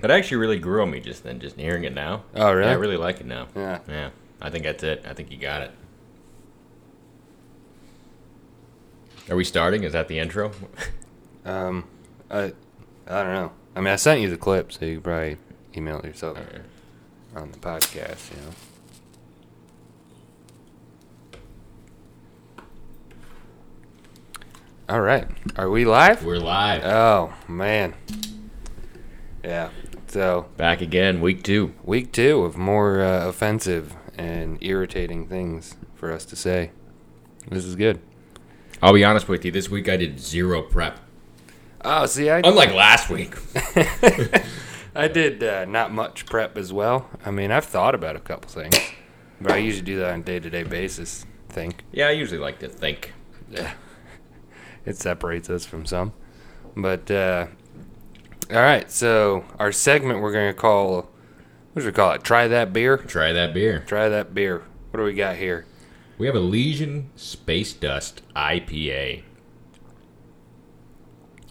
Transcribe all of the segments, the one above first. That actually really grew on me just then, just hearing it now. Oh, really? Yeah, I really like it now. Yeah. Yeah. I think that's it. I think you got it. Are we starting? Is that the intro? Um, I, I don't know. I mean, I sent you the clip, so you could probably email it yourself All right. on the podcast. You know. All right, are we live? We're live. Oh man, yeah. So Back again, week two. week two of more uh, offensive and irritating things for us to say. This is good. I'll be honest with you. This week I did zero prep. Oh, see, I Unlike last week. I did uh, not much prep as well. I mean, I've thought about a couple things, but I usually do that on a day to day basis. Think Yeah, I usually like to think. it separates us from some, but uh, all right. So our segment we're gonna call what should we call it? Try that beer. Try that beer. Try that beer. What do we got here? We have a Legion Space Dust IPA.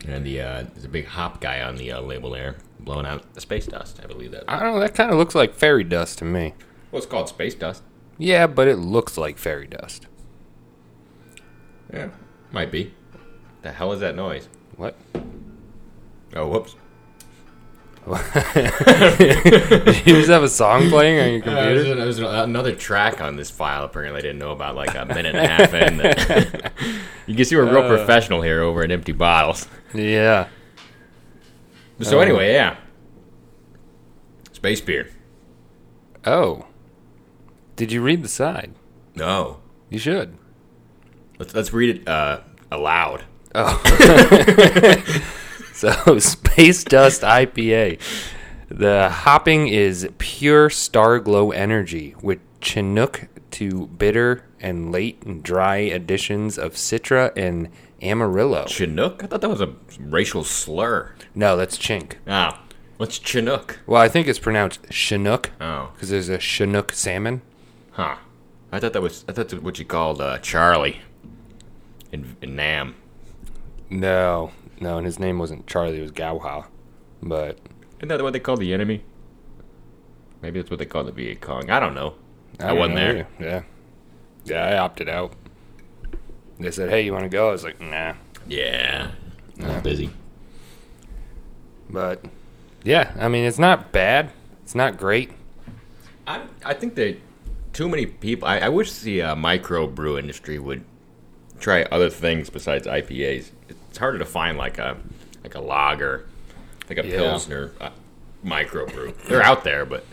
And the uh, there's a big hop guy on the uh, label there, blowing out the space dust. I believe that. I don't know. That kind of looks like fairy dust to me. Well, it's called space dust. Yeah, but it looks like fairy dust. Yeah, might be. The hell is that noise? What? Oh, whoops. you just have a song playing on your computer? Uh, there's, another track on this file. Apparently, I didn't know about like a minute and a half in. Uh, you can see we're real professional here over at empty bottles. Yeah. So anyway, yeah, space beer. Oh. Did you read the side? No, You should. let's let's read it uh, aloud. Oh. so, Space Dust IPA. The hopping is pure star glow energy with Chinook to bitter and late and dry additions of Citra and Amarillo. Chinook? I thought that was a racial slur. No, that's Chink. Oh, what's Chinook? Well, I think it's pronounced Chinook Oh, because there's a Chinook salmon. huh. I thought that was I thought that's what you called uh, Charlie in, in Nam. No, no, and his name wasn't Charlie, it was Gowha. But Isn't that what they call the enemy? Maybe that's what they call the Viet Cong. I don't know. I, don't wasn't know there. either. Yeah. Yeah, I opted out. They said, hey, you want to go? I was like, nah. Yeah. I was busy. But yeah, I mean, it's not bad. It's not great. I, I think that too many people. I, I wish the uh, micro brew industry would try other things besides IPAs. It's harder to find like a like a lager, like a Yeah. pilsner uh, micro brew. They're out there, but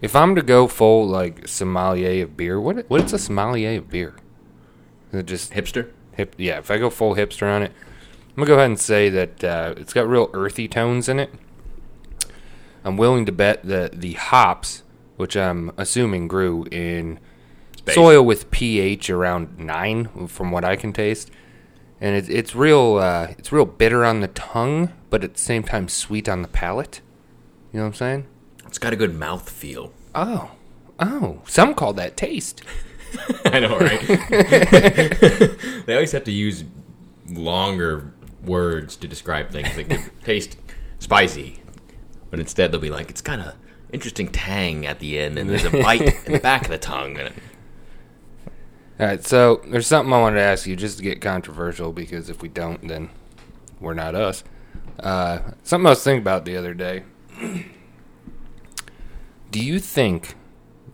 If I'm to go full, like, sommelier of beer, what what's a sommelier of beer? Is it just hipster. hip? Yeah, if I go full hipster on it, I'm going to go ahead and say that uh, it's got real earthy tones in it. I'm willing to bet that the hops, which I'm assuming grew in Space. soil with pH around nine, from what I can taste, and it's it's real uh, it's real bitter on the tongue, but at the same time sweet on the palate. You know what I'm saying? It's got a good mouth feel. Oh, oh, some call that taste. I know, right? they always have to use longer words to describe things. They could taste spicy, but instead they'll be like, it's kind of interesting tang at the end, and there's a bite in the back of the tongue. And All right, so there's something I wanted to ask you just to get controversial because if we don't, then we're not us. Uh, something I was thinking about the other day. Do you think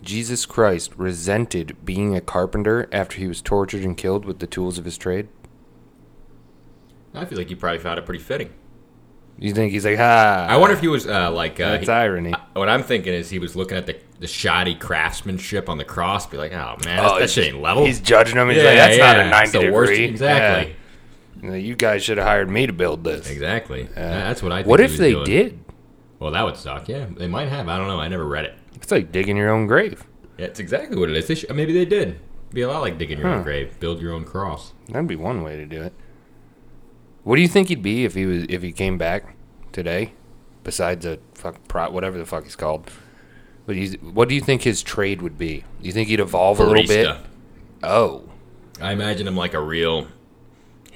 Jesus Christ resented being a carpenter after he was tortured and killed with the tools of his trade? I feel like you probably found it pretty fitting. You think he's like, ha? I wonder if he was uh, like, uh, that's he- irony. what I'm thinking is he was looking at the, the shoddy craftsmanship on the cross, be like, oh man, that's, that he's- shit ain't level. He's judging him. He's like, that's not a it's ninety the degree. worst- Exactly. Yeah. You guys should have hired me to build this. Exactly. that's what I think What he if was they doing. did? Well, that would suck. Yeah, they might have. I don't know. I never read it. It's like digging your own grave. Yeah, it's exactly what it is. They sh- maybe they did. Be a lot like digging your own grave, build your own cross. That'd be one way to do it. What do you think he'd be if he was if he came back today? Besides a fuck pro, whatever the fuck he's called. What do you what do you think his trade would be? Do you think he'd evolve a little bit? Barista. Oh, I imagine him like a real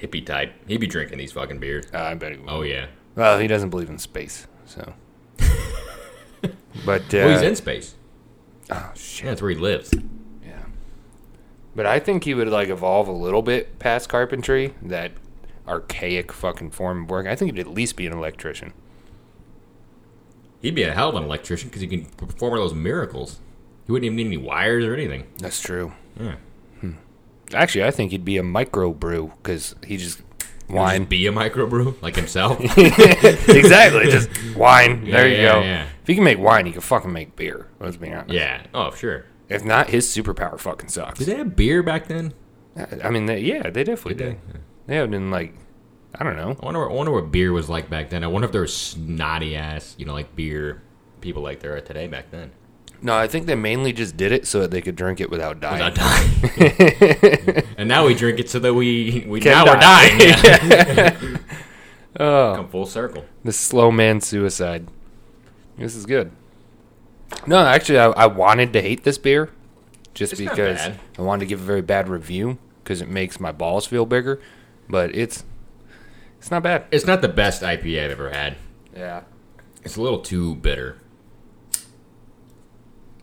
hippie type. He'd be drinking these fucking beers. I bet he would. Oh yeah. Well, he doesn't believe in space, so But uh, Well, he's in space. oh Yeah, shit, that's where he lives. yeah. But I think he would like evolve a little bit past carpentry, that archaic fucking form of work. I think he'd at least be an electrician. He'd be a hell of an electrician because he can perform all those miracles. He wouldn't even need any wires or anything. That's true. Hmm. Yeah. Actually, I think he'd be a microbrew because he just wine. Just be a microbrew like himself. exactly, just wine. Yeah, there you yeah, go. yeah. If he can make wine, he can fucking make beer. Let's be honest. yeah. Oh, sure. If not, his superpower fucking sucks. Uh, Did they have beer back then? I mean, they, yeah, they definitely did. They have been like, I don't know. I wonder. I wonder what beer was like back then. I wonder if there was snotty ass, you know, like beer people like there are today back then. No, I think they mainly just did it so that they could drink it without dying. Without dying. and now we drink it so that we we Can now we're die. dying. Yeah. Come full circle. the slow man suicide. This is good. No, actually, I, I wanted to hate this beer just It's not because bad. I wanted to give a very bad review because it makes my balls feel bigger. But it's it's not bad. It's not the best IPA I've ever had. Yeah. It's a little too bitter,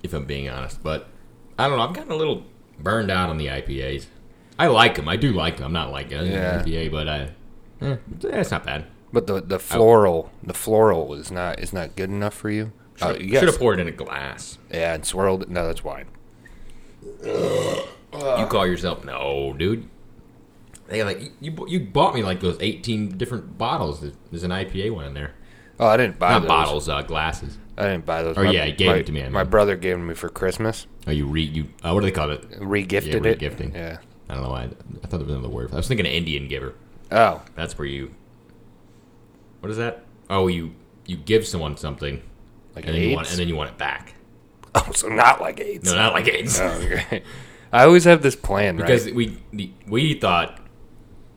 if I'm being honest. But I don't know. I've gotten a little burned out on the IPAs. I like them. I do like them. I'm not like an Yeah. IPA, but I. Eh, it's not bad. But the the floral the floral is not is not good enough for you. Oh, you got Should have poured it in a glass. yeah, and swirled. it. No, that's wine. you Uh-huh. call yourself no, dude. They like you. You bought me like those 18 different bottles. There's an IPA one in there. Oh, I didn't buy Not those. bottles, uh, glasses. I didn't buy those. Or, yeah, he gave my, it to me, I My mean. brother gave them to me for Christmas. Oh, you re you. Uh, what do they call it? Regifted Yeah, it. regifting. Yeah. I don't know why. I thought there was another word. I was thinking an Indian giver. Oh, That's where you. What is that? Oh, you you give someone something, like and then you want AIDS. and then you want it back. oh, so not like AIDS. No, not like AIDS. Oh, okay. I always have this plan, right? Because we the, we thought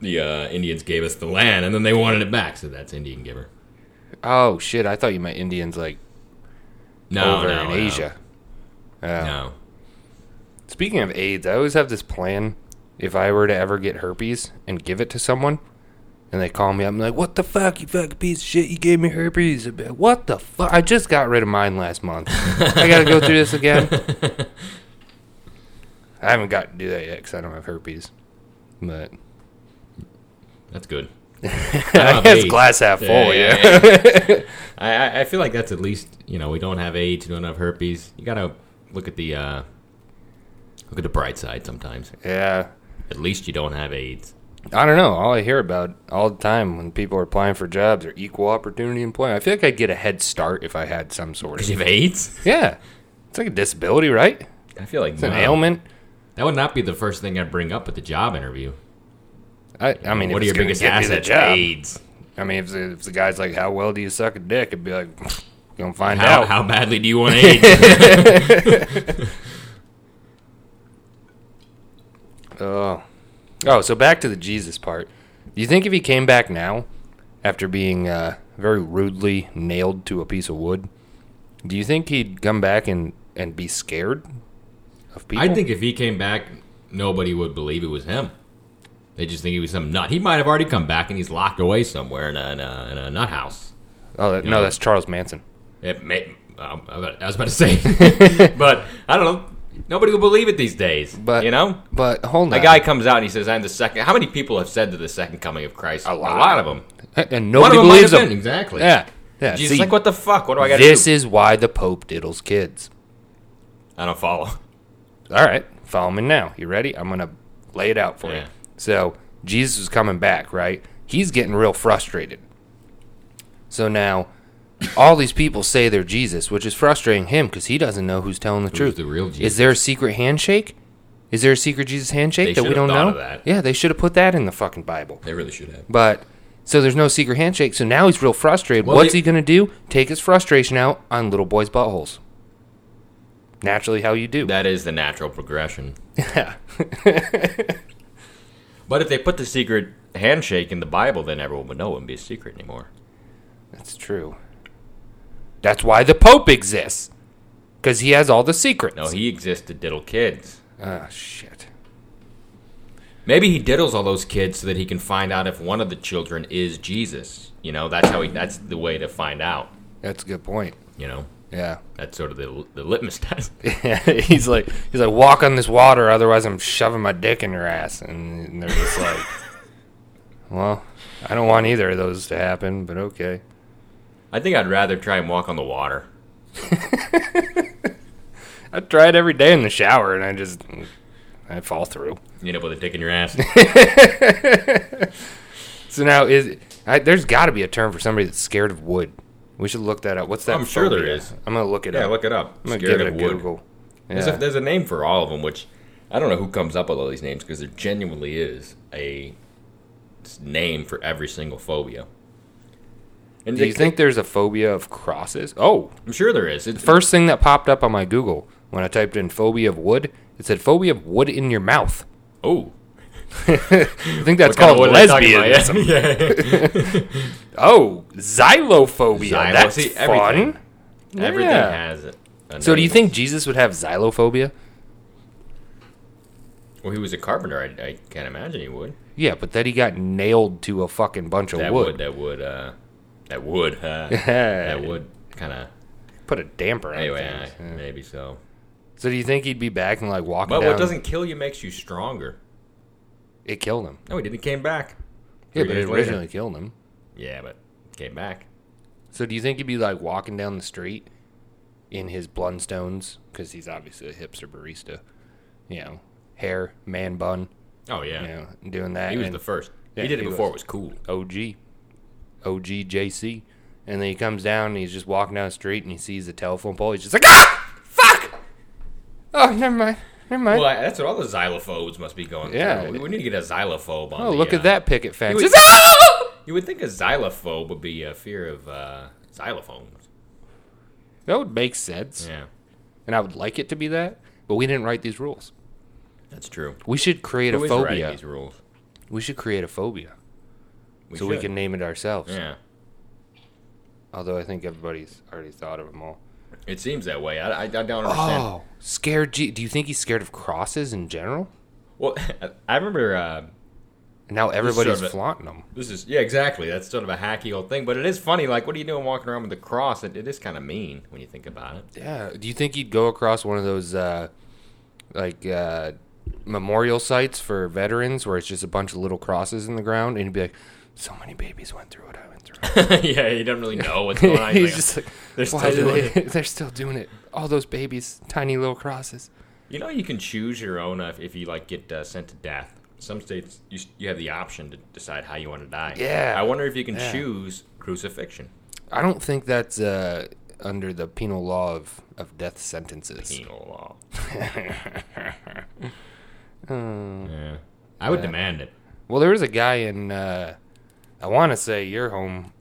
the uh, Indians gave us the land, and then they wanted it back. So that's Indian giver. oh shit, I thought you meant Indians like No, over no, in no. Asia. No. Speaking of AIDS, I always have this plan. If I were to ever get herpes and give it to someone, and they call me up, I'm like, "What the fuck, you fucking piece of shit! You gave me herpes. What the fuck? I just got rid of mine last month. I gotta go through this again. I haven't got to do that yet because I don't have herpes. But that's good. I have guess AIDS. glass half full. Yeah, yeah. yeah, yeah. I, I- I feel like that's at least you know we don't have AIDS, we don't have herpes. You gotta look at the uh, look at the bright side sometimes. yeah. At least you don't have AIDS. I don't know. All I hear about all the time when people are applying for jobs are equal opportunity employment. I feel like I'd get a head start if I had some sort Because of. you have AIDS. Yeah. It's like a disability, right? I feel like It's an no. ailment. That would not be the first thing I'd bring up at the job interview. I, I mean, what are if your it's gonna biggest get me the assets? job- AIDS. I mean, if the, if the guy's like, how well do you suck a dick? I'd be like, gonna find How, out. how badly do you want AIDS? Oh. Oh, so back to the Jesus part. Do you think if he came back now, after being uh, very rudely nailed to a piece of wood, do you think he'd come back and, and be scared of people? I think if he came back, nobody would believe it was him. They just think he was some nut. He might have already come back and he's locked away somewhere in a, in a, in a nut house. Oh, that, no, that's Charles Manson. It may, um, I was about to say, but I don't know. Nobody will believe it these days. But- you know, But hold on. a guy comes out and he says, "I'm the second. How many people have said to the second coming of Christ? A lot. A lot of them. and One nobody of them might believes have been him. exactly. Yeah. Yeah. Jesus, See, like, what the fuck? What do I got to do? this is why the Pope diddles kids. I don't follow. All right, follow me now. You ready? I'm going to lay it out for Yeah. you. So, Jesus is coming back, right? He's getting real frustrated. So now, all these people say they're Jesus, which is frustrating him because he doesn't know who's telling the truth. the real Is there a secret handshake? Is there a secret Jesus handshake They that we should have don't thought know? of that. Yeah, they should have put that in the fucking Bible. They really should have. But so there's no secret handshake. So now he's real frustrated. Well, What's they- he gonna do? Take his frustration out on little boys' buttholes. Naturally, how you do. That is the natural progression. Yeah. But if they put the secret handshake in the Bible, then everyone would know it wouldn't be a secret anymore. That's true. That's why the Pope exists, because he has all the secrets. No, he exists to diddle kids. Ah, shit. Maybe he diddles all those kids so that he can find out if one of the children is Jesus. You know, that's how he. That's the way to find out. That's a good point. You know, Yeah. That's sort of the, the litmus test. he's like he's like walk on this water, otherwise I'm shoving my dick in your ass, and they're just like, well, I don't want either of those to happen, but okay. I think I'd rather try and walk on the water. I try it every day in the shower, and I just I fall through. You end up with a dick in your ass. So now is I, there's got to be a term for somebody that's scared of wood. We should look that up. What's that? I'm sure there phobia? is. I'm gonna look it yeah, up. look it up. I'm gonna Scared give it a of wood. Google. There's, Yeah. a, there's a name for all of them, which I don't know who comes up with all these names because there genuinely is a s- name for every single phobia. And Do it you could- think there's a phobia of crosses? Oh, I'm sure there is. It's, first thing that popped up on my Google when I typed in phobia of wood, it said phobia of wood in your mouth. oh, I think that's What kind of called wood are they talking about? lesbianism. Yeah. Oh, xylophobia. Xylo- That's see, fun. everything. Everything Yeah. has it. So, do you think Jesus would have xylophobia? Well, he was a carpenter. I, I can't imagine he would. Yeah, but then he got nailed to a fucking bunch of That wood. would. That would. Uh, that would. Uh, that would kind of. Put a damper on Anyway, things. uh, maybe so. So, do you think he'd be back and like walking But down? what doesn't kill you makes you stronger. It killed him. No, he didn't. He came back. Yeah, Three but it days later. originally killed him. Yeah, but came back. So, do you think he'd be like walking down the street in his Blundstones? Because he's obviously a hipster barista. You know, hair, man bun, Oh yeah, you know, doing that. he was and- the first. Yeah, he did it he before was. it was cool. OG, OG JC. And then he comes down and he's just walking down the street and he sees the telephone pole. He's just like, ah, fuck. Oh, never mind. Never mind. Well, I, that's what all the xylophobes must be going Yeah. through. We, we need to get a xylophobe on. oh, the, look uh, at that picket fence. was- It's- "Ah!" You would think a xylophobe would be a fear of uh, xylophones. that would make sense. Yeah, And I would like it to be that, but we didn't write these rules. that's true. We should create Who a is writing phobia. these rules? We should create a phobia so we should. can name it ourselves. Yeah, Although I think everybody's already thought of them all. it seems that way. I, I, I don't understand. Oh, scared. G- Do you think he's scared of crosses in general? Well, I remember. Uh, And now everybody's sort of a- flaunting them. This is yeah, exactly. That's sort of a hacky old thing, but it is funny. Like, what are you doing walking around with a cross? It, it is kind of mean when you think about it. Yeah. Do you think he'd go across one of those uh, like uh, memorial sites for veterans where it's just a bunch of little crosses in the ground and he'd be like, So many babies went through what I went through. yeah, you don't really know what's going on. You're he's like, just like "Why they're still do doing they, they're still doing it. All those babies, tiny little crosses. You know, you can choose your own uh, if, if you like get uh, sent to death. Some states you, s- you have the option to decide how you want to die. Yeah. I wonder if you can Yeah. choose crucifixion. I don't think that's uh, under the penal law of, of death sentences. Penal law. Hmm. yeah. I would demand it. Uh, Well, there was a guy in, uh, I want to say your home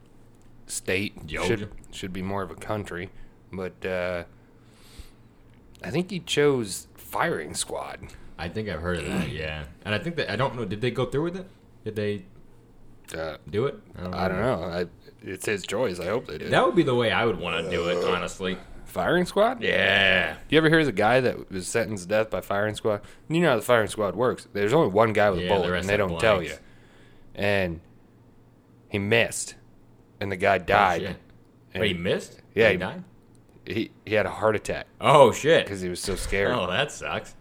state Georgia. should should be more of a country, but uh, I think he chose firing squad. I think I've heard of that. Yeah, and I think that I don't know. Did they go through with it? Did they Uh, do it? I don't know. I, it's his choice. I hope they did. That would be the way I would want to do it, Uh, honestly. Firing squad? Yeah. You ever hear of a guy that was sentenced to death by firing squad? You know how the firing squad works. There's only one guy with Yeah, a the bullet, rest and they are don't tell you. blanks. And he missed, and the guy died. Oh, Shit. But he missed? Yeah, He he- died? he he had a heart attack Oh, shit. because he was so scared. Oh, that sucks.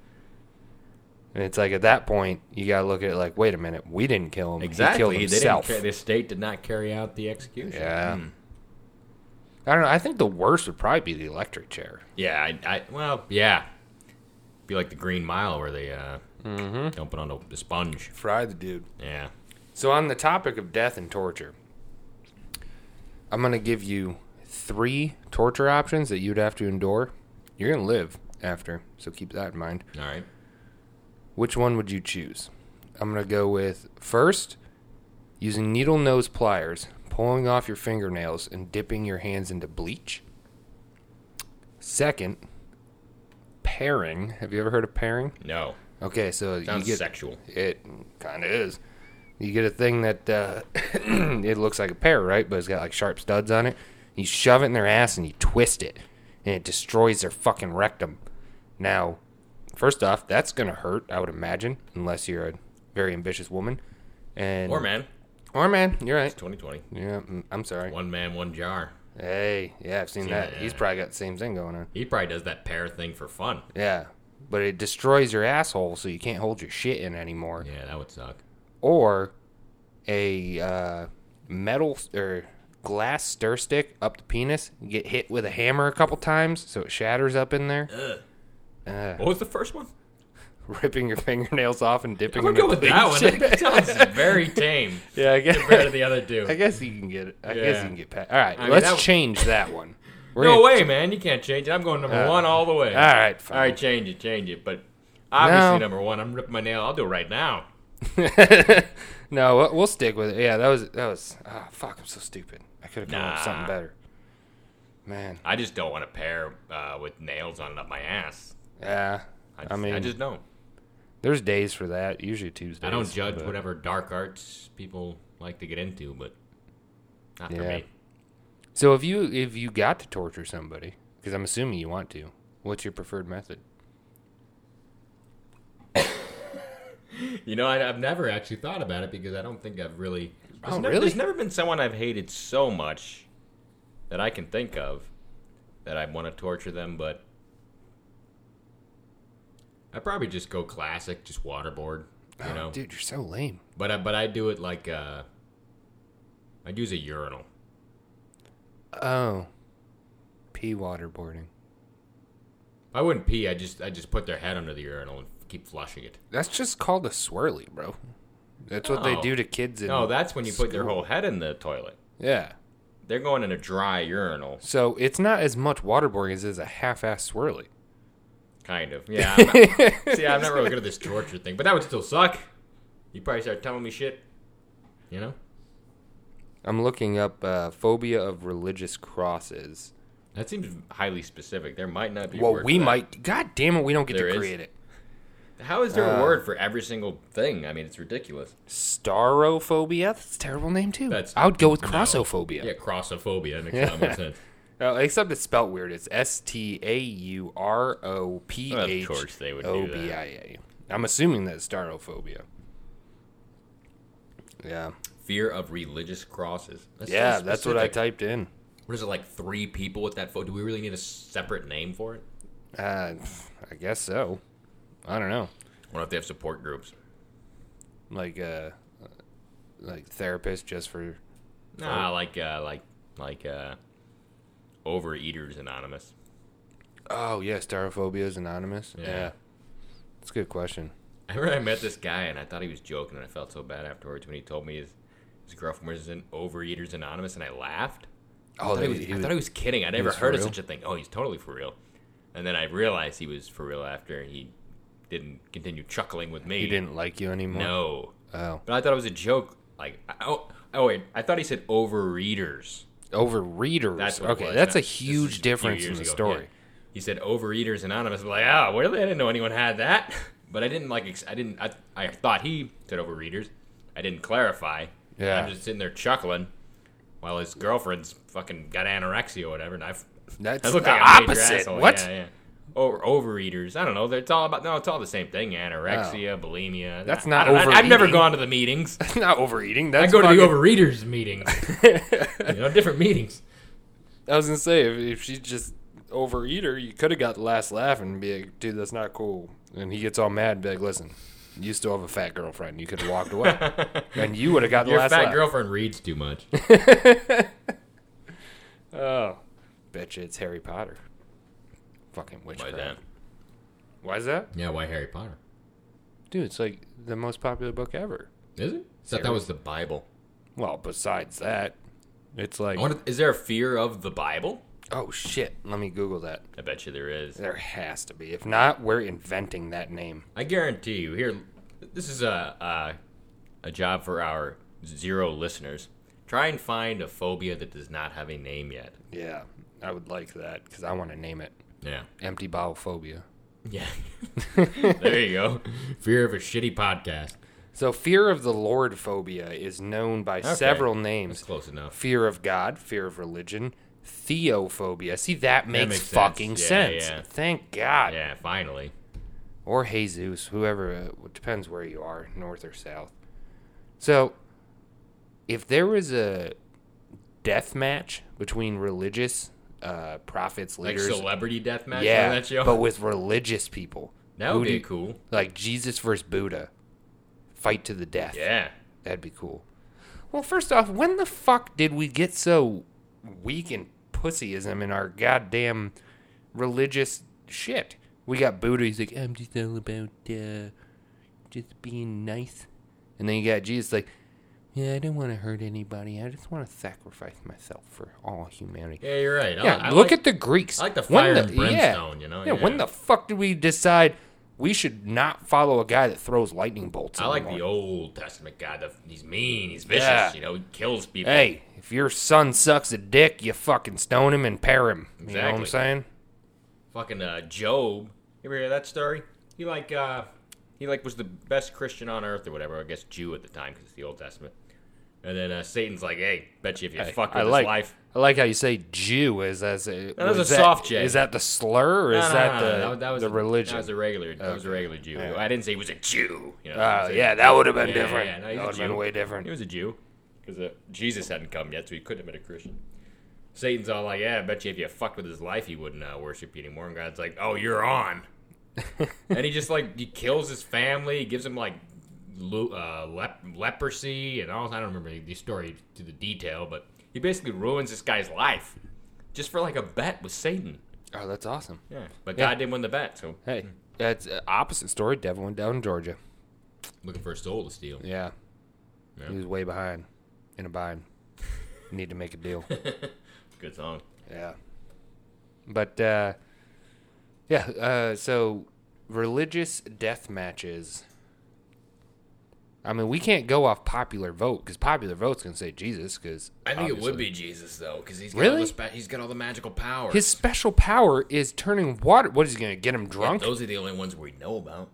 And it's like at that point, you gotta look at it like, wait a minute, we didn't kill him. He killed Exactly. They didn't himself. ca- the state did not carry out the execution. yeah. Hmm. I don't know. I think the worst would probably be the electric chair. Yeah, I, I, well, yeah. Be like the Green Mile where they uh, dump it on the, the sponge. Fry the dude. Yeah. So on the topic of death and torture, I'm gonna give you three torture options that you'd have to endure. You're gonna live after, so keep that in mind. All right. Which one would you choose? I'm going to go with first, using needle nose pliers, pulling off your fingernails, and dipping your hands into bleach. Second, pairing. Have you ever heard of pairing? No. Okay, so Sounds you get sexual. it kind of is. You get a thing that uh, it looks like a pear, right? But it's got like sharp studs on it. You shove it in their ass and you twist it, and it destroys their fucking rectum. Now, first off, that's gonna hurt, I would imagine, unless you're a very ambitious woman. And Or man. or man, you're right. 2020. Yeah, mm, I'm sorry. One man, one jar. Hey, yeah, I've seen Seen that. that, He's yeah. probably got the same thing going on. He probably does that pear thing for fun. Yeah. But it destroys your asshole, so you can't hold your shit in anymore. Yeah, that would suck. Or a uh, metal s- or glass stir stick up the penis, get hit with a hammer a couple times, so it shatters up in there, Ugh. Ugh. What was the first one? ripping your fingernails off and dipping. I'm gonna them go in with that one. bleach. That sounds very tame yeah, I compared to guess. the other two. I guess you can get it. I guess Yeah. you can get past. All right, I mean, let's that- change that one. We're No gonna- way, man. You can't change it. I'm going number Uh, one all the way. All right, All fine. right, change it, change it. But obviously, No. number one, I'm ripping my nail. I'll do it right now. no, we'll, we'll stick with it. Yeah, that was that was. Oh, fuck, I'm so stupid. I could have come up with something Nah. better. Man, I just don't want a pair uh, with nails on it up my ass. yeah. I, I, just, I mean, just don't. there's days for that. Usually Tuesdays. I don't judge but- whatever dark arts people like to get into, but not for Yeah. me. So if you if you got to torture somebody, because I'm assuming you want to, what's your preferred method? You know, I, I've never actually thought about it because I don't think I've really. There's Oh, never, really? There's never been someone I've hated so much that I can think of that I want to torture them, but I probably just go classic, just waterboard, you Oh, know. dude, you're so lame. But I, but I do it like uh, I'd use a urinal. Oh, pee waterboarding. I wouldn't pee. I just I just put their head under the urinal and keep flushing it. That's just called a swirly, bro. That's what they No. do to kids. In, No, Oh. that's when you put their whole head in the toilet. yeah. They're going in a dry urinal. So it's not as much waterboarding as it is a half-ass swirly. Kind of. Yeah. I'm not, see, I'm not really good at this torture thing, but that would still suck. You probably start telling me shit. You know? I'm looking up uh, phobia of religious crosses. That seems highly specific. There might not be. a well, word we for that. might. God damn it, we don't get There to is. create it. How is there a Uh, word for every single thing? I mean, it's ridiculous. Starophobia. That's a terrible name too. That's- I would go with no. crossophobia. Yeah, crossophobia. That makes a lot more sense. Uh, except it's spelt weird. It's S T A U R O P Of H course they would O do B I that. A. I'm assuming that's starophobia. Yeah, Fear of religious crosses. That's so yeah, that's what I specific. typed in. What is it like? Three people with that photo? Do we really need a separate name for it? Uh, I guess so. I don't know, I wonder if they have support groups. like uh, like therapist just for Nah, like uh, like like uh, overeaters anonymous. oh yeah, starophobia is anonymous. Yeah. Yeah, it's a good question. I remember I met this guy and I thought he was joking and I felt so bad afterwards when he told me his, his girlfriend was in Overeaters Anonymous and I laughed. I, Oh, thought he was, I thought he was kidding. I never was for heard of real? such a thing. Oh, he's totally for real. And then I realized he was for real after he didn't continue chuckling with me. he didn't like you anymore. No. Oh, But I thought it was a joke. Like, I- oh, oh wait, I thought he said Overeaters. over readers. That's what it okay, was. that's That- a this is huge few difference in years the ago. story. Yeah. He said Overeaters Anonymous. I'm like, oh, really? I didn't know anyone had that. But I didn't like. ex- I didn't. I, I thought he said Overeaters. I didn't clarify. Yeah. I'm just sitting there chuckling while his girlfriend's fucking got anorexia or whatever, and I've. That's I look the like a major opposite. asshole. What? Yeah, yeah. Over, overeaters. I don't know. It's all about. No, it's all the same thing. Anorexia, bulimia. Oh. That's I- not I don't- I- I've never overeating. gone to the meetings. not overeating. I That's go to the fucking- overeaters meetings. you know, different meetings. I was gonna say if, if she's just overeater, you could have got the last laugh and be like, "Dude, that's not cool." And he gets all mad, and be like, "Listen, you still have a fat girlfriend. You could have walked away, and you would have got the Your last fat laugh." girlfriend reads too much. Oh, bet you it's Harry Potter. Fucking Why witchcraft. that? Why is that, Yeah, why Harry Potter? dude? It's like the most popular book ever. Is it? I thought that was the Bible. Well, besides that, it's like, I wonder, is there a fear of the Bible? oh shit. Let me Google that. I bet you there is. There has to be. If not, we're inventing that name. I guarantee you. Here, this is a a, a job for our zero listeners. Try and find a phobia that does not have a name yet. Yeah, I would like that because I want to name it Yeah. empty bowel phobia. Yeah. there you go. Fear of a shitty podcast. So, fear of the Lord phobia is known by Okay. several That's names close enough. fear of God, fear of religion, theophobia. See, that makes, makes sense. fucking Yeah, sense. yeah. Thank God. Yeah, finally. Or Jesus, whoever, uh, it depends where you are, north or south. So, if there was a death match between religious uh, prophets, Like leaders. celebrity deathmatch yeah, on that show. but with religious people. that would Who do be you- cool. Like Jesus versus Buddha. Fight to the death. Yeah. That'd be cool. Well, first off, when the fuck did we get so weak in pussyism in our goddamn religious shit? We got Buddha. He's like, I'm just all about uh, just being nice. And then you got Jesus, like, yeah, I don't want to hurt anybody. I just want to sacrifice myself for all humanity. Yeah, you're right. I- Yeah, I look like- at the Greeks. I like the When fire and brimstone, yeah, you know? Yeah, when Yeah. the fuck did we decide we should not follow a guy that throws lightning bolts? I in like morning? the Old Testament God. The, he's mean. He's vicious. Yeah. You know, he kills people. Hey, if your son sucks a dick, you fucking stone him and pair him. You know what I'm Exactly. saying? Fucking uh, Job. You ever hear that story? He like uh, he like was the best Christian on earth or whatever. I guess Jew at the time because it's the Old Testament. And then uh, Satan's like, "Hey, bet you if you Hey, fuck with I this like life." I like how you say Jew is as a That was is a soft J. Is that the slur or No, is no, that no, no, the that- that was the a- religion? That was a regular. That was a regular Jew. I didn't say he was a Jew. You know, Oh, I didn't say- yeah, that would have been Yeah, different. yeah, no, that he's a would have been Jew. way He different. was a Jew because uh, Jesus hadn't come yet, so he couldn't have been a Christian. Satan's all like, "Yeah, I bet you if you fucked with his life, he wouldn't uh, worship you anymore." And God's like, "Oh, you're on." and he just like he kills his family, gives him like lu- uh, lep- leprosy and all. I don't remember the story to the detail, but he basically ruins this guy's life just for like a bet with Satan. Oh, that's awesome. Yeah, but Yeah. God didn't win the bet, so Hey, that's uh, opposite story. Devil went down in Georgia. looking for a soul to steal. Yeah. Yeah. he was way behind in a bind. Need to make a deal. Good song. Yeah. But uh yeah, uh so religious death matches. I mean, we can't go off popular vote cuz popular vote's going to say Jesus cuz I think it would be Jesus though, because he's got all Really? the spe- he's got all the magical powers. His special power is turning water. What is he going to get him Yeah, drunk? those are the only ones we know about.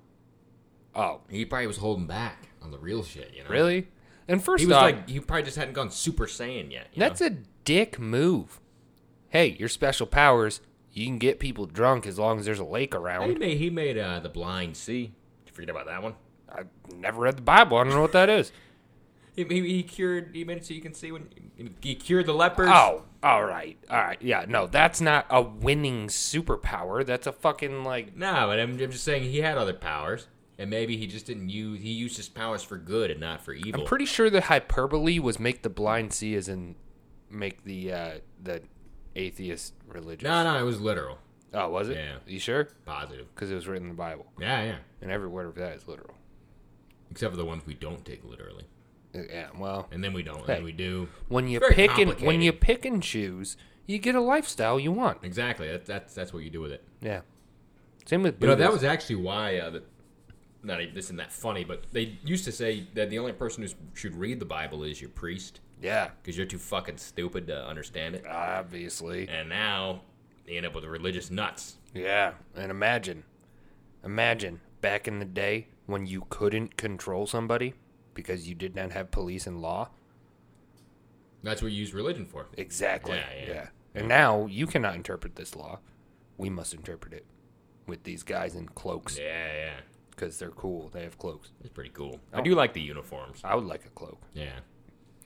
oh, He probably was holding back on the real shit, you know. really? And first He was off, like, he probably just hadn't gone Super Saiyan yet. you that's know? a dick move. Hey, your special powers, you can get people drunk as long as there's a lake He around. made he made uh, the blind see. Did you forget about that one? I never read the Bible. I don't know what that is. He, he, he cured. He made it so you can see when he cured the lepers. Oh, all right, all right, yeah. No, that's not a winning superpower. That's a fucking like. no, but I'm, I'm just saying he had other powers, and maybe he just didn't use. He used his powers for good and not for evil. I'm pretty sure the hyperbole was make the blind see as in make the uh, the atheist religious. no, no, it was literal, Oh, was it? Yeah. You sure? positive. Because it was written in the Bible, Yeah, yeah. and every word of that is literal. Except for the ones we don't take literally, Uh, Yeah. Well, and then we don't, and Hey. then we do. when you Very pick and when complicated. you pick and choose, you get a lifestyle you want. Exactly. That, that's that's what you do with it. Yeah. Same with You know, that Buddhism. was actually why uh, the, not even- this isn't that funny, but they used to say that the only person who should read the Bible is your priest yeah, because you're too fucking stupid to understand it. obviously. And now they end up with religious nuts. Yeah, and imagine, imagine back in the day when you couldn't control somebody because you did not have police and law. That's what you use religion for. Exactly. Yeah, yeah. And now you cannot interpret this law. We must interpret it with these guys in cloaks Yeah, yeah. because they're cool. They have cloaks. It's pretty cool. I Oh. do like the uniforms. I would like a cloak. Yeah.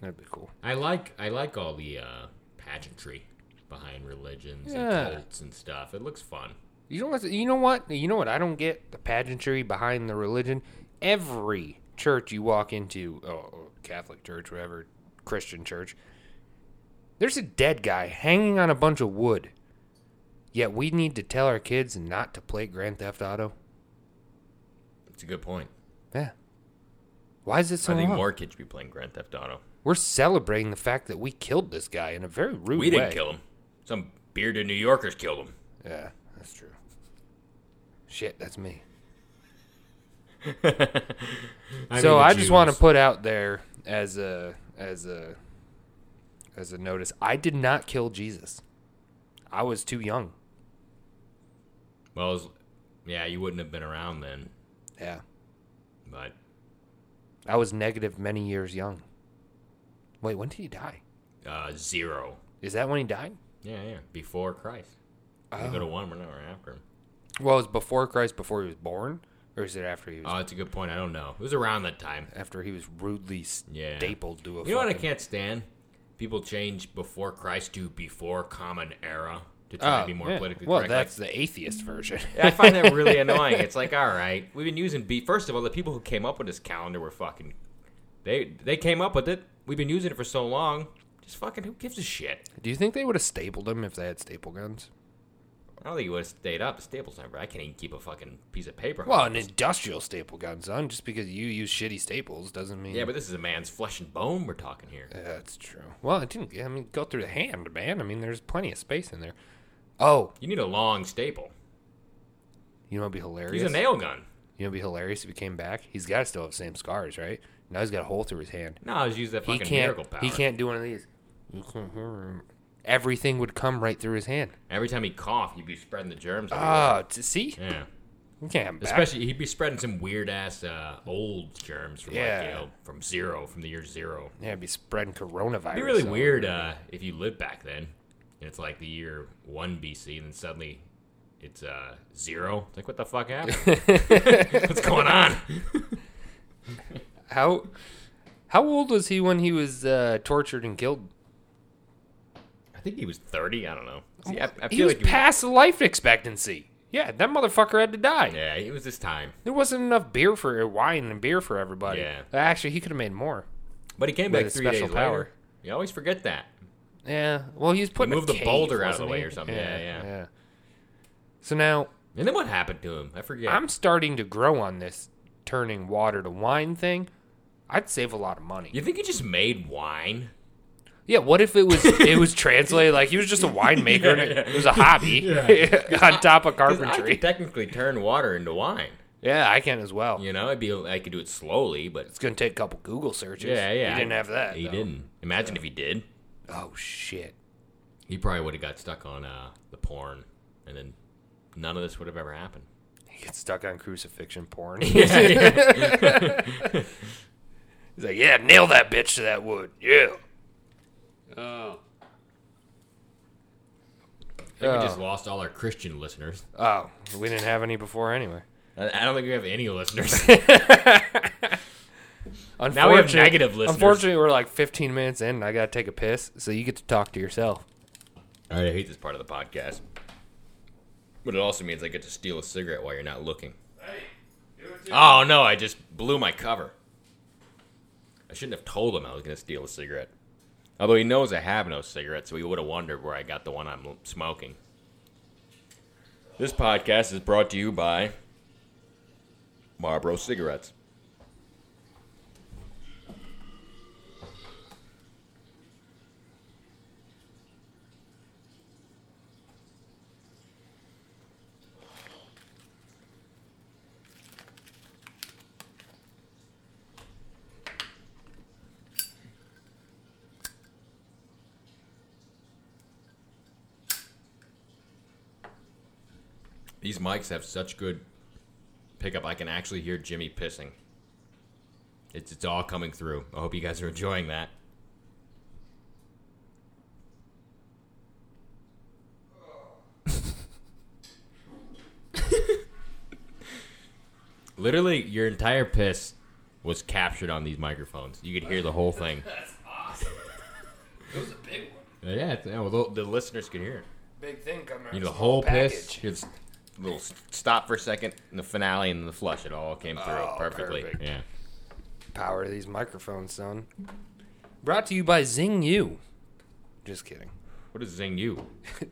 That'd be cool. I like I like all the uh, pageantry behind religions Yeah. and cults and stuff. It looks fun. You know what? You know what? You know what? I don't get the pageantry behind the religion. Every church you walk into, oh, Catholic church, whatever, Christian church, there's a dead guy hanging on a bunch of wood. Yet we need to tell our kids not to play Grand Theft Auto. It's a good point. Yeah. Why is it so I think wrong? more kids should be playing Grand Theft Auto. We're celebrating the fact that we killed this guy in a very rude We way. didn't kill him. Some bearded New Yorkers killed him. Yeah, that's true. Shit, that's me. so I just want to put out there as a as a as a notice, I did not kill Jesus. I was too young. Well, it was- yeah, you wouldn't have been around then, Yeah. but I was negative many years young. Wait, when did he die? uh, zero. Is that when he died? Yeah, yeah. Before Christ, Uh, we Oh. go to one. We're not we're after him. Well, it was before Christ, before he was born, or is it after he was Oh, that's a good point. I don't know. It was around that time. after he was rudely Yeah. stapled to a You know what I fucking- can't stand? people change before Christ to before Common Era to try to be more Oh, yeah. politically well, correct. Like, that's the atheist version. I find that really annoying. It's like, all right, we've been using B. First of all, the people who came up with this calendar were fucking. They they came up with it. We've been using it for so long. Just fucking, who gives a shit? Do you think they would have stapled him if they had staple guns? I don't think it would have stayed up. The staples never. I can't even keep a fucking piece of paper. Well, an industrial staple gun, son. Just because you use shitty staples doesn't mean. yeah, but this is a man's flesh and bone we're talking here. Yeah, that's true. Well, it didn't. I mean, go through the hand, man. I mean, there's plenty of space in there. Oh, You need a long staple. you know what'd be hilarious? Use a nail gun. You know what'd be hilarious if he came back? He's got to still have the same scars, right? Now he's got a hole through his hand. No, just use that He fucking can't. miracle power. He can't do one of these. Everything would come right through his hand. Every time he coughed, he'd be spreading the germs. everywhere. Ah, t- see, Oh, yeah. you can't. have him back. Especially, he'd be spreading some weird ass uh, old germs from Yeah. like, you know, from zero, from the year zero. Yeah, it'd be spreading coronavirus. It'd be really all weird over. uh, if you lived back then, and it's like the year one BC, and then suddenly it's uh, zero. It's like, what the fuck happened? What's going on? How how old was he when he was uh, tortured and killed? I think he was thirty. I don't know. See, I, I feel He was like he was- past life expectancy. Yeah, that motherfucker had to die. yeah, it was this time, There wasn't enough beer for uh, wine and beer for everybody. Uh, Yeah. Actually, he could have made more. but he came With back his three special days power. later. You always forget that. Yeah. Well, he was putting a moved the cave, boulder out of the wasn't way he? or something. Yeah, yeah. So now And then what happened to him? I forget. I'm starting to grow on this turning water to wine thing. I'd save a lot of money. you think he just made wine? Yeah, what if it was it was translated like he was just a winemaker and it, it was a hobby on top of 'Cause I carpentry? could technically turn water into wine. yeah, I can as well. You know, it'd be I could do it slowly, but It's gonna take a couple Google searches. yeah, yeah. He didn't have that. He though. didn't. Imagine if he did. Oh shit. He probably would have got stuck on uh, the porn, and then none of this would have ever happened. He gets stuck on crucifixion porn. Yeah, yeah. He's like, yeah, nail that bitch to that wood. Yeah. Oh. I think we just lost all our Christian listeners. Oh, we didn't have any before anyway. I I don't think we have any listeners. Unfortunately, Now we have negative listeners. Unfortunately, we're like 15 minutes in, and I gotta take a piss, so you get to talk to yourself. all right, I hate this part of the podcast, but it also means I get to steal a cigarette while you're not looking. Oh no! I just blew my cover. I shouldn't have told him I was going to steal a cigarette. Although he knows I have no cigarette, so he would have wondered where I got the one I'm l- smoking. This podcast is brought to you by Marlboro cigarettes. These mics have such good pickup. I can actually hear Jimmy pissing. It's it's all coming through. I hope you guys are enjoying that. Literally, your entire piss was captured on these microphones. You could hear the whole thing. That's awesome. it was a big one. Yeah, it's- yeah, well, the the listeners could hear it. Big thing coming out. You know, the whole piss. Just little s- stop for a second, and the finale, and the flush. It all came through Oh, perfectly. perfect. Yeah. Power of these microphones, son. Brought to you by Zing U. Just kidding. What is Zing you?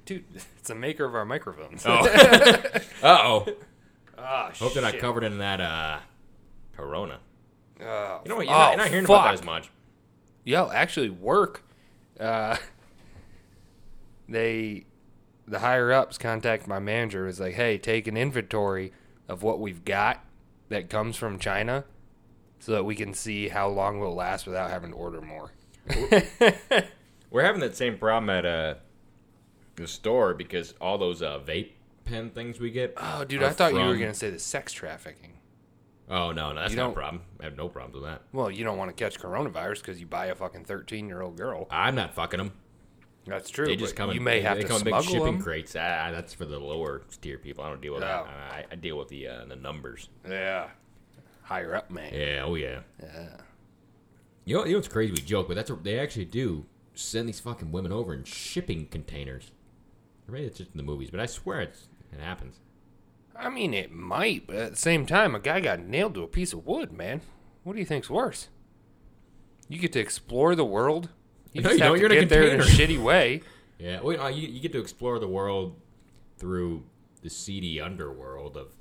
Dude, it's a maker of our microphones. Oh. Uh oh. Ah, Hope they're not shit. covered in that uh, Corona. Oh, You know what? You're, not, oh, you're not hearing about that fuck. as much. Yo, actually, work. Uh, they, the higher ups, contact my manager. Was like, hey, take an inventory of what we've got that comes from China, so that we can see how long we'll last without having to order more. We're having that same problem at uh, the store because all those uh, vape pen things we get. Oh, dude, I are thought you were from- gonna say the sex trafficking. Oh no, no, that's You not a don't- problem. I have no problems with that. Well, you don't want to catch coronavirus because you buy a fucking thirteen-year-old girl. I'm not fucking them. That's true. They just but come. You in, may they, have they to come in smuggle big shipping 'em. Oh. crates. Ah, that's for the lower tier people. I don't deal with that. No. I, I deal with the uh, the numbers. Yeah, higher up, man. Yeah, oh yeah. You know, you know what's crazy? We joke, but that's what they actually do send these fucking women over in shipping containers. Or maybe it's just in the movies, but I swear it's, it happens. I mean, it might, but at the same time, a guy got nailed to a piece of wood, man. What do you think's worse? You get to explore the world. You No, just you have to don't. You're in a get there in a container. shitty way. Yeah, well, uh, you, you get to explore the world through the seedy underworld of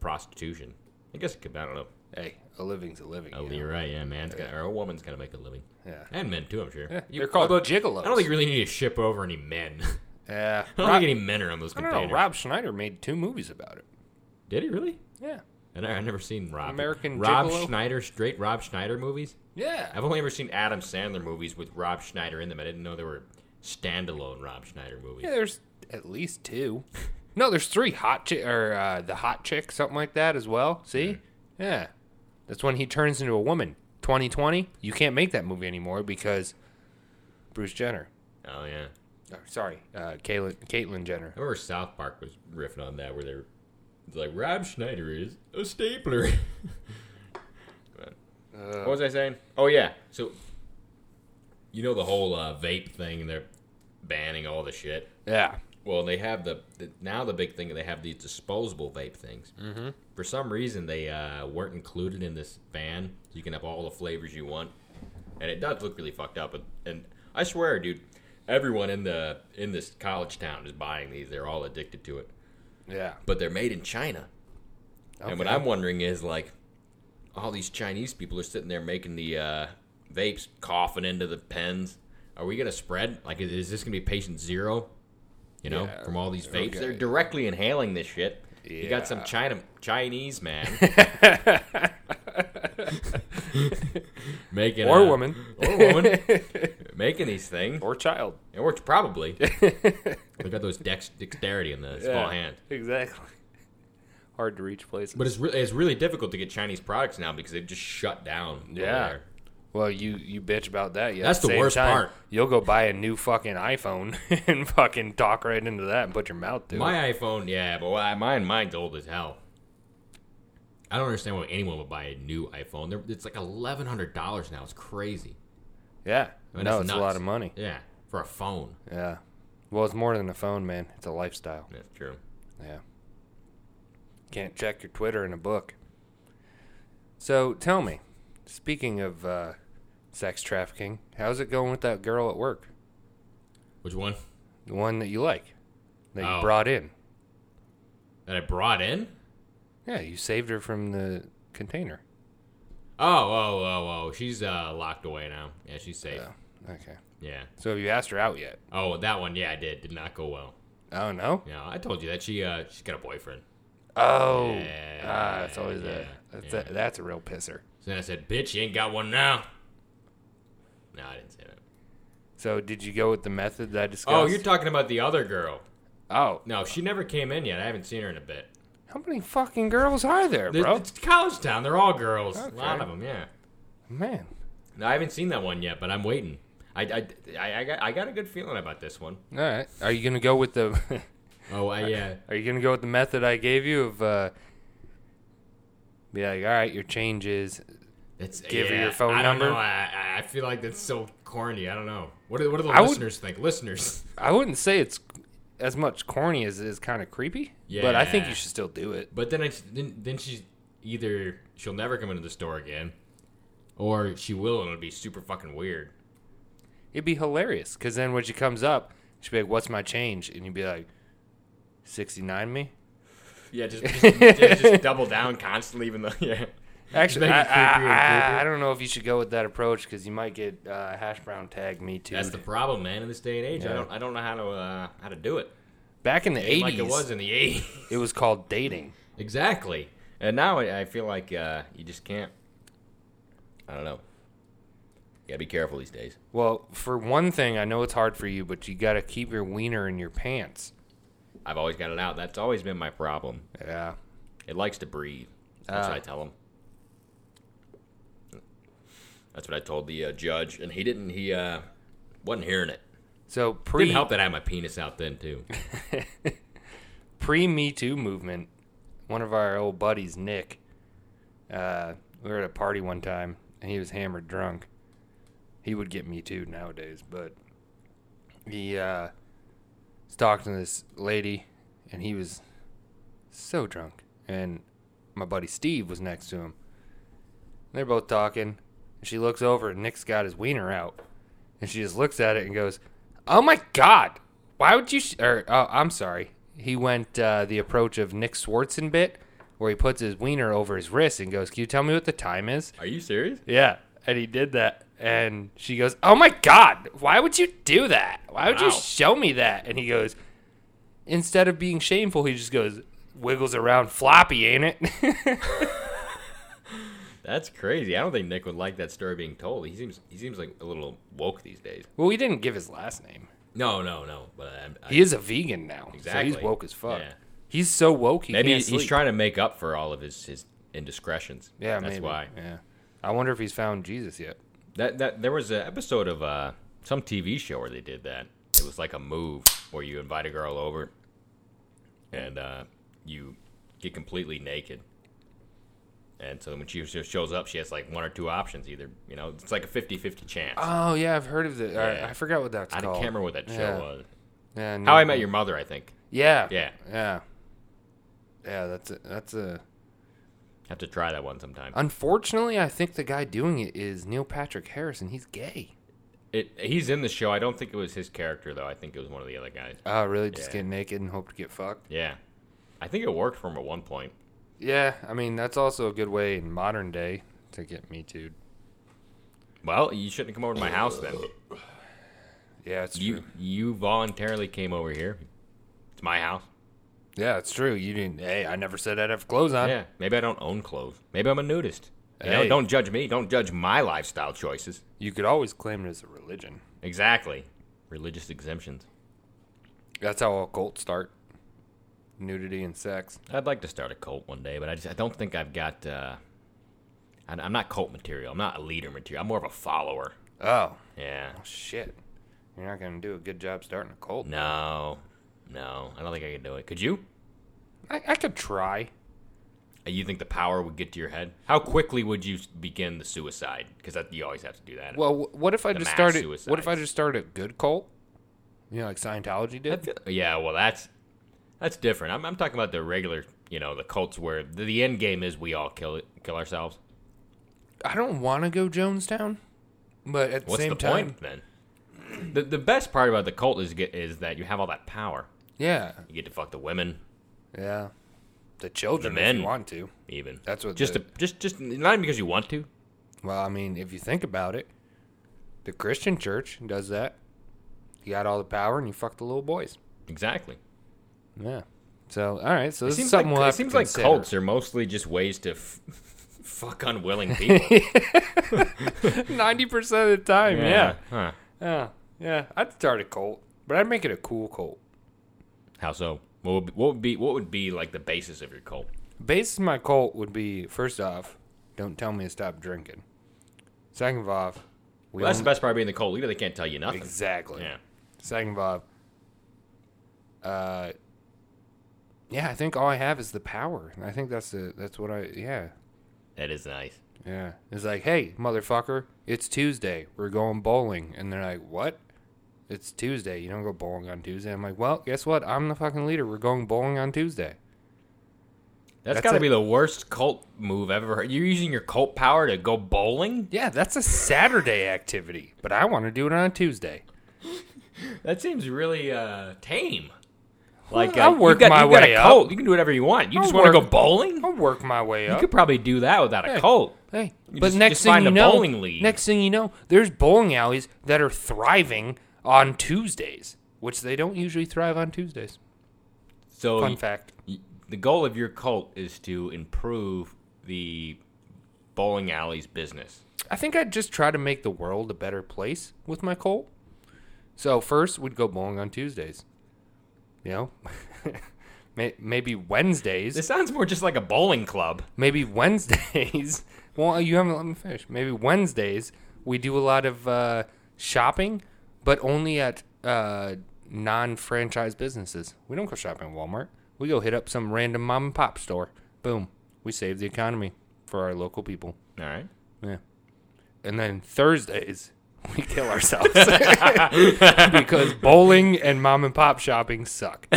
prostitution. I guess it could, I don't know. Hey, a living's a living. Oh, you know? you're right. Yeah, man's got or a woman's got to make a living, Yeah. and men too. I'm sure. Yeah, they're called although, gigolos. I don't think you really need to ship over any men. Yeah. I don't Rob- think any men are on those I don't containers. know. Rob Schneider made two movies about it. Did he really? Yeah. I I never seen Rob. American Rob Gigolo? Schneider, straight Rob Schneider movies. Yeah. I've only ever seen Adam Sandler movies with Rob Schneider in them. I didn't know there were standalone Rob Schneider movies. Yeah, there's at least two. No, there's three hot chick or uh, the hot chick, something like that as well. See? Yeah. That's when he turns into a woman. 2020, you can't make that movie anymore because Bruce Jenner. Oh yeah. Oh, sorry, uh, Caitlyn, Caitlyn Jenner. I remember South Park was riffing on that, where they're it's like Rob Schneider is a stapler. But- what was I saying? Oh yeah, so you know the whole uh, vape thing, and they're banning all the shit. Yeah. Well, they have the, the now the big thing they have these disposable vape things. Mm-hmm. For some reason, they uh, weren't included in this ban. You can have all the flavors you want, and it does look really fucked up. And, and I swear, dude, everyone in the in this college town is buying these. They're all addicted to it, Yeah. but they're made in China. And what Okay. I'm wondering is like, all these Chinese people are sitting there making the uh, vapes, coughing into the pens. Are we gonna spread? Like, is, is this gonna be patient zero? You know, Yeah, from all these vapes, okay. they're directly inhaling this shit. You got some Yeah. China Chinese man making Or a- woman. or woman making these things, or child. and we're probably they got those dex, dexterity in the small hand. Exactly. Hard to reach places. But it's re- it's really difficult to get Chinese products now because they've just shut down. over Yeah. there. Well, you you bitch about that. Yeah, That's at the same worst time, part. You'll go buy a new fucking iPhone and fucking talk right into that and put your mouth to it. My iPhone, yeah, but why- mine mine's old as hell. I don't understand why anyone would buy a new iPhone. They're, it's like eleven hundred dollars now. It's crazy. Yeah, I mean, no, that's it's a nuts. lot of money. Yeah, for a phone. Yeah, well, it's more than a phone, man. It's a lifestyle. That's true. Yeah, can't check your Twitter in a book. So tell me, speaking of uh, sex trafficking, how's it going with that girl at work? Which one The one that you like, that you Oh. brought in. that I brought in? Yeah, you saved her from the container. Oh, oh, oh, oh. She's uh, locked away now. Yeah, she's safe. Yeah. Okay. Yeah. So have you asked her out yet? Oh, that one. Yeah, I did. Did not go well. Oh no. Yeah, I told you that she uh, she's got a boyfriend. Oh, Yeah, ah, it's always yeah, a that's, a that's a real pisser. So then I said, "Bitch, you ain't got one now." No, I didn't say that. So did you go with the method that I discussed? Oh, you're talking about the other girl. oh, No, she never came in yet. I haven't seen her in a bit. how many fucking girls are there, Th- bro? It's college town. They're all girls. Okay. A lot of them, yeah. Man, No, I haven't seen that one yet, but I'm waiting. I, I, I, I, got, I got a good feeling about this one. all right. Are you gonna go with the Oh, I, yeah. Are you gonna go with the method I gave you of uh, be like, all right, your change is It's, Give her yeah, your phone I don't number? Know. I, I- I feel like that's so corny. I don't know. What do, what do the I would- listeners think? Listeners. I wouldn't say it's as much corny as it is kind of creepy, but I think Yeah. you should still do it. But then, I, then, then she's either she'll never come into the store again, or she will and it'll be super fucking weird. It'd be hilarious because then when she comes up, she'd be like, "What's my change?" And you'd be like, 69 me." Yeah, just, just, yeah, just double down constantly, even though yeah. Actually, Make it I, creepier and I- I- creepier. I don't know if you should go with that approach because you might get uh, hash brown tag me too. That's the problem, man. In this day and age, Yeah. I don't I don't know how to uh, how to do it. Back in the Ain't eighties, Like it was in the eighties. called dating. exactly. And now I, I feel like uh, you just can't. I don't know. You gotta be careful these days. Well, for one thing, I know it's hard for you, but you got to keep your wiener in your pants. I've always got it out. That's always been my problem. Yeah, It likes to breathe. That's Ah. what I tell him. That's what I told the uh, judge, and he didn't. He uh, wasn't hearing it. so Didn't pre help that I had my penis out then too. pre Me Too movement, one of our old buddies, Nick, uh, we were at a party one time and he was hammered drunk. He would get me too nowadays, but he uh, was talking to this lady, and he was so drunk. And my buddy Steve was next to him. They're both talking. And she looks over, and Nick's got his wiener out. And she just looks at it and goes, Oh my God! Why would you. Sh-? Or, oh, I'm sorry. He went uh, the approach of Nick Swartzen bit, where he puts his wiener over his wrist and goes, Can you tell me what the time is? Are you serious? Yeah, and he did that. And she goes, "Oh my god, why would you do that? Why would you Wow. show me that?" And he goes, instead of being shameful, he just goes, "Wiggles around floppy, ain't it?" That's crazy. I don't think Nick would like that story being told. He seems he seems like a little woke these days. well, he didn't give his last name. No, no, no. But I, I, He is a vegan now, so he's Exactly. woke as fuck. Yeah. He's so woke. He maybe can't he's sleep. trying to make up for all of his his indiscretions. Yeah, that's maybe. why. Yeah, I wonder if he's found Jesus yet. That that there was an episode of uh, some TV show where they did that. It was like a move where you invite a girl over, and uh, you get completely naked. And so when she just shows up, she has like one or two options. Either you know, it's like a 50-50 chance. Oh yeah, I've heard of it. Yeah. I, I forgot what that's I called. don't remember what that show Yeah. was. Yeah, How I no- Met Your Mother, I think. Yeah, Yeah, yeah, yeah. That's a, that's a. have to try that one sometime. Unfortunately, I think the guy doing it is Neil Patrick Harris, and he's gay. It, he's in the show. I don't think it was his character though. I think it was one of the other guys. Oh, really? Just Yeah. get naked and hope to get fucked? Yeah, I think it worked for him at one point. Yeah, I mean that's also a good way in modern day to get me too. Well, you shouldn't have come over to my house then. Yeah, it's You true. you voluntarily came over here. It's my house. Yeah, it's true. You didn't. Hey, I never said I'd have clothes on. yeah. Maybe I don't own clothes. Maybe I'm a nudist. You Uh, Hey. know, don't judge me. Don't judge my lifestyle choices. You could always claim it as a religion. Exactly. Religious exemptions. That's how all cults start: nudity and sex. I'd like to start a cult one day, but I just I don't think I've got. Uh, I- I'm not cult material. I'm not a leader material. I'm more of a follower. Oh Yeah. shit! You're not gonna do a good job starting a cult. No. No. I don't think I could do it. Could you? Uh, I, I could try. You think the power would get to your head? How quickly would you begin the suicide? Because you always have to do that. Well, wh- what if I The just mass started? What if I suicides. just started a good cult? You know, like Scientology I did. feel- yeah, well, that's that's different. I'm, I'm talking about the regular, you know, the cults where the, the end game is we all kill it, kill ourselves. I don't want to go Jonestown, but at the What's same the time, point then? The, the best part about the cult is get, is that you have all that power. yeah, You get to fuck the women, yeah, the children The if you men. want to. even. That's what Just the- to, just just not even because you want to. Well, I mean, if you think about it, the Christian church does that. You got all the power, and you fuck the little boys. Exactly. Yeah. So, all right. So this Seems is something like, we'll it have seems to like consider. cults are mostly just ways to f- fuck unwilling people. Ninety percent of the time, yeah, Huh. yeah, yeah. I'd start a cult, but I'd make it a cool cult. How so? What would, what would be what would be like the basis of your cult? basis of my cult would be first off, don't tell me to stop drinking. Second off, we Well, that's the own- best part of being the cult leader. They can't tell you nothing. exactly. Yeah. Second off, uh, yeah, I think all I have is the power. I think that's the that's what I yeah That is nice. yeah. It's like hey motherfucker, it's Tuesday, we're going bowling, and they're like what? It's Tuesday. You don't go bowling on Tuesday. I'm like, well, guess what? I'm the fucking leader. We're going bowling on Tuesday. That's that's got it. to be the worst cult move I've ever heard. You're using your cult power to go bowling? Yeah, that's a Saturday activity, but I want to do it on a Tuesday. That seems really uh, tame. Like uh, I'll you've work got- my you've got way a up. cult. You can do whatever you want. You I'll just want to go work- bowling? I'll work my way You up. could probably do that without a Hey. cult. hey, you but just- next just thing find you a know, bowling league. next thing you know, there's bowling alleys that are thriving on Tuesdays, which they don't usually thrive on Tuesdays. So Fun Oh, you- fact. you- the goal of your cult is to improve the bowling alley's business. I think I'd just try to make the world a better place with my cult. So first, we'd go bowling on Tuesdays. You know, May- maybe Wednesdays. This sounds more just like a bowling club. maybe Wednesdays. Well, you haven't let me finish. Maybe Wednesdays we do a lot of uh, shopping, but only at uh, non-franchise businesses. We don't go shopping at Walmart. We go hit up some random mom and pop store. Boom, we save the economy for our local people. All right. Yeah. And then Thursdays we kill ourselves because bowling and mom and pop shopping suck.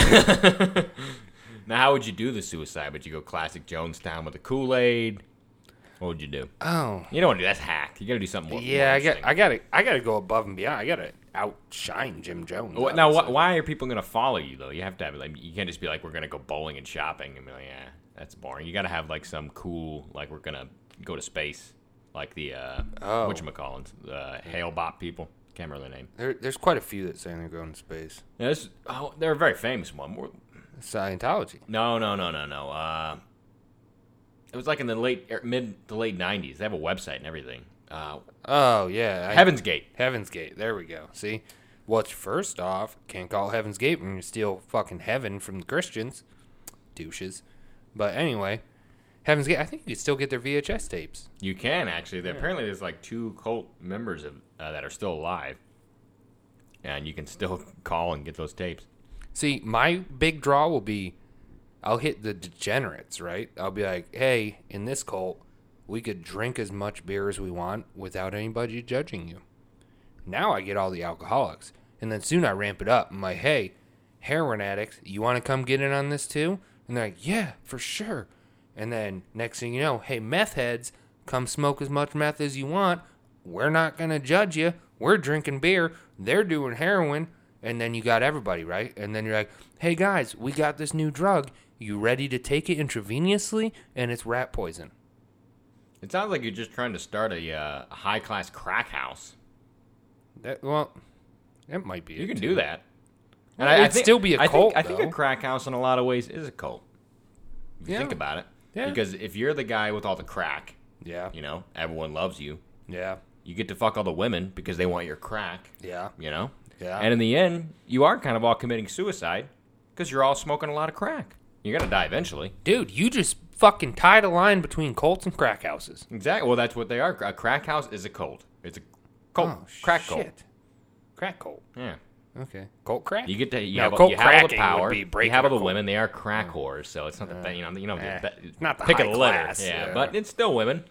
Now, how would you do the suicide? Would you go classic Jonestown with a Kool Aid? What would you do? Oh, You don't want to do that's hack. You got to do something. more- yeah, more I got, interesting. I got to, I got to go above and beyond. I got to outshine Jim Jones. What, now, wh- obviously. why are people going to follow you though? You have to have like you can't just be like we're going to go bowling and shopping and be like yeah that's boring. You got to have like some cool like we're going to go to space like the uh, Oh. whatchamacallins, uh, Hale Bop people. Can't remember their name. There, there's quite a few that say they're going to space. Yeah, this, oh, they're a very famous one. We're- Scientology. No, no, no, no, no. Uh, it was like in the late er, mid to late '90s. They have a website and everything. Uh, Oh yeah, I- Heaven's Gate. Heaven's Gate. There we go. See, well, it's first off, can't call it Heaven's Gate when you steal fucking heaven from the Christians, douches. But anyway, Heaven's Gate. I think you can still get their VHS tapes. You can actually. There Apparently, there's like two cult members of uh, that are still alive, and you can still call and get those tapes. See, my big draw will be I'll hit the degenerates, right? I'll be like, hey, in this cult, we could drink as much beer as we want without anybody judging you. Now I get all the alcoholics. And then soon I ramp it up. I'm like, hey, heroin addicts, you want to come get in on this too? And they're like, yeah, for sure. And then next thing you know, hey, meth heads, come smoke as much meth as you want. We're not going to judge you. We're drinking beer. They're doing heroin. And then you got everybody, right? And then you're like, hey, guys, we got this new drug. You ready to take it intravenously? And it's rat poison. It sounds like you're just trying to start a uh, high class crack house. That, well, that might be You it, can too. do that. And Well, it'd still be a I think- cult, I think, though. a crack house in a lot of ways is a cult. If you Yeah. think about it. Yeah. Because if you're the guy with all the crack, Yeah. you know, everyone loves you. Yeah. You get to fuck all the women because they want your crack, Yeah. you know? Yeah. And in the end, you are kind of all committing suicide because you're all smoking a lot of crack. You're going to die eventually. Dude, you just fucking tied a line between Colts and crack houses. Exactly. Well, that's what they are. A crack house is a cult. It's a cult. Oh, crack cult. Crack Colt. Yeah. Okay. Colt crack? You get to you No, have, all- cold you have all the cracking would power. be You breaking have all a the cold- women. They are crack whores, so it's not the be- you know you know eh, the, be- not the pick high a letter. class, yeah, yeah. but it's still women.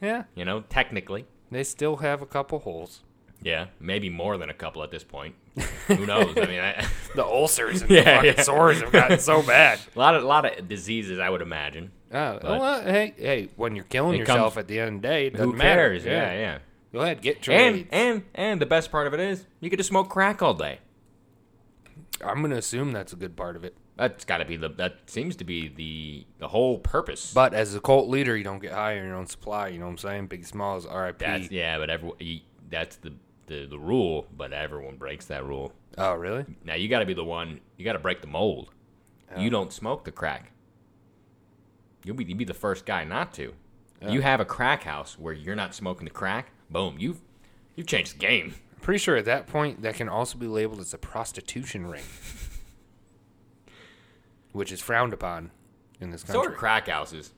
Yeah. You know, technically. They still have a couple holes. Yeah, maybe more than a couple at this point. Who knows? I mean, I, The ulcers and Yeah, yeah. have gotten so bad. a lot of lot of diseases, I would imagine. Oh, well, hey, hey, when you're killing It comes- yourself at the end of the day, it doesn't Who matter. cares? Yeah, yeah. Go ahead, get And treated. and and the best part of it is you get to smoke crack all day. I'm going to assume that's a good part of it. That's got to be the that seems to be the the whole purpose. But as a cult leader, you don't get high on your own supply. You know what I'm saying? Big Smalls, RIP. that's yeah, but everyone that's the, the the rule, but everyone breaks that rule. Oh, really? Now you got to be the one. You got to break the mold. You don't smoke the crack. You'll be you be the first guy not to. You have a crack house where you're not smoking the crack. Boom, you've you've changed the game. Pretty sure at that point that can also be labeled as a prostitution ring, which is frowned upon in this So are country. crack houses.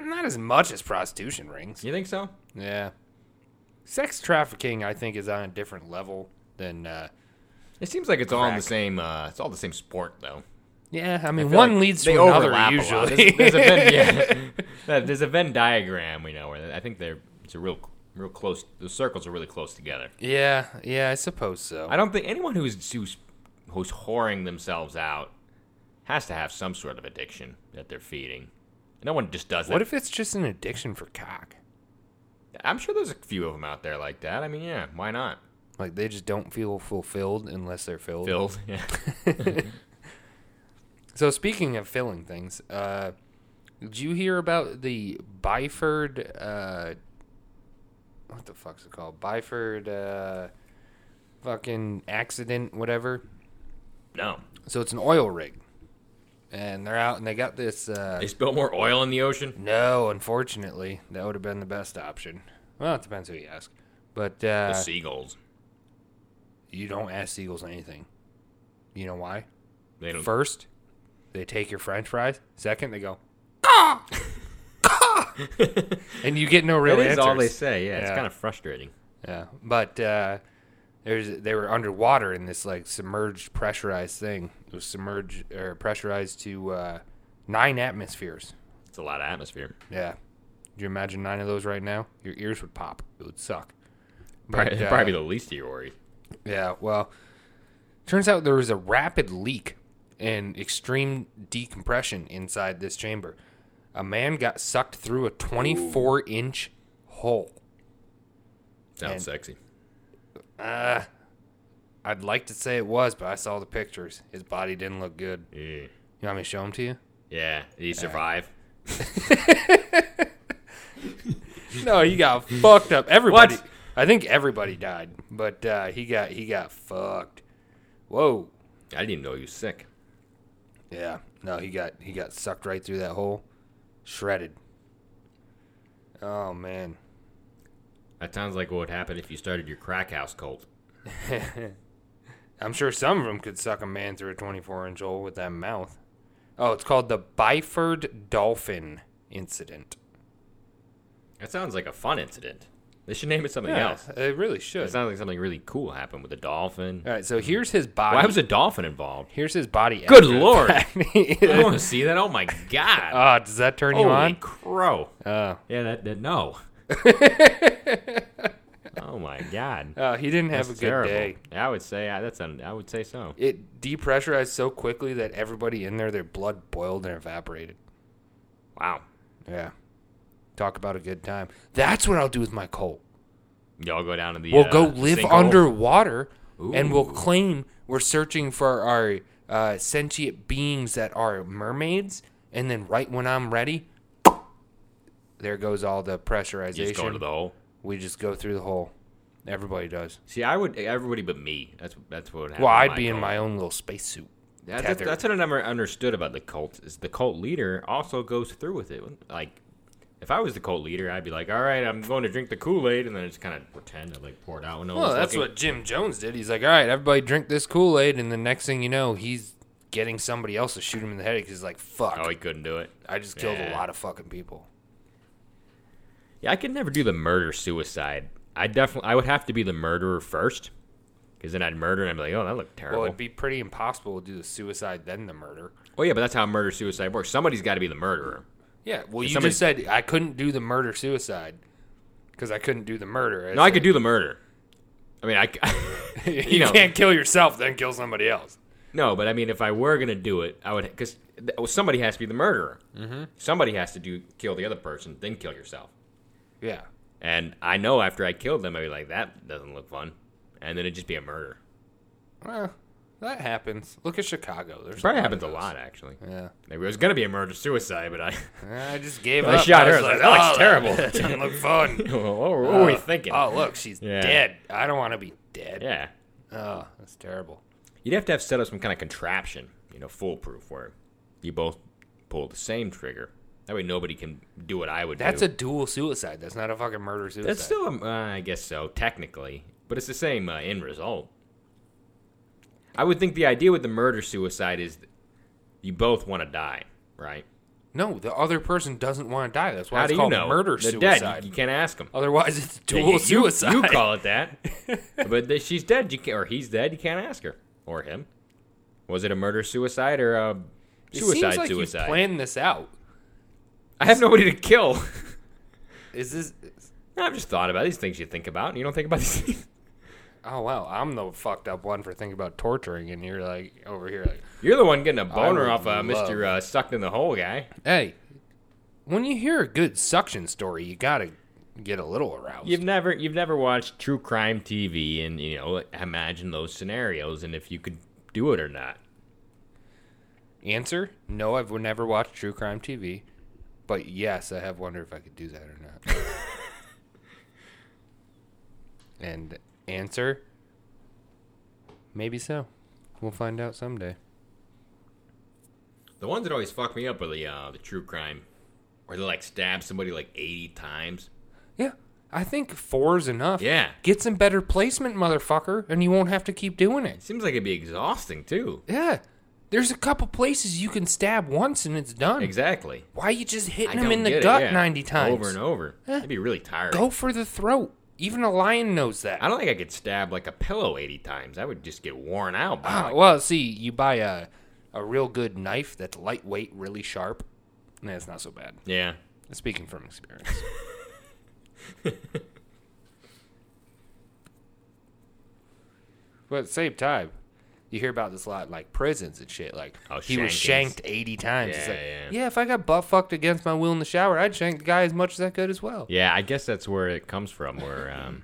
Not as much as prostitution rings. You think so? Yeah, sex trafficking I think is on a different level than. Uh, It seems like it's all in the Crack. same. Uh, it's all the same sport though. yeah, I mean I feel one like leads they to another overlap a lot. usually. There's, there's a Venn, yeah. That- there's a Venn diagram we know where I think they're it's a real real close. The circles are really close together. yeah, yeah, I suppose so. I don't think anyone who's who's, who's whoring themselves out has to have some sort of addiction that they're feeding. No one just does that. What if it's just an addiction for cock? I'm sure there's a few of them out there like that. I mean, yeah, why not? Like they just don't feel fulfilled unless they're filled. Filled, yeah. So speaking of filling things, uh, did you hear about the Byford? Uh, what the fuck's it called? Byford, uh, fucking accident, whatever. No, So it's an oil rig, and they're out and they got this. Uh, they spill more oil in the ocean. no, unfortunately, that would have been the best option. Well, it depends who you ask, but The uh, seagulls, you don't ask seagulls anything. You know why? they don't. First, they take your French fries. Second, they go, and you get no real That is answers. all they say. Yeah, it's Yeah. kind of frustrating. Yeah, but uh, there's they were underwater in this like submerged pressurized thing. It was submerged or pressurized to uh, nine atmospheres. It's a lot of atmosphere. Yeah, could you imagine nine of those right now? Your ears would pop. It would suck. But, probably, uh, probably the least of your worries. Yeah, well, turns out there was a rapid leak and extreme decompression inside this chamber. A man got sucked through a 24 inch hole. Sounds And- sexy. Uh, I'd like to say it was, but I saw the pictures. His body didn't look good. Yeah. You want me to show them to you? Yeah. Did he survive? No, he got fucked up. Everybody, What? I think everybody died, but uh, he got he got fucked. Whoa. I didn't even know he was sick. Yeah. No, he got he got sucked right through that hole, shredded. Oh man. That sounds like what would happen if you started your crack house cult. I'm sure some of them could suck a man through a 24 inch hole with that mouth. Oh, it's called the Byford Dolphin Incident. That sounds like a fun incident. They should name it something else. it really It should. sounds like something really cool happened with a dolphin. All right, so here's his body. Why was a dolphin involved? here's his body. Good after the lord. I fact. want to see that. Oh my god! Ah, does that turn you Holy on? crow! Uh, Yeah, that, that no. oh my god! uh, he didn't have That's a good terrible. day. I would say I, that's un, I would say so. It depressurized so quickly that everybody in there, their blood boiled and evaporated. Wow. Yeah. Talk about a good time. That's what I'll do with my coal. Y'all go down to the. We'll uh, go live sinkhole? underwater and we'll Ooh. claim we're searching for our uh, sentient beings that are mermaids. And then, right when I'm ready, there goes all the pressurization. You Just go into the hole. we just go through the hole. Everybody does. See, I would everybody but me. That's that's what. would happen Well, to I'd be in cult. my own little spacesuit. That- That's, tethered. that's what I never understood about the cult is the cult leader also goes through with it. Like, if I was the cult leader, I'd be like, "All right, I'm going to drink the Kool Aid," and then just kind of pretend I like pour it out when no Well, one's that's looking. what Jim Jones did. He's like, all right, everybody drink this Kool Aid. And the next thing you know, he's getting somebody else to shoot him in the head because he's like, fuck, Oh, he couldn't do it. I just killed a Yeah. lot of fucking people. Yeah, I could never do the murder suicide. I definitely, I would have to be the murderer first, because then I'd murder and I'd be like, "Oh, that looked Well, terrible." it'd be pretty impossible to do the suicide then the murder. oh yeah, but that's how murder suicide works. Somebody's got to be the murderer. Yeah, well, If you somebody- just said I couldn't do the murder suicide because I couldn't do the murder. No, I could do the murder. I mean, I, c- you you know. can't kill yourself, then kill somebody else. No, but I mean, if I were gonna do it, I would because th- well, somebody has to be the murderer. Mm-hmm. Somebody has to do kill the other person, then kill yourself. Yeah, And I know after I killed them, I'd be like, that doesn't look fun, and then it'd just be a murder. well, that happens. Look at Chicago. There's Probably lot happens a of those. lot actually. Yeah, Maybe it was gonna be a murder suicide, but I. I just gave I up. shot her. was I was like, that looks "Oh, terrible." That doesn't look fun. what were what were we Uh, thinking? Oh, look, she's Yeah. dead. I don't want to be dead. Yeah, Oh, that's terrible. you'd have to have set up some kind of contraption, you know, foolproof, where you both pull the same trigger. That way, nobody can do what I would do. That's a dual suicide. That's not a fucking murder suicide. That's still, a, uh, I guess so, technically, but it's the same uh, end result. I would think the idea with the murder suicide is that you both want to die, right? no, the other person doesn't want to die. That's why How it's do you called know? murder They're suicide. Dead. You, you can't ask them. Otherwise, it's dual you, suicide. You call it that, but that she's dead. You can or he's dead. You can't ask her or him. Was it a murder suicide or a It suicide seems like suicide? You planned this out. I have nobody to kill. Is this? I've just thought about these things you think about, and you don't think about these things. Oh wow, I'm the fucked up one for thinking about torturing, and you're like over here like, You're the one getting a would boner off uh, love- Mr. Uh, sucked in the hole guy. hey, when you hear a good suction story, you gotta get a little aroused. You've never you've never watched true crime TV and you know imagine those scenarios and if you could do it or not. Answer: No, I've never watched true crime TV, but yes, I have wondered if I could do that or not. and answer: Maybe so. We'll find out someday. The ones that always fuck me up are the uh, the true crime where they like stab somebody like 80 times. Yeah, I think four's enough. Yeah. Get some better placement, motherfucker, and you won't have to keep doing it. Seems like it'd be exhausting too. Yeah. There's a couple places you can stab once and it's done. Exactly. Why you just I hitting him don't in the get it, gut yeah. 90 times? Eh. over and over. It'd be really tiring. Go for the throat. Even a lion knows that. I don't think I could stab like a pillow 80 times. I would just get worn out. By Ah, it. well, see, you buy a, a real good knife that's lightweight, really sharp. Nah, it's not so bad. yeah. Speaking from experience. But at the same time, you hear about this a lot in like prisons and shit. Like Oh, he was shankings. shanked eighty times. it's Yeah, like, yeah. yeah. if I got butt fucked against my will in the shower, I'd shank the guy as much as I could as well. Yeah, I guess that's where it comes from, where um,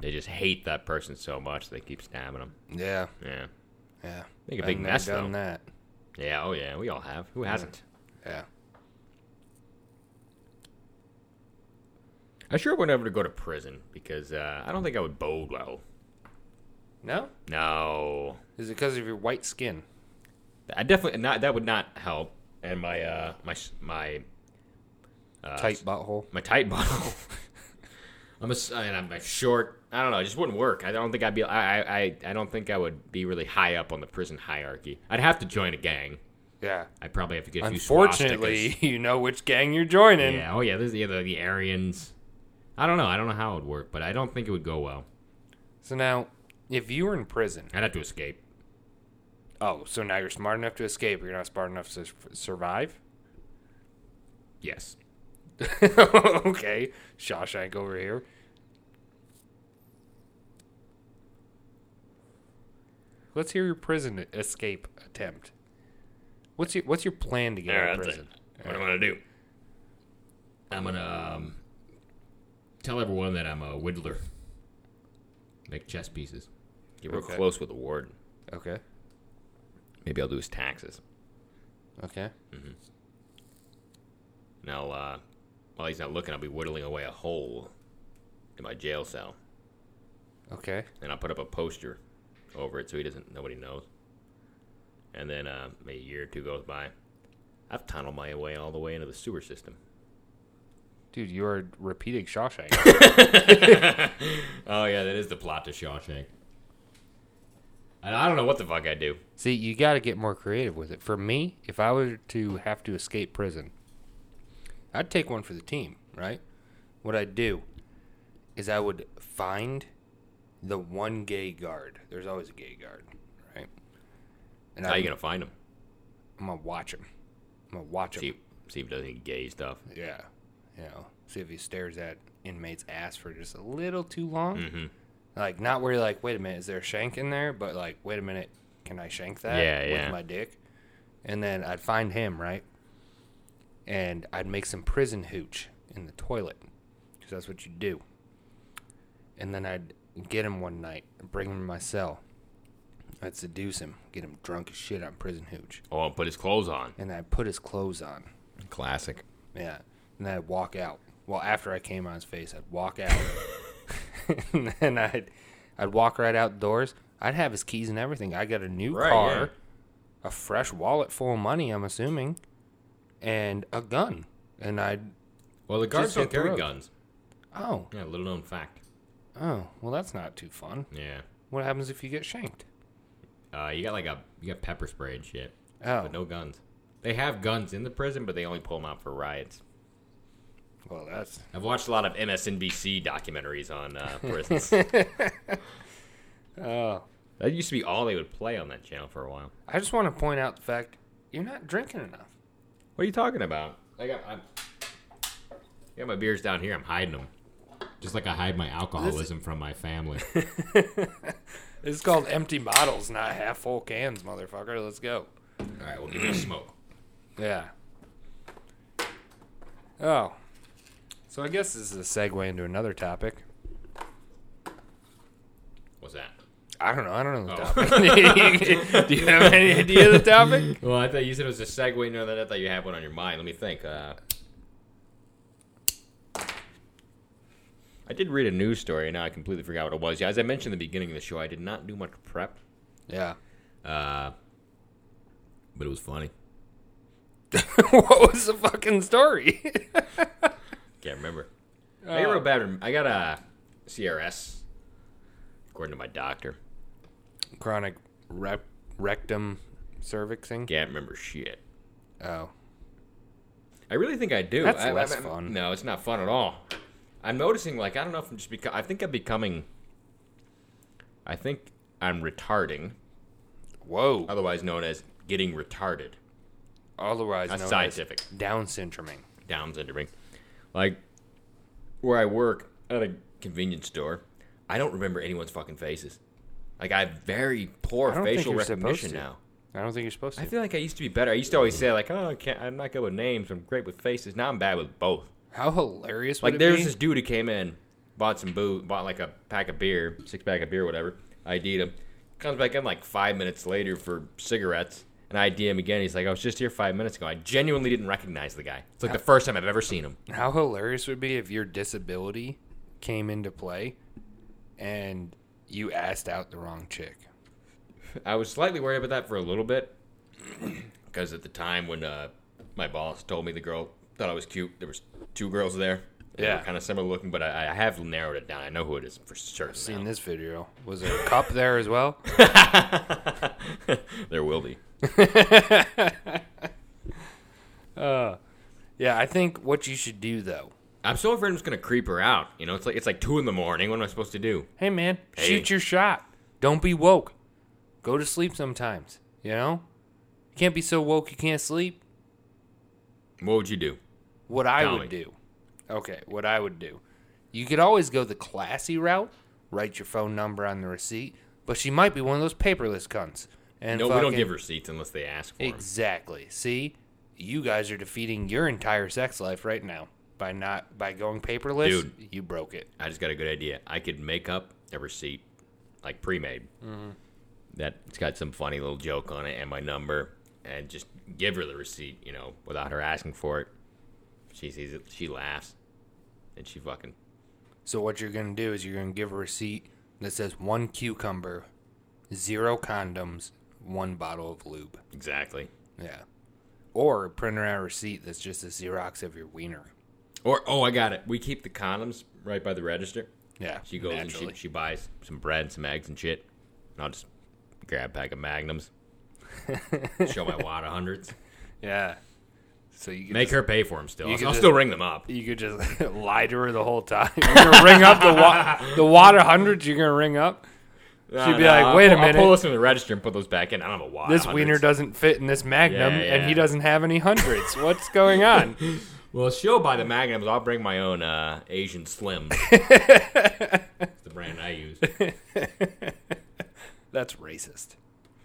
they just hate that person so much they keep stabbing them. Yeah, Yeah. yeah. Make a big Been there, mess, done though. that. Yeah, oh yeah, we all have. Who hasn't? Yeah. I sure would never to go to prison because uh, I don't think I would bode well. No, No, is it because of your white skin? I definitely not. That would not help. And my uh, my s- my uh, Tight butthole. my tight bottle. I'm a s- and I'm like short. I don't know. It just wouldn't work. I don't think I'd be. I, I I- I don't think I would be really high up on the prison hierarchy. I'd have to join a gang. Yeah. I'd probably have to get. a few Unfortunately, you know which gang you're joining. swastikas. Yeah. Oh yeah. There's the other the Aryans. I don't know. I don't know how it would work, but I don't think it would go well. So now, if you were in prison, I'd have to escape. oh, so now you're smart enough to escape, but you're not smart enough to s- survive? Yes. okay, Shawshank over here. Let's hear your prison escape attempt. What's your What's your plan to get All right, out of that's prison? it. What I'm gonna do? I'm gonna um, tell everyone that I'm a whittler. Make chess pieces. Get real Okay. close with the warden. Okay. Maybe I'll do his taxes. Okay. And I'll, uh, while he's not looking, I'll be whittling away a hole in my jail cell, Okay. and I'll put up a poster over it so he doesn't, nobody knows. And then uh, maybe a year or two goes by. I've tunneled my way all the way into the sewer system. Dude, you are repeating Shawshank. Oh yeah, that is the plot to Shawshank. And I don't know what the fuck I do. See, you got to get more creative with it. For me, if I were to have to escape prison, I'd take one for the team, right? What I'd do is I would find the one gay guard. There's always a gay guard, right? And How I, you gonna find him? I'm gonna watch him. I'm gonna watch him. See, see if he does any gay stuff. Yeah, you know, see if he stares at inmates' ass for just a little too long. Mm. Mm-hmm. Like, not where you're like, wait a minute, is there a shank in there? But like, wait a minute, can I shank that Yeah, with yeah. my dick? And then I'd find him right, and I'd make some prison hooch in the toilet, because that's what you do. And then I'd get him one night, bring him to my cell. I'd seduce him, get him drunk as shit on prison hooch, Oh, and put his clothes on. and I'd put his clothes on. Classic. Yeah. And then I'd walk out. Well, after I came on his face, I'd walk out. and then I'd I'd walk right out the doors. I'd have his keys and everything. I got a new Right, car, yeah. a fresh wallet full of money, I'm assuming, and a gun. And I'd Well, the guards Just don't hit the carry road. guns. oh, Yeah, little known fact. oh, well that's not too fun. Yeah. What happens if you get shanked? Uh, you got like a you got pepper spray and shit, Oh but no guns. They have guns in the prison, but they only pull them out for riots. well that's I've watched a lot of MSNBC documentaries on uh, prisons. oh that used to be all they would play on that channel for a while. I just want to point out the fact you're not drinking enough. What are you talking about? I got I'm, I got my beers down here. I'm hiding them, just like I hide my alcoholism from my family. This is called empty bottles, not half full cans, motherfucker. Let's go. all right, well, give me a smoke. Yeah. Oh. So I guess this is a segue into another topic. What's that? I don't know. I don't know the Oh. topic. Do you have any idea of the topic? Well, I thought you said it was a segue. No, that I thought you had one on your mind. Let me think. Uh, I did read a news story, and now I completely forgot what it was. Yeah, as I mentioned in the beginning of the show, I did not do much prep, Yeah. uh, but it was funny. what was the fucking story? Can't remember. I Uh, got real bad. I got a CRS, according to my doctor. Chronic rep- rectum cervixing. Can't remember shit. Oh. I really think I do. That's I, I- less I'm- fun. No, it's not fun at all. I'm noticing, like, I don't know if I'm just because I think I'm becoming. I think I'm retarding, Whoa. otherwise known as getting retarded. Otherwise known That's as scientific. Down syndroming. Down syndrome. Like, where I work at a convenience store, I don't remember anyone's fucking faces. Like I have very poor I don't think facial you're supposed recognition to. now. I don't think you're supposed to. I feel like I used to be better. I used to always say like, "Oh, I can't, I'm not good with names. I'm great with faces." Now I'm bad with both. How hilarious would Like it there be? was this dude who came in, bought some booze, bought like a pack of beer, six pack of beer, whatever. ID'd him. Comes back in like five minutes later for cigarettes, and I ID him again. He's like, "I was just here five minutes ago. I genuinely didn't recognize the guy. It's like the first time I've ever seen him." How hilarious would it be if your disability came into play and you asked out the wrong chick. I was slightly worried about that for a little bit because at the time when uh, my boss told me the girl thought I was cute, there was two girls there. Yeah. kind of similar looking, but I, I have narrowed it down. I know who it is for certain. Seen this video. Was there a cup there as well? now. there will be. Yeah, I think what you should do though. I'm so afraid I'm just gonna creep her out. You know, it's like it's like two in the morning. What am I supposed to do? Hey man, Hey. shoot your shot. Don't be woke. Go to sleep sometimes, you know? You can't be so woke you can't sleep. What would you do? What I Tell would me. do. Okay, what I would do. You could always go the classy route, write your phone number on the receipt, but she might be one of those paperless cunts. And No, we don't fucking- give receipts unless they ask for 'em. Exactly. See, you guys are defeating your entire sex life right now by not by going paperless. Dude. you broke it. I just got a good idea. I could make up a receipt, like pre-made. Mm-hmm. That's got some funny little joke on it and my number, and just give her the receipt, you know, without her asking for it. She sees it, she laughs, and she fucking So what you're gonna do is you're gonna give a receipt that says one cucumber, zero condoms, one bottle of lube. exactly. Yeah. Or print her out a receipt that's just a Xerox of your wiener. Or oh, I got it. We keep the condoms right by the register. Yeah. She goes naturally. and she, she buys some bread, some eggs, and shit. And I'll just grab a pack of magnums. show my wad of hundreds. Yeah. So you could Make her pay for them still. You I'll, could I'll just- still ring them up. You could just lie to her the whole time. You're gonna ring up the wa- the water hundreds. You're gonna ring up. She'd be like, I'll "Wait a pull- I'll minute." pull this from the register and put those back in. I don't have a wad. This of wiener hundreds. doesn't fit in this Magnum, Yeah, and he yeah. doesn't have any hundreds. What's going on? Well, she'll buy the magnums. I'll bring my own uh, Asian Slim. It's the brand I use. That's racist.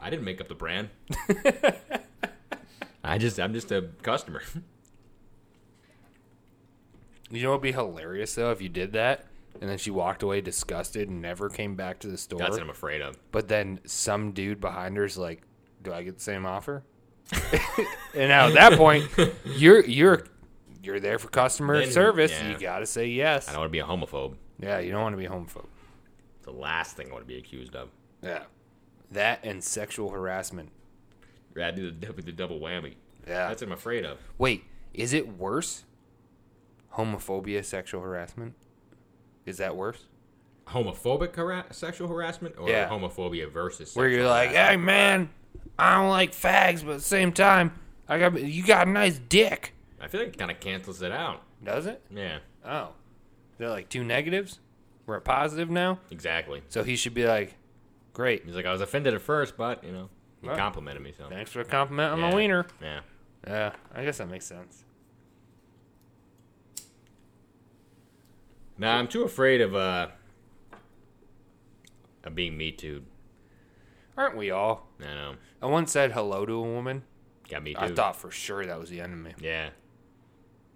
I didn't make up the brand. I just, I'm just a customer. You know what'd be hilarious though if you did that, and then she walked away disgusted and never came back to the store. That's what I'm afraid of. But then some dude behind her's like, "Do I get the same offer?" and now at that point, you're you're you're there for customer Then- service. yeah. You gotta say yes. I don't want to be a homophobe. Yeah, you don't want to be homophobe. It's the last thing I want to be accused of. Yeah. That and sexual harassment. Yeah, I do the, dou- the double whammy. Yeah. That's what I'm afraid of. Wait, is it worse? Homophobia, sexual harassment? Is that worse? Homophobic hara- sexual harassment or Yeah. homophobia versus Where you're sexual like, harassment? hey man, I don't like fags, but at the same time, I got you got a nice dick. I feel like it kind of cancels it out. Does it? Yeah, Oh. They're like two negatives? We're a positive now? exactly. So he should be like, Great. He's like, I was offended at first, but you know, he Well. complimented me. So Thanks for the compliment on Yeah. my wiener. yeah, Yeah, I guess that makes sense. now I'm too afraid of uh of being me too. Aren't we all? I know, I once said hello to a woman. got me too. I thought for sure that was the end of me. yeah,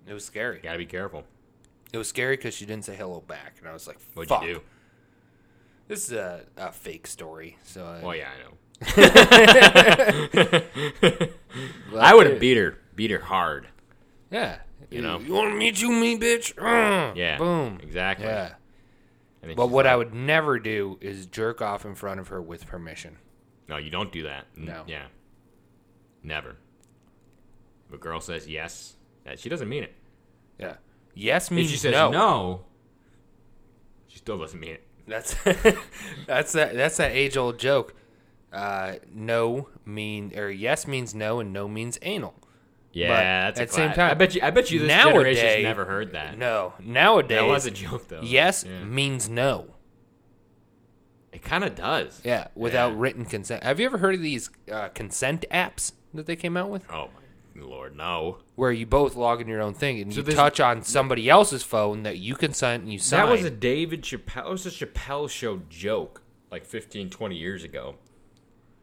It was scary. gotta be careful. It was scary because she didn't say hello back, and I was like, What'd "Fuck, you do? this is a, a fake story." So, uh, I, Oh yeah, I know. I would have be, beat her, beat her hard. yeah, you know. you want to meet you, me, bitch? Uh, Yeah, boom, exactly. yeah. And then But she's what like, I would never do is jerk off in front of her with permission. No, you don't do that. N- No. Yeah. Never. If a girl says yes, that she doesn't mean it. Yeah, yes If means she says Mm, no. no, she still doesn't mean it. That's that's that that's that age old joke. Uh, no mean or yes means no, and no means anal. Yeah, that's a at the same cla- time, I bet you. I bet you this nowadays- generation's never heard that. No, nowadays that was a joke though. yes Yeah. means no. it kind of does. Yeah, without Yeah. written consent. Have you ever heard of these uh, consent apps that they came out with, Oh my lord, no. where you both log in your own thing and So you there's- touch on somebody else's phone that you consent and you sign? That was a David Chappelle. It was a Chappelle show joke. like 15, 20 years ago.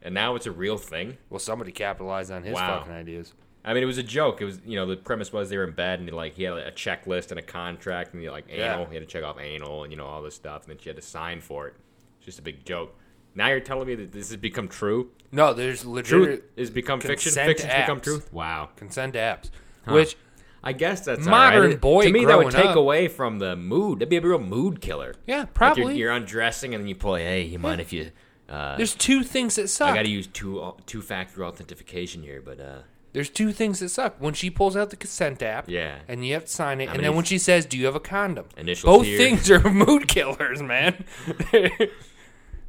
And now it's a real thing. Well, somebody capitalized on his Wow. fucking ideas. I mean, it was a joke. It was, you know, the premise was they were in bed and like he had a checklist and a contract and he like Yeah. anal, he had to check off anal and you know all this stuff, and then she had to sign for it. It's just a big joke. Now you're telling me that this has become true. No, there's legit Truth is become fiction. consent Fiction's become apps. truth. Wow. consent apps, which I guess that's Modern all right. boy To me, that would growing take up. away from the mood. That'd be a real mood killer. Yeah, Like, you're- probably. you're, undressing and then you pull. Hey, you mind if you? Uh, there's two things that suck. I got to use two two factor authentication here, but uh, There's two things that suck. When she pulls out the consent app, Yeah. and you have to sign it, and many then when she says, "Do you have a condom?" Initial Both tears. things are mood killers, man. They're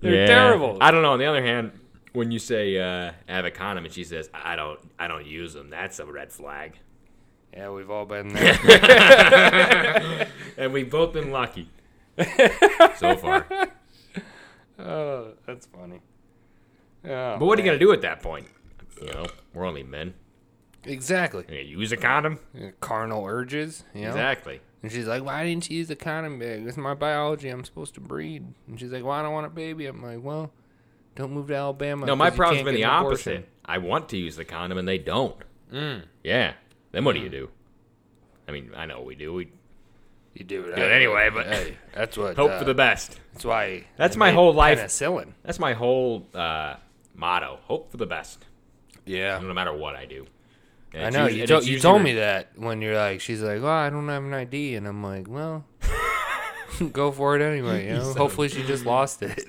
Yeah. terrible. I don't know. On the other hand, when you say uh, I have a condom and she says I don't, I don't use them, that's a red flag. yeah, we've all been there. And we've both been lucky so far. But oh, that's funny. Oh, what are you gonna do at that point? You know, we're only men. exactly? You gonna use a condom? Uh, Carnal urges. You know? Exactly. And she's like, "Why didn't you use a condom bag? It's my biology. I'm supposed to breed." And she's like, "Well, I don't want a baby." I'm like, "Well, don't move to Alabama." No, my 'cause you problem's can't been get the an abortion." opposite. I want to use the condom and they don't. Yeah. Then what do you do? I mean, I know we do. We You do it, it anyway, but- hey, that's what. hope uh, for the best. That's why. That's they my made whole life. Penicillin. That's my whole uh, motto. Hope for the best, Yeah. no matter what I do. And I it's know usu- you, and to- it's you usually told re- me that when you're like, she's like, "Well, I don't have an ID," and I'm like, "Well, go for it anyway." You know, hopefully she just lost it.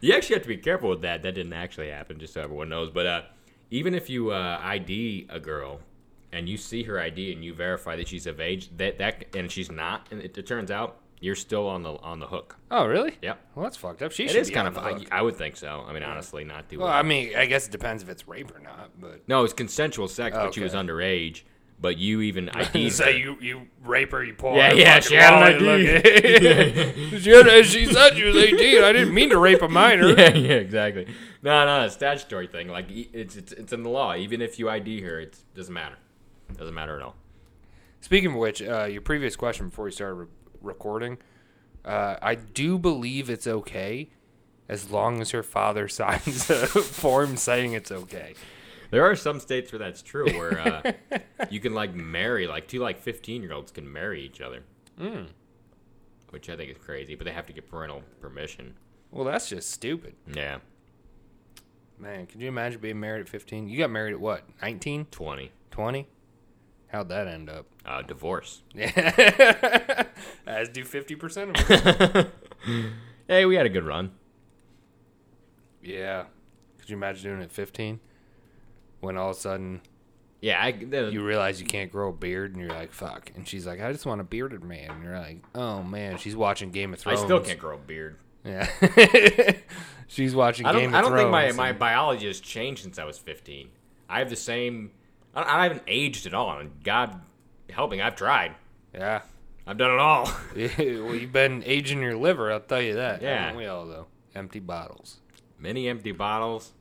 You actually have to be careful with that. That didn't actually happen, just so everyone knows. But uh, even if you uh, ID a girl and you see her ID and you verify that she's of age, that that and she's not, and it, it turns out you're still on the on the hook. oh, really? Yep. Well, that's fucked up. She It should is be kind on of. the I, hook. I would think so. I mean, honestly, not do. Well, I mean, I guess it depends if it's rape or not, but. no, it's consensual sex, but she was Okay. underage. But you even ID. So you you rape her, you pull Yeah, out. yeah, she had an ID. she, had, she said she was eighteen. I didn't mean to rape a minor. yeah, yeah, exactly. No, no, it's a statutory thing. Like e- it's it's it's in the law. Even if you ID her, it doesn't matter. Doesn't matter at all. Speaking of which, uh, your previous question before we started re- recording, uh, I do believe it's okay as long as her father signs a form saying it's okay. There are some states where that's true, where uh, you can like marry, like two like fifteen year olds can marry each other, which I think is crazy. But they have to get parental permission. Well, that's just stupid, Yeah, man. Could you imagine being married at fifteen? You got married at what? 19? twenty. 20? How'd that end up? Uh, divorce. Yeah, as do fifty percent of them. Hey, we had a good run. yeah. Could you imagine doing it at fifteen? When all of a sudden Yeah, I, the, you realize you can't grow a beard, and you're like, "Fuck!" And she's like, "I just want a bearded man." And you're like, "Oh man." She's watching Game of I Thrones. still can't grow a beard. Yeah, she's watching I don't. Game I of don't Thrones. think my, my biology has changed since I was fifteen. I have the same. I, don't- I haven't aged at all, and God helping, I've tried. yeah. I've done it all. well, you've been aging your liver. I'll tell you that. Yeah. Haven't we all though. Empty bottles. Many empty bottles.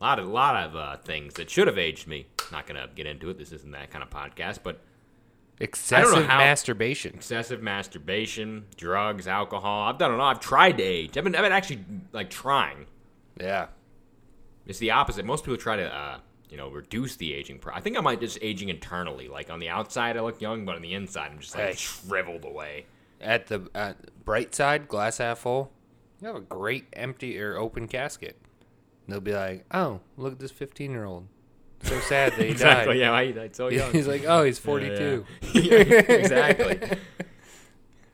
A lot of, lot of uh, things that should have aged me. Not going to get into it. This isn't that kind of podcast, but Excessive how- masturbation. excessive masturbation, drugs, alcohol. I've done it all. I've tried to age. I've been, I've been actually like trying. Yeah. It's the opposite. Most people try to, uh, you know, reduce the aging. Pro- I think I might just aging internally. Like on the outside, I look young, but on the inside, I'm just like Hey. shriveled away. At the uh, bright side, glass half full. You have a great empty or open casket. They'll be like, "Oh, look at this fifteen-year-old. So sad that he Exactly. died." Yeah, I, I so young. He's like, "Oh, he's Yeah, forty-two. yeah. exactly.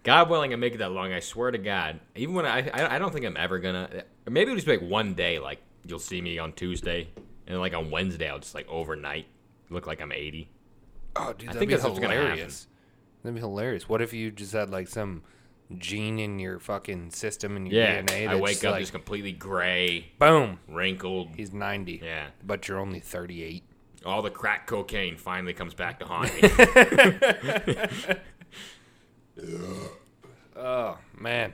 God willing, I make it that long. I swear to God. Even when I, I, I don't think I'm ever gonna. Or maybe it'll just be like one day. Like you'll see me on Tuesday, and then like on Wednesday, I'll just like overnight look like I'm 80. Oh, dude, that'd think be that's what's gonna hilarious. That'd be hilarious. What if you just had like some gene in your fucking system and your Yeah. DNA? I That's wake up like, just completely gray, boom, wrinkled. he's ninety. Yeah. but you're only thirty-eight. All the crack cocaine finally comes back to haunt me. Oh man.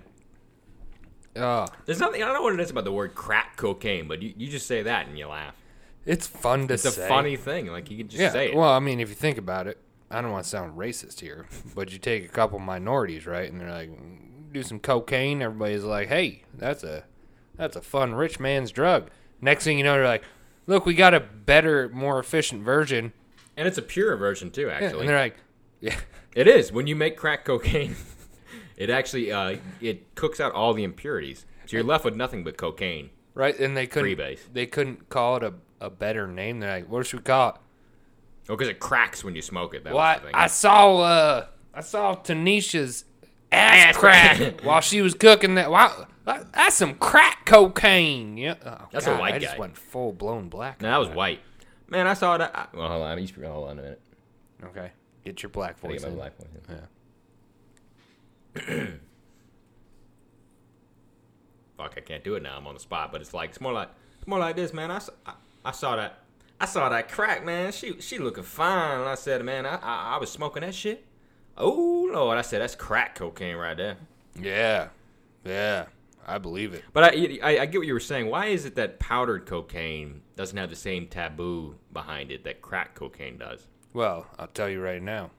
Oh, There's nothing. I don't know what it is about the word crack cocaine, but you, you just say that and you laugh. it's fun to It's a say. funny thing. Like you can just yeah. say it. Well, I mean, if you think about it, I don't want to sound racist here, but you take a couple minorities, right? And they're like, do some cocaine. Everybody's like, hey, that's a that's a fun rich man's drug. Next thing you know, they're like, look, we got a better, more efficient version. And it's a pure version too, actually. And they're like, yeah, it is. When you make crack cocaine, it actually uh, it cooks out all the impurities. So you're left with nothing but cocaine. right. And they couldn't Freebase. they couldn't call it a, a better name. They're like, what should we call it? Oh, because it cracks when you smoke it. That was Well, the thing. I, I saw uh, I saw Tanisha's ass crack while she was cooking that. Wow, that- that's some crack cocaine. Yeah, oh, That's a God, white I just guy. went full blown black. no, that was white. Man, I saw it. I, well, hold on. You speak- Hold on a minute. Okay, get your black I voice. get my in. black one. Yeah. Fuck, I can't do it now. I'm on the spot. But it's like it's more like it's more like this, man. I, s- I- I saw that. I saw that crack, man. She she looking fine. And I said, man, I, I I was smoking that shit. Oh lord, I said that's crack cocaine right there. yeah, yeah, I believe it. But I, I I get what you were saying. Why is it that powdered cocaine doesn't have the same taboo behind it that crack cocaine does? Well, I'll tell you right now,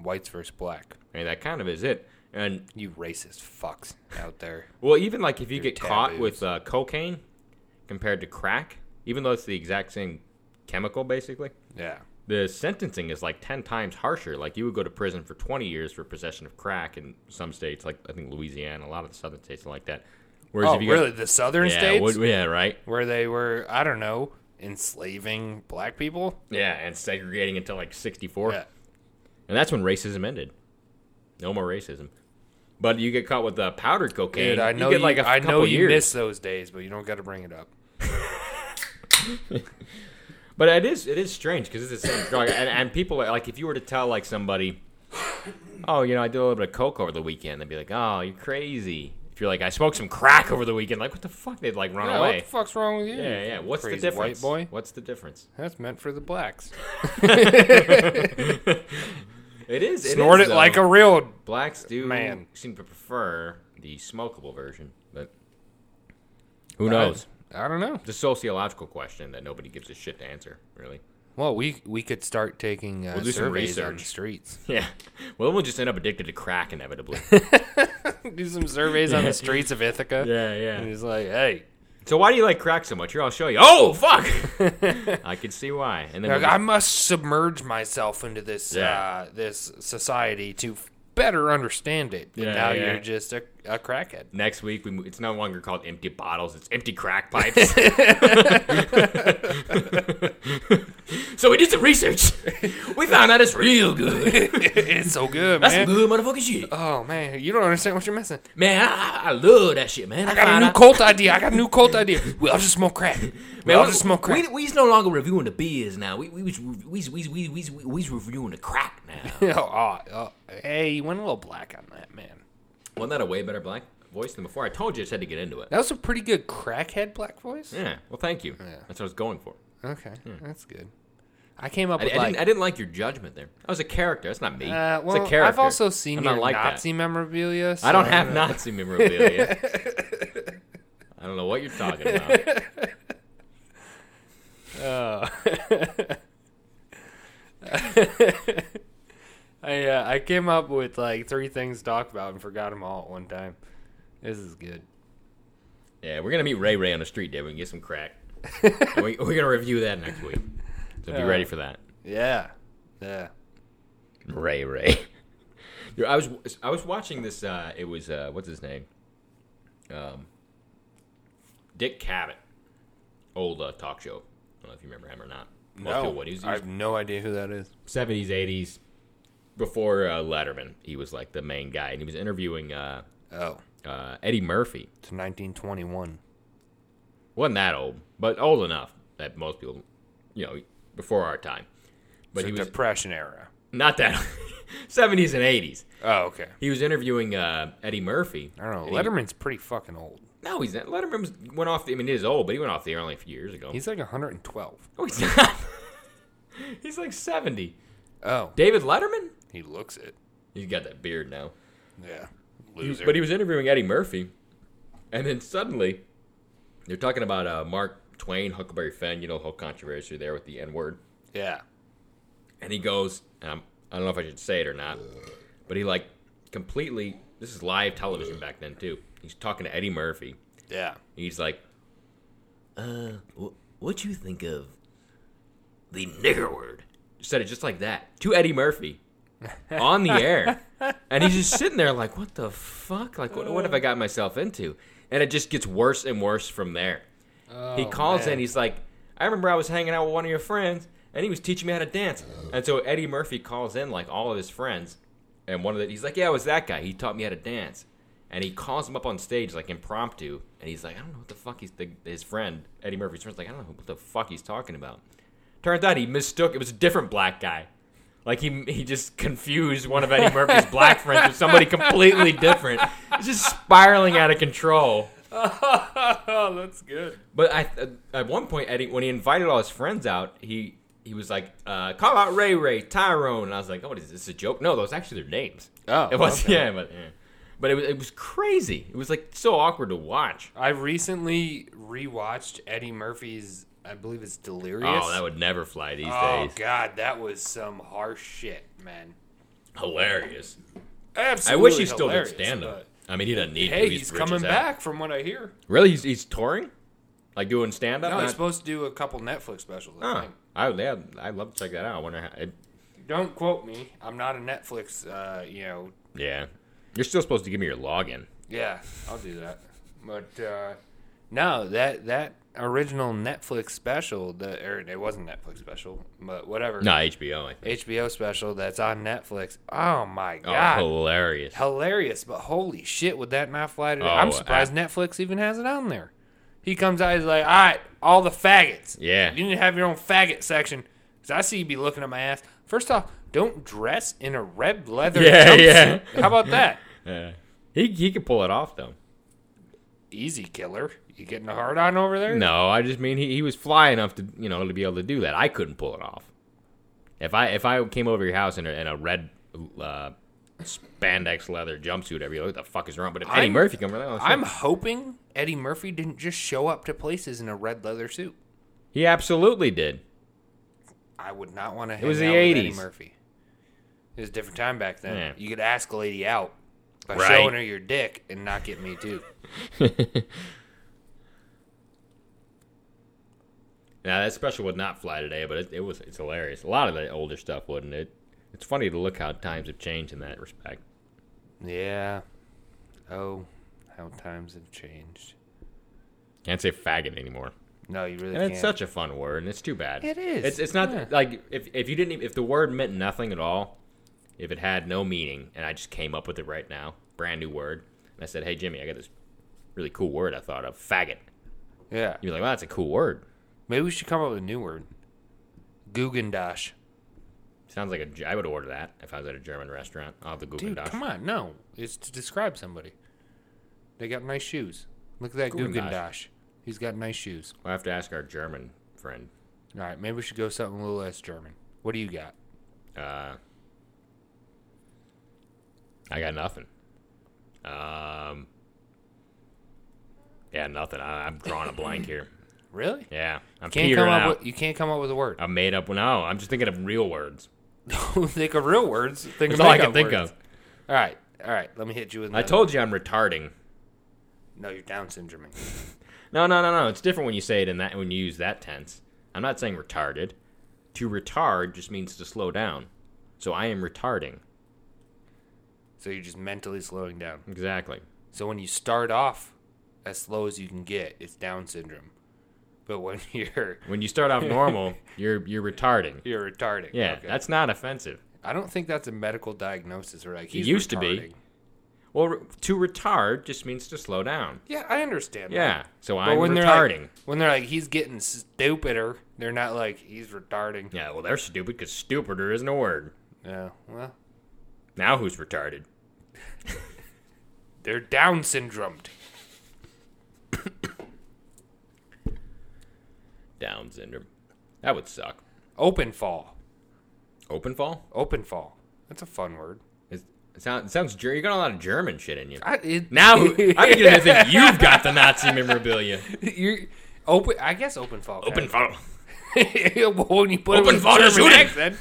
whites versus black. I mean, that kind of is it. And You racist fucks out there. well, even like if you Your get caught taboos. with uh, cocaine compared to crack, even though it's the exact same chemical, basically, Yeah, the sentencing is like ten times harsher. Like you would go to prison for twenty years for possession of crack in some states, like I think Louisiana, a lot of the southern states are like that. Whereas Oh, if you really? Go, the southern yeah, states would- yeah, right. where they were, I don't know, enslaving black people. Yeah, and segregating until like '64. Yeah. And that's when racism ended. No more racism. But you get caught with uh, powdered cocaine. Dude, I know you get like a I know couple you years. miss those days, but you don't got to bring it up. But it is it is strange because it's the same drug, and, and people are, like if you were to tell like somebody, oh, you know, I did a little bit of coke over the weekend, they'd be like, oh, you're crazy. If you're like, I smoked some crack over the weekend, like what the fuck? They'd like run Yeah, what away. the fuck's wrong with you? yeah, yeah. What's the Crazy difference, white boy? What's the difference? That's meant for the blacks. It is. It Snort is, it like though. a real. blacks do man. seem to prefer the smokable version, but who knows? I, I don't know. It's a sociological question that nobody gives a shit to answer, really. Well, we we could start taking uh, We'll do some surveys on the research. streets. Yeah. Well, we'll just end up addicted to crack inevitably. do some surveys on the streets of Ithaca. And yeah. he's like, hey, Mm. So why do you like crack so much? Here, I'll show you. Oh, fuck! I can see why. And then like, we'll I must submerge myself into this Yeah. uh, this society to f- better understand it. And Yeah, now yeah. you're just a, a crackhead. next week, we mo- it's no longer called empty bottles; it's empty crack pipes. so we did some research. We found out it's real good. it's so good, That's man. some good motherfucking shit, Oh man, you don't understand what you're missing. man. I, I- I love that shit, man. I got a new cult idea. I got a new cult idea. Well, I'll just smoke crack. Well, I'll just smoke crack. We, we's no longer reviewing the beers now. We we was we we we we we's reviewing the crack now. oh, oh, oh, hey, you went a little black on that, man. Wasn't that a way better black voice than before? I told you I just had to get into it. That was a pretty good crackhead black voice. Yeah. Well, thank you. That's what I was going for. Okay, that's good. I came up I, with I like. didn't, I didn't like your judgment there. That was a character. That's not me. uh, well, it's a character. I've also seen I'm your not like that. Nazi memorabilia. I don't so- have Nazi memorabilia. I don't know what you're talking about. uh, I uh, I came up with like three things to talk about and forgot them all at one time. This is good. Yeah, we're gonna meet Ray Ray on the street day. We can get some crack. And we, we're gonna review that next week. So be Yeah. ready for that. Yeah, yeah. Ray Ray. Dude, I was I was watching this. Uh, it was uh, what's his name? Um, Dick Cavett, old uh, talk show. I don't know if you remember him or not. Most people would. He was, he I was have no idea who that is. 70s, 80s, before uh, Letterman. He was like the main guy, and he was interviewing uh, Oh, uh, Eddie Murphy. it's 1921. wasn't that old, but old enough that most people, you know, before our time. But But he was Depression era. not that 70s and 80s. Oh, okay. He was interviewing uh, Eddie Murphy. I don't know. And he- Letterman's pretty fucking old. No, he's not. Letterman was, went off. The, I mean, he is old, but he went off the air only a few years ago. He's like 112. no, he's not. he's like seventy. Oh, David Letterman. he looks it. He's got that beard now. Yeah, But he was interviewing Eddie Murphy, and then suddenly, they're talking about uh, Mark Twain, Huckleberry Finn. You know, the whole controversy there with the N word. yeah, and he goes, and I'm, I don't know if I should say it or not, but he like completely. This is live television back then too. He's talking to Eddie Murphy. Yeah. He's like, uh, wh- what you think of the nigger word? Said it just like that to Eddie Murphy on the air, and he's just sitting there like, what the fuck? Like, what, what have I got myself into? And it just gets worse and worse from there. Oh, he calls in. He's like, I remember I was hanging out with one of your friends, and he was teaching me how to dance. And so Eddie Murphy calls in like all of his friends, and one of the he's like, yeah, it was that guy. He taught me how to dance. And he calls him up on stage like impromptu, and he's like, I don't know what the fuck he's the, his friend Eddie Murphy's friend's like, I don't know what the fuck he's talking about. Turns out he mistook. It was a different black guy. Like he he just confused one of Eddie Murphy's black friends with somebody completely different. It's just spiraling out of control. oh, that's good. But I, uh, at one point, Eddie, when he invited all his friends out, he he was like, uh, "Call out Ray Ray, Tyrone," and I was like, "Oh, what is this a joke?" No, those actually their names. Oh, it was okay. yeah, but yeah. but it was it was crazy. It was like so awkward to watch. I recently rewatched Eddie Murphy's, I believe it's Delirious. Oh, that would never fly these Oh, days. God, that was some harsh shit, man. Hilarious. I Absolutely. wish he still did hilarious, stand up. but- I mean, he doesn't need. to. Hey, he's rich coming as hell. back from what I hear. Really, he's, he's touring, like doing stand up. No, he's supposed to do a couple Netflix specials. I think. I would, yeah, I'd love to check that out. I wonder how. It, Don't quote me. I'm not a Netflix, uh, you know. yeah, you're still supposed to give me your login. Yeah, I'll do that. But uh, no, that that original Netflix special, the or it wasn't Netflix special, but whatever. No, HBO. I think. HBO special that's on Netflix. Oh my Oh, god. hilarious. Hilarious, but holy shit, would that not fly today? Oh, I'm surprised Netflix even has it on there. He comes out, he's like, all right, all the faggots. Yeah. You need to have your own faggot section. Because I see you be looking at my ass. First off, don't dress in a red leather Yeah, jumpsuit. yeah. How about that? He he could pull it off though. Easy killer. You getting a hard on over there? No, I just mean he, he was fly enough to you know to be able to do that. I couldn't pull it off. If I if I came over your house in a, in a red uh, spandex leather jumpsuit, I'd be like, "What the fuck is wrong?" But if Eddie I'm- Murphy comes around, I'm hoping Eddie Murphy didn't just show up to places in a red leather suit. he absolutely did. I would not want to. It was the Eddie 80s. Murphy. It was a different time back then. Yeah. You could ask a lady out by Right. showing her your dick and not get me too. Now that special would not fly today, but it, it was it's hilarious. A lot of the older stuff wouldn't it? It's funny to look how times have changed in that respect. yeah. Oh, how times have changed. Can't say faggot anymore. No, you really And can't. it's such a fun word, and it's too bad. It is, It's, it's not yeah. like if, if you didn't even- if the word meant nothing at all, if it had no meaning, and I just came up with it right now, brand new word, and I said, "Hey Jimmy, I got this really cool word I thought of, faggot." yeah. You're like, "Well, that's a cool word. Maybe we should come up with a new word. Gugendash. Sounds like a G- I would order that if I was at a German restaurant. I'll have the Dude, Guggendash. come on. No, it's to describe somebody. They got nice shoes. Look at that Gugendash. Gugendash. He's got nice shoes. We'll have to ask our German friend. All right, maybe we should go something a little less German. What do you got? Uh, I got nothing. Um, yeah, nothing. I, I'm drawing a blank here. Really? Yeah, I'm Can't petering come up out. with, you can't come up with a word. I made up. No, I'm just thinking of real words. think of real words. Think That's of all I make-up can think words. of. All right, all right. Let me hit you with. I Another. told you I'm retarding. No, you're Down syndrome. No, no, no, no. It's different when you say it in that when you use that tense. I'm not saying retarded. To retard just means to slow down. So I am retarding. so you're just mentally slowing down. Exactly. So when you start off as slow as you can get, it's Down syndrome. But when you're When you start off normal, you're you're retarding. you're retarded. Yeah, that's not offensive. I don't think that's a medical diagnosis, right? Like he's used to be. retarding. Well, re- to retard just means to slow down. Yeah, I understand. that. Yeah. So But I'm when they're retarding. like, when they're like he's getting stupider, they're not like he's retarding. yeah. Well, they're stupid because stupider isn't a word. Yeah. Well, Now who's retarded? They're Down syndromed. Down syndrome. That would suck. Open fall. Open fall. Open fall. That's a fun word. It's- It sounds, it sounds Ger- you got a lot of German shit in you. I, it, now I'm gonna think you've got the Nazi memorabilia. you're open. I guess open fall. Open fall. fall. when you put Open it with fall a to German shooting. accent,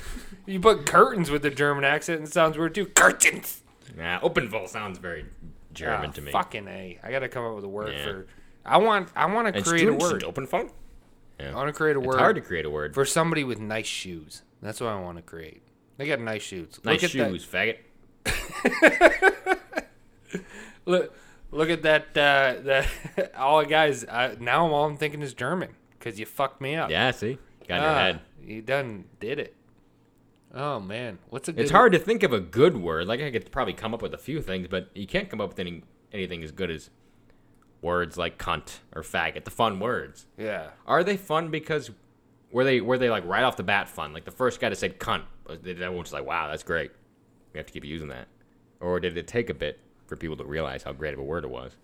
you put curtains with a German accent, and it sounds weird too. Curtains. Nah, Openville sounds very German Ah, to me. Fucking a! I gotta come up with a word Yeah. for. I want. I want to And create a students word. and Openville? I Yeah. want to create a It's word hard to create a word. for somebody with nice shoes. That's what I want to create. They got nice shoes. nice look At shoes, faggot. that, look, look at that. Uh, that all guys. Uh, now all I'm thinking is German because you fucked me up. Yeah, see? Got in your Ah, head. you done did it. Oh man, what's a good? It's hard to think of a good word. Like I could probably come up with a few things, but you can't come up with any, anything as good as words like cunt or faggot. The fun words Yeah. are they fun because were they were they like right off the bat fun? Like the first guy that said cunt, uh, was- did everyone was like, "Wow, that's great. We have to keep using that," or did it take a bit for people to realize how great of a word it was?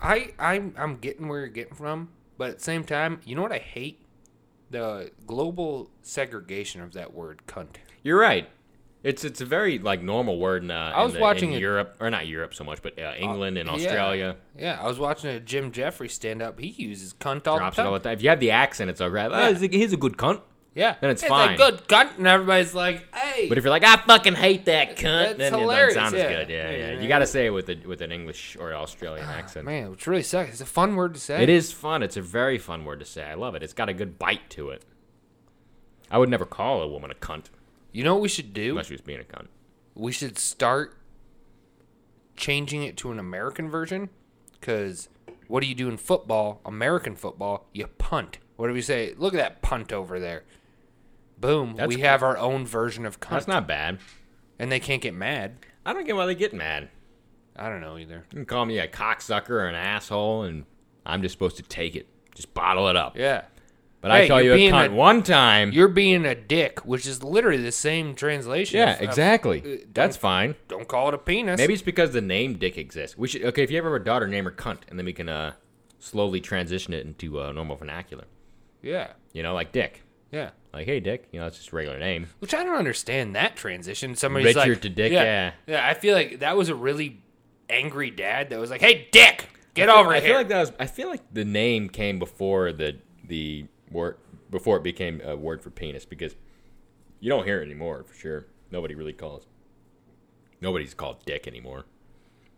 I I'm I'm getting where you're getting from, but at the same time, you know what I hate? The global segregation of that word cunt. You're right. It's it's a very like normal word in, uh, I was in, the- watching in it- Europe or not Europe so much, but uh, England and Yeah. Australia. Yeah, I was watching a Jim Jeffries stand up. He uses cunt all Drops the it time. all the time. If you have the accent, it's all right. Oh, he's a- he's a good cunt. yeah. Then it's like, fine. good cunt and everybody's like, "Hey." But if you're like, I fucking hate that cunt, That's then hilarious, it doesn't sound yeah. as good. Yeah, Yeah, yeah. yeah, You got to say it with a, with an English or Australian accent. man, which really sucks. It's a fun word to say. It is fun. It's a very fun word to say. I love it. It's got a good bite to it. I would never call a woman a cunt You know what we should do? unless she was being a cunt. We should start changing it to an American version because what do you do in football? American football, you punt. What do we say? Look at that punt over there. Boom. That's we cool. have our own version of cunt. That's not bad. and they can't get mad. I don't get why they get mad. I don't know either. You can call me a cocksucker or an asshole, and I'm just supposed to take it, just bottle it up. Yeah. But Hey, I call you you're a being cunt a- one time. You're being a dick, which is literally the same translation. Yeah, of- of- exactly. That's fine. uh, Don't call it a penis. Maybe it's because the name Dick exists. We should okay. If you ever have a daughter, name her cunt, and then we can uh, slowly transition it into uh, normal vernacular. Yeah. You know, like Dick. Yeah. Like, hey, Dick. You know, it's just a regular name. Which I don't understand that transition. Somebody's Richard like, to Dick, yeah. yeah, I feel like that was a really angry dad that was like, "Hey, Dick, get over I here." feel like that was. I feel like the name came before the the word before it became a word for penis because you don't hear it anymore for sure. Nobody really calls. Nobody's called Dick anymore.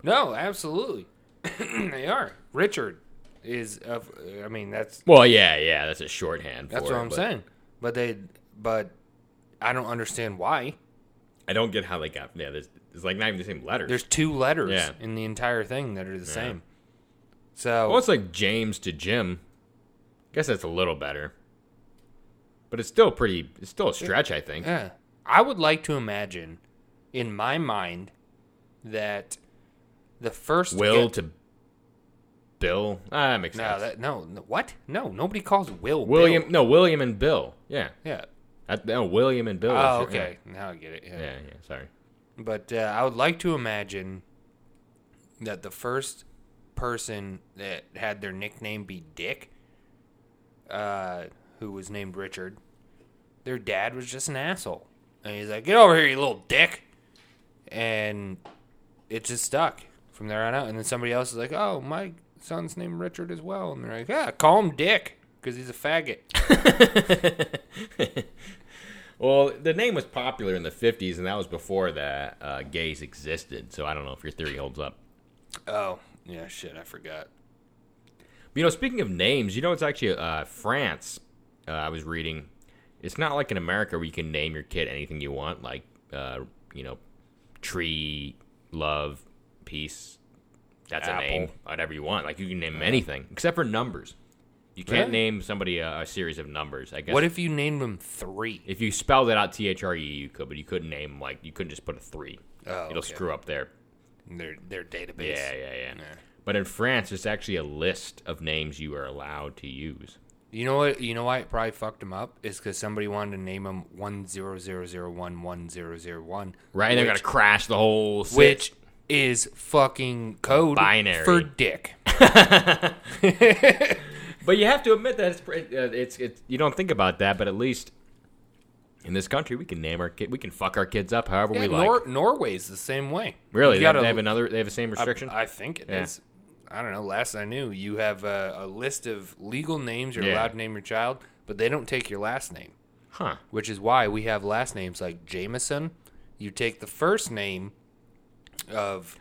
no, absolutely, they are. Richard is of. I mean, that's Well, yeah, yeah. That's a shorthand. that's for what it, I'm but saying. But they, but I don't understand why. I don't get how they got. Yeah, there's, it's like not even the same letters. There's two letters Yeah. in the entire thing that are the same. So Well, it's like James to Jim. Guess that's a little better, but it's still pretty. It's still a stretch, I think. Yeah. I would like to imagine in my mind that the first Will ge- to Bill. Ah, that makes no, sense. that, no, no, what? No, nobody calls Will William. Bill. No, William and Bill. Yeah. Yeah. That, no, William and Bill. is Oh, your- okay. Now I get it. Yeah. Yeah, yeah. yeah, sorry. But uh, I would like to imagine that the first person that had their nickname be Dick, uh, who was named Richard, their dad was just an asshole, and he's like, "Get over here, you little dick," and it just stuck from there on out. And then somebody else is like, "Oh, my son's named Richard as well," and they're like, "Yeah, call him Dick because he's a faggot." Well, the name was popular in the '50s, and that was before the uh, gays existed. So I don't know if your theory holds up. oh, yeah, shit, I forgot. You know, speaking of names, you know, it's actually uh, France. Uh, I was reading. It's not like in America where you can name your kid anything you want, like uh, you know, tree, love, peace. That's Apple. a name, whatever you want. Like you can name 'em anything except for numbers. You can't Really? name somebody a, a series of numbers. I guess. What if you named him three? if you spelled it out T H R E, you could, but you couldn't name like you couldn't just put a three. Oh, It'll okay. screw up there. their their database. Yeah, yeah, yeah. Yeah. But in France, it's actually a list of names you are allowed to use. You know what? You know why it probably fucked him up is because somebody wanted to name him one zero zero zero one one zero zero one. Right, they're gonna crash the whole sit. which is fucking code Binary. for dick. But you have to admit that it's, pre- uh, it's it's you don't think about that, but at least in this country we can name our kid, we can fuck our kids up however Yeah, we like. Nor- Norway's the same way. really, You they, got they a- have another, they have the same restriction. I think it is. Yeah. I don't know. Last I knew, you have a, a list of legal names you're Yeah. allowed to name your child, but they don't take your last name. huh? which is why we have last names like Jameson. You take the first name of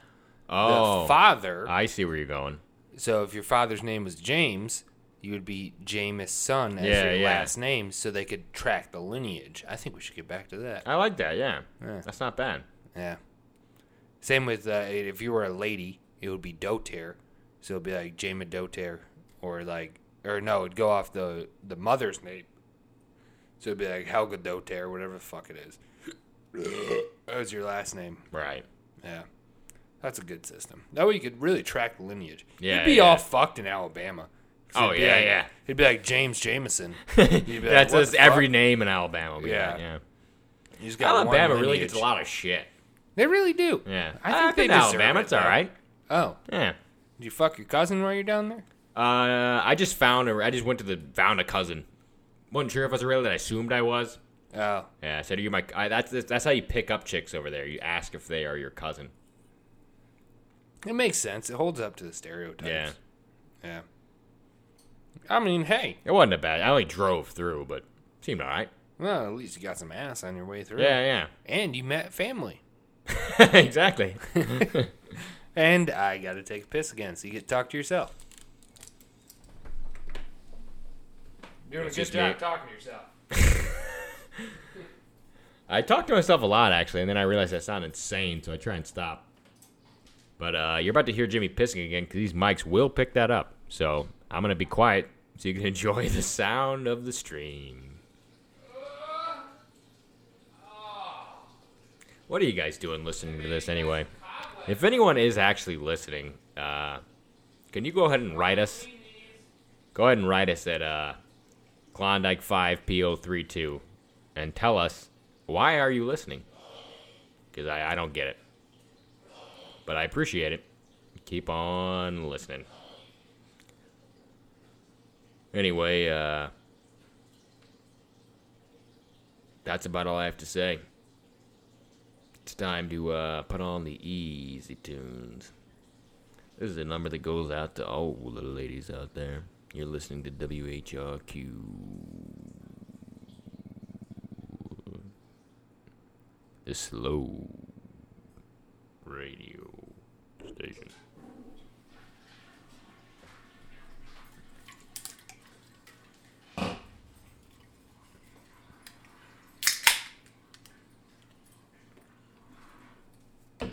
Oh, the father. I see where you're going. So if your father's name was James, you would be Jameis' son as Yeah, your yeah. last name, so they could track the lineage. I think we should get back to that. I like that. Yeah, Yeah. that's not bad. Yeah. Same with uh, if you were a lady, it would be Doter, so it'd be like Jamie Doter, or like, or no, it'd go off the the mother's name, so it'd be like Helga Doter, whatever the fuck it is. that was your last name. Right. Yeah. That's a good system. That way you could really track the lineage. Yeah, You'd be yeah. all fucked in Alabama. Oh, it'd be yeah, like- yeah. It'd be like James Jameson. You'd be like, that's "What that's the every fuck?" name in Alabama. will be Yeah. that, yeah. You just got one Alabama really gets a lineage. lot of shit. They really do. Yeah, I think they deserve Alabama. it, It's all though. right. Oh, Yeah. did you fuck your cousin while you're down there? Uh, I just found a. I just went to the found a cousin. wasn't sure if I was related. I assumed I was. Oh, Yeah, I said, "Are you my?" I, that's that's how you pick up chicks over there. You ask if they are your cousin. it makes sense. It holds up to the stereotypes. Yeah, Yeah. I mean, hey, it wasn't a bad. I only drove through, but seemed all right. well, at least you got some ass on your way through. Yeah, And you met family. yeah, exactly. And I got to take a piss again, so you get to talk to yourself. Doing It's good just job me. talking to yourself. I talk to myself a lot actually, and then I realize I sound insane, so I try and stop. But uh, you're about to hear Jimmy pissing again because these mics will pick that up. So I'm gonna be quiet so you can enjoy the sound of the stream. What are you guys doing listening to this anyway? If anyone is actually listening, uh, can you go ahead and write us? Go ahead and write us at uh, Klondike5PO32 and tell us why are you listening? Because I, I don't get it. But I appreciate it. Keep on listening. Anyway, uh, that's about all I have to say. It's time to uh, put on the easy tunes. This is a number that goes out to all the ladies out there. You're listening to WHRQ. the slow radio station. I'm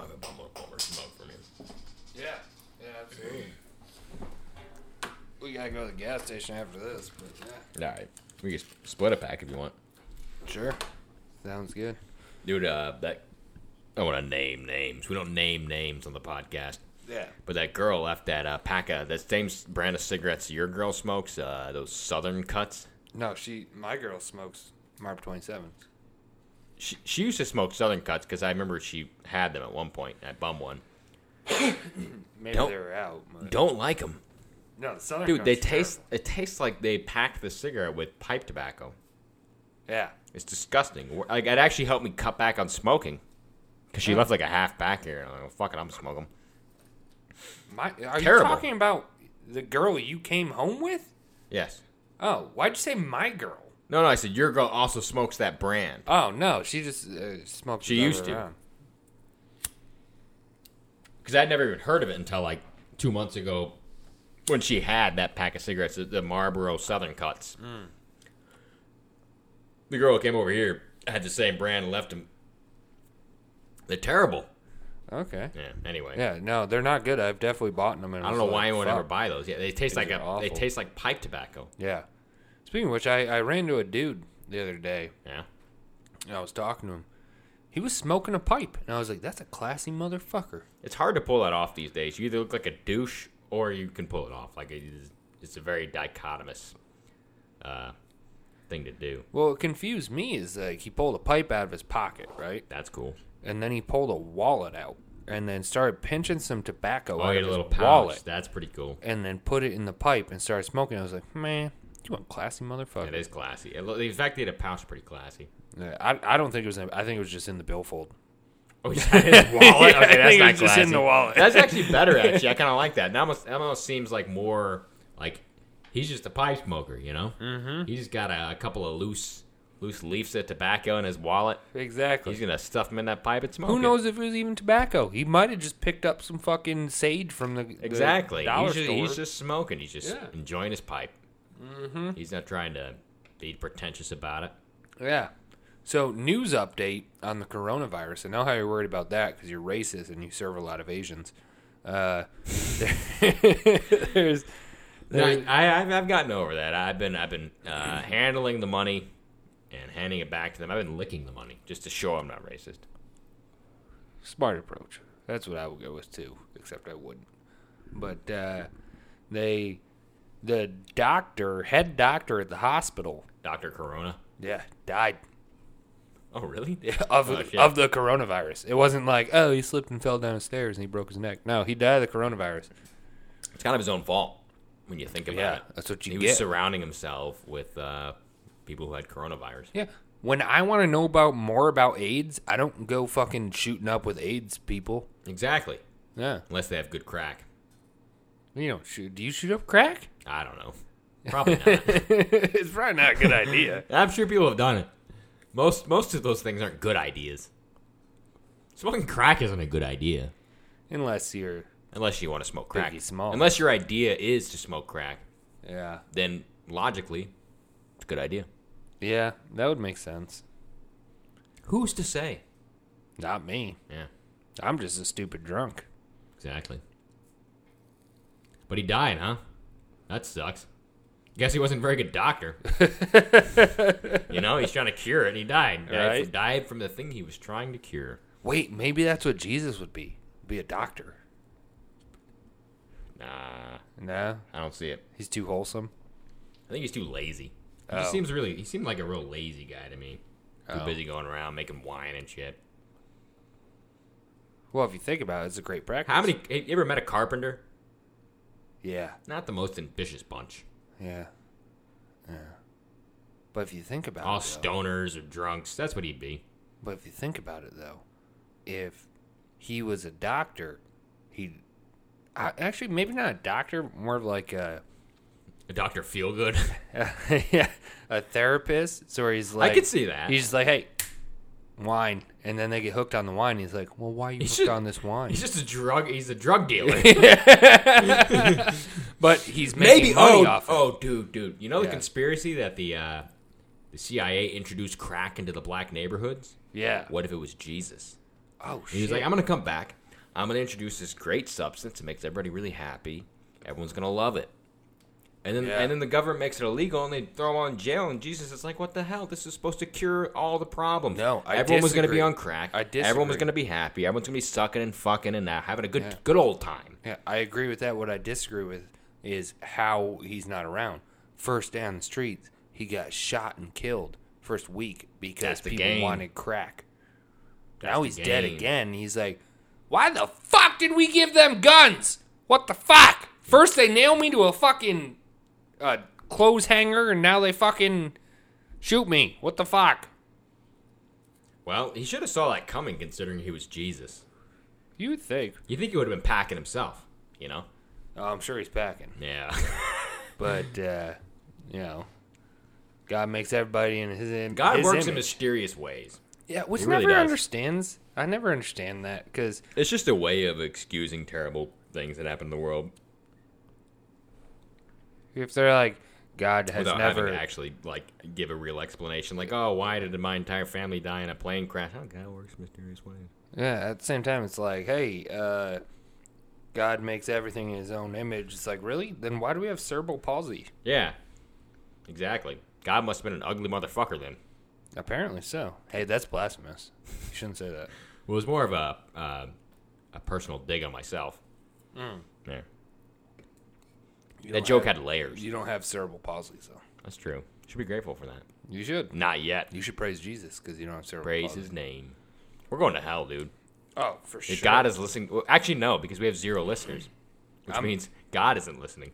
a bummer, bummer smoke from here. Yeah, yeah, absolutely. We gotta go to the gas station after this, but yeah. All right, we can s- split a pack if you want, Sure. Sounds good. dude. Uh, that I want to name names. We don't name names on the podcast. Yeah. But that girl left that uh, pack of that same s- brand of cigarettes your girl smokes. Uh, those Southern cuts. No, she, my girl smokes Marp 27. she, she used to smoke Southern cuts because I remember she had them at one point. I bum one. Maybe Don't- they were out. But... Don't like them, No, the Southern dude. They Comfort's taste. terrible. It tastes like they packed the cigarette with pipe tobacco. Yeah. It's disgusting. Wh- Like it actually helped me cut back on smoking because she left like a half pack here. And I'm like, fuck it, I'm smoking. My, are you Terrible. talking about the girl you came home with? Yes. Oh, why'd you say my girl? No, no. I said your girl also smokes that brand. Oh no, she just uh, smoked. She it all used to. around. because I'd never even heard of it until like two months ago when she had that pack of cigarettes, the- the Marlboro Southern Cuts. Mm. The girl who came over here had the same brand and left them. They're terrible. Okay. Yeah. Anyway, Yeah, no, they're not good. I've definitely bought them. And I don't was know like, why anyone fuck. ever buy those. Yeah, they taste These like are a. They awful. taste like pipe tobacco. Yeah. Speaking of which, I I ran to a dude the other day. Yeah. And I was talking to him. He was smoking a pipe, and I was like, "That's a classy motherfucker." It's hard to pull that off these days. You either look like a douche or you can pull it off. Like it is, it's a very dichotomous uh, thing to do. Well, what confused me is like he pulled a pipe out of his pocket, right? That's cool. And then he pulled a wallet out, and then started pinching some tobacco Oh, out you of had a his little pouch. wallet, That's pretty cool. and then put it in the pipe and started smoking. I was like, "Man, you a classy motherfucker." It is classy. It lo- The fact that he had a pouch is pretty classy. Yeah, I, I don't think it was. In, I think it was just in the billfold. Oh, he's had his wallet. I Okay, that's think it not was just classy. in the wallet. That's actually better. Actually, I kind of like that. That almost, that almost seems like more like he's just a pipe smoker. You know, mm-hmm. he's just got a, a couple of loose loose leaves of tobacco in his wallet. Exactly. He's gonna stuff them in that pipe and smoke. Who it. knows if it was even tobacco? He might have just picked up some fucking sage from the the Exactly. dollar he's, just, store. he's just smoking. He's just Yeah. enjoying his pipe. Mm-hmm. He's not trying to be pretentious about it. Yeah. So, news update on the coronavirus. I know how you're worried about that because you're racist and you serve a lot of Asians. Uh, there's, No, there's I, I've, I've gotten over that. I've been I've been uh, handling the money and handing it back to them. I've been licking the money just to show I'm not racist. smart approach. That's what I would go with too, except I wouldn't. But uh, they, the doctor, head doctor at the hospital, Doctor Corona. yeah, died Oh really? of Oh, shit. of the coronavirus. It wasn't like oh he slipped and fell down the stairs and he broke his neck. No, he died of the coronavirus. It's kind of his own fault when you think about Yeah, it. that's what you he get. was surrounding himself with uh, people who had coronavirus. Yeah. When I want to know about more about AIDS, I don't go fucking shooting up with AIDS people. Exactly. Yeah. Unless they have good crack. You don't shoot. Do you shoot up crack? I don't know. Probably not. it's probably not a good idea. I'm sure people have done it. Most most of those things aren't good ideas. Smoking crack isn't a good idea Unless you're, unless you want to smoke crack. Biggie Smalls. Unless your idea is to smoke crack, yeah, then logically, it's a good idea. yeah, that would make sense. Who's to say? Not me. Yeah, I'm just a stupid drunk. exactly. But he died, huh? That sucks. Guess he wasn't a very good doctor. you know, he's trying to cure it, and he died. Died, Right. died from the thing he was trying to cure. Wait, maybe that's what Jesus would be. Be a doctor. Nah, No, I don't see it. he's too wholesome. I think he's too lazy. He just Oh. seems really. He seemed like a real lazy guy to me. Too Oh. busy going around making wine and shit. Well, if you think about it, it's a great practice. How many? You ever met a carpenter? Yeah, Not the most ambitious bunch. yeah, yeah. But if you think about All it, though- stoners or drunks. That's what he'd be. But if you think about it, though, if he was a doctor, he I, actually maybe not a doctor, more of like a A Doctor Feelgood. yeah, a therapist. So he's like, I could see that. He's just like, hey, wine, and then they get hooked on the wine. He's like, well, why are you hooked should- on this wine? He's just a drug. He's a drug dealer. but he's making Maybe. money Oh, off. it. oh, dude, dude. You know the Yeah. conspiracy that the uh, the CIA introduced crack into the black neighborhoods. yeah. What if it was Jesus? Oh And he's shit. like, I'm going to come back. I'm going to introduce this great substance that makes everybody really happy. Everyone's going to love it. And then, Yeah. and then the government makes it illegal, and they throw him in jail. And Jesus is like, "What the hell? This is supposed to cure all the problems. No, I everyone was going to be disagree. on crack. I Everyone was disagree. going to be happy. Everyone's going to be sucking and fucking and uh, having a good, good old time. yeah, I agree with that. What I disagree with is how he's not around. First down the streets, he got shot and killed first week because That's the people game. wanted crack. now he's dead game. again. He's like, why the fuck did we give them guns? What the fuck? First they nail me to a fucking uh, clothes hanger, and now they fucking shoot me. What the fuck? Well, he should have saw that coming, considering he was Jesus. You would think. You think he would have been packing himself, you know? Oh, I'm sure he's packing. Yeah, But uh, you know, God makes everybody in His, im- God his works image. in mysterious ways. yeah, which He really never does. understands. I never understand that because It's just a way of excusing terrible things that happen in the world if they're like, God has without never, having to actually like give a real explanation. Like, oh, why did my entire family die in a plane crash? Oh, God works in mysterious ways. yeah. At the same time, it's like, hey, uh, God makes everything in His own image. It's like, really? Then why do we have cerebral palsy? Yeah, exactly. God must have been an ugly motherfucker then. Apparently so. Hey, that's blasphemous. You shouldn't say that. It was more of a uh, a personal dig on myself. Yeah. You That don't joke have- had layers. You don't have cerebral palsy, so That's true. Should be grateful for that. you should. Not yet. You should praise Jesus because you don't have cerebral Praise palsy. his name. We're going to hell, dude. Oh, for sure. If God is listening, well, actually no, because we have zero listeners, which means God isn't listening.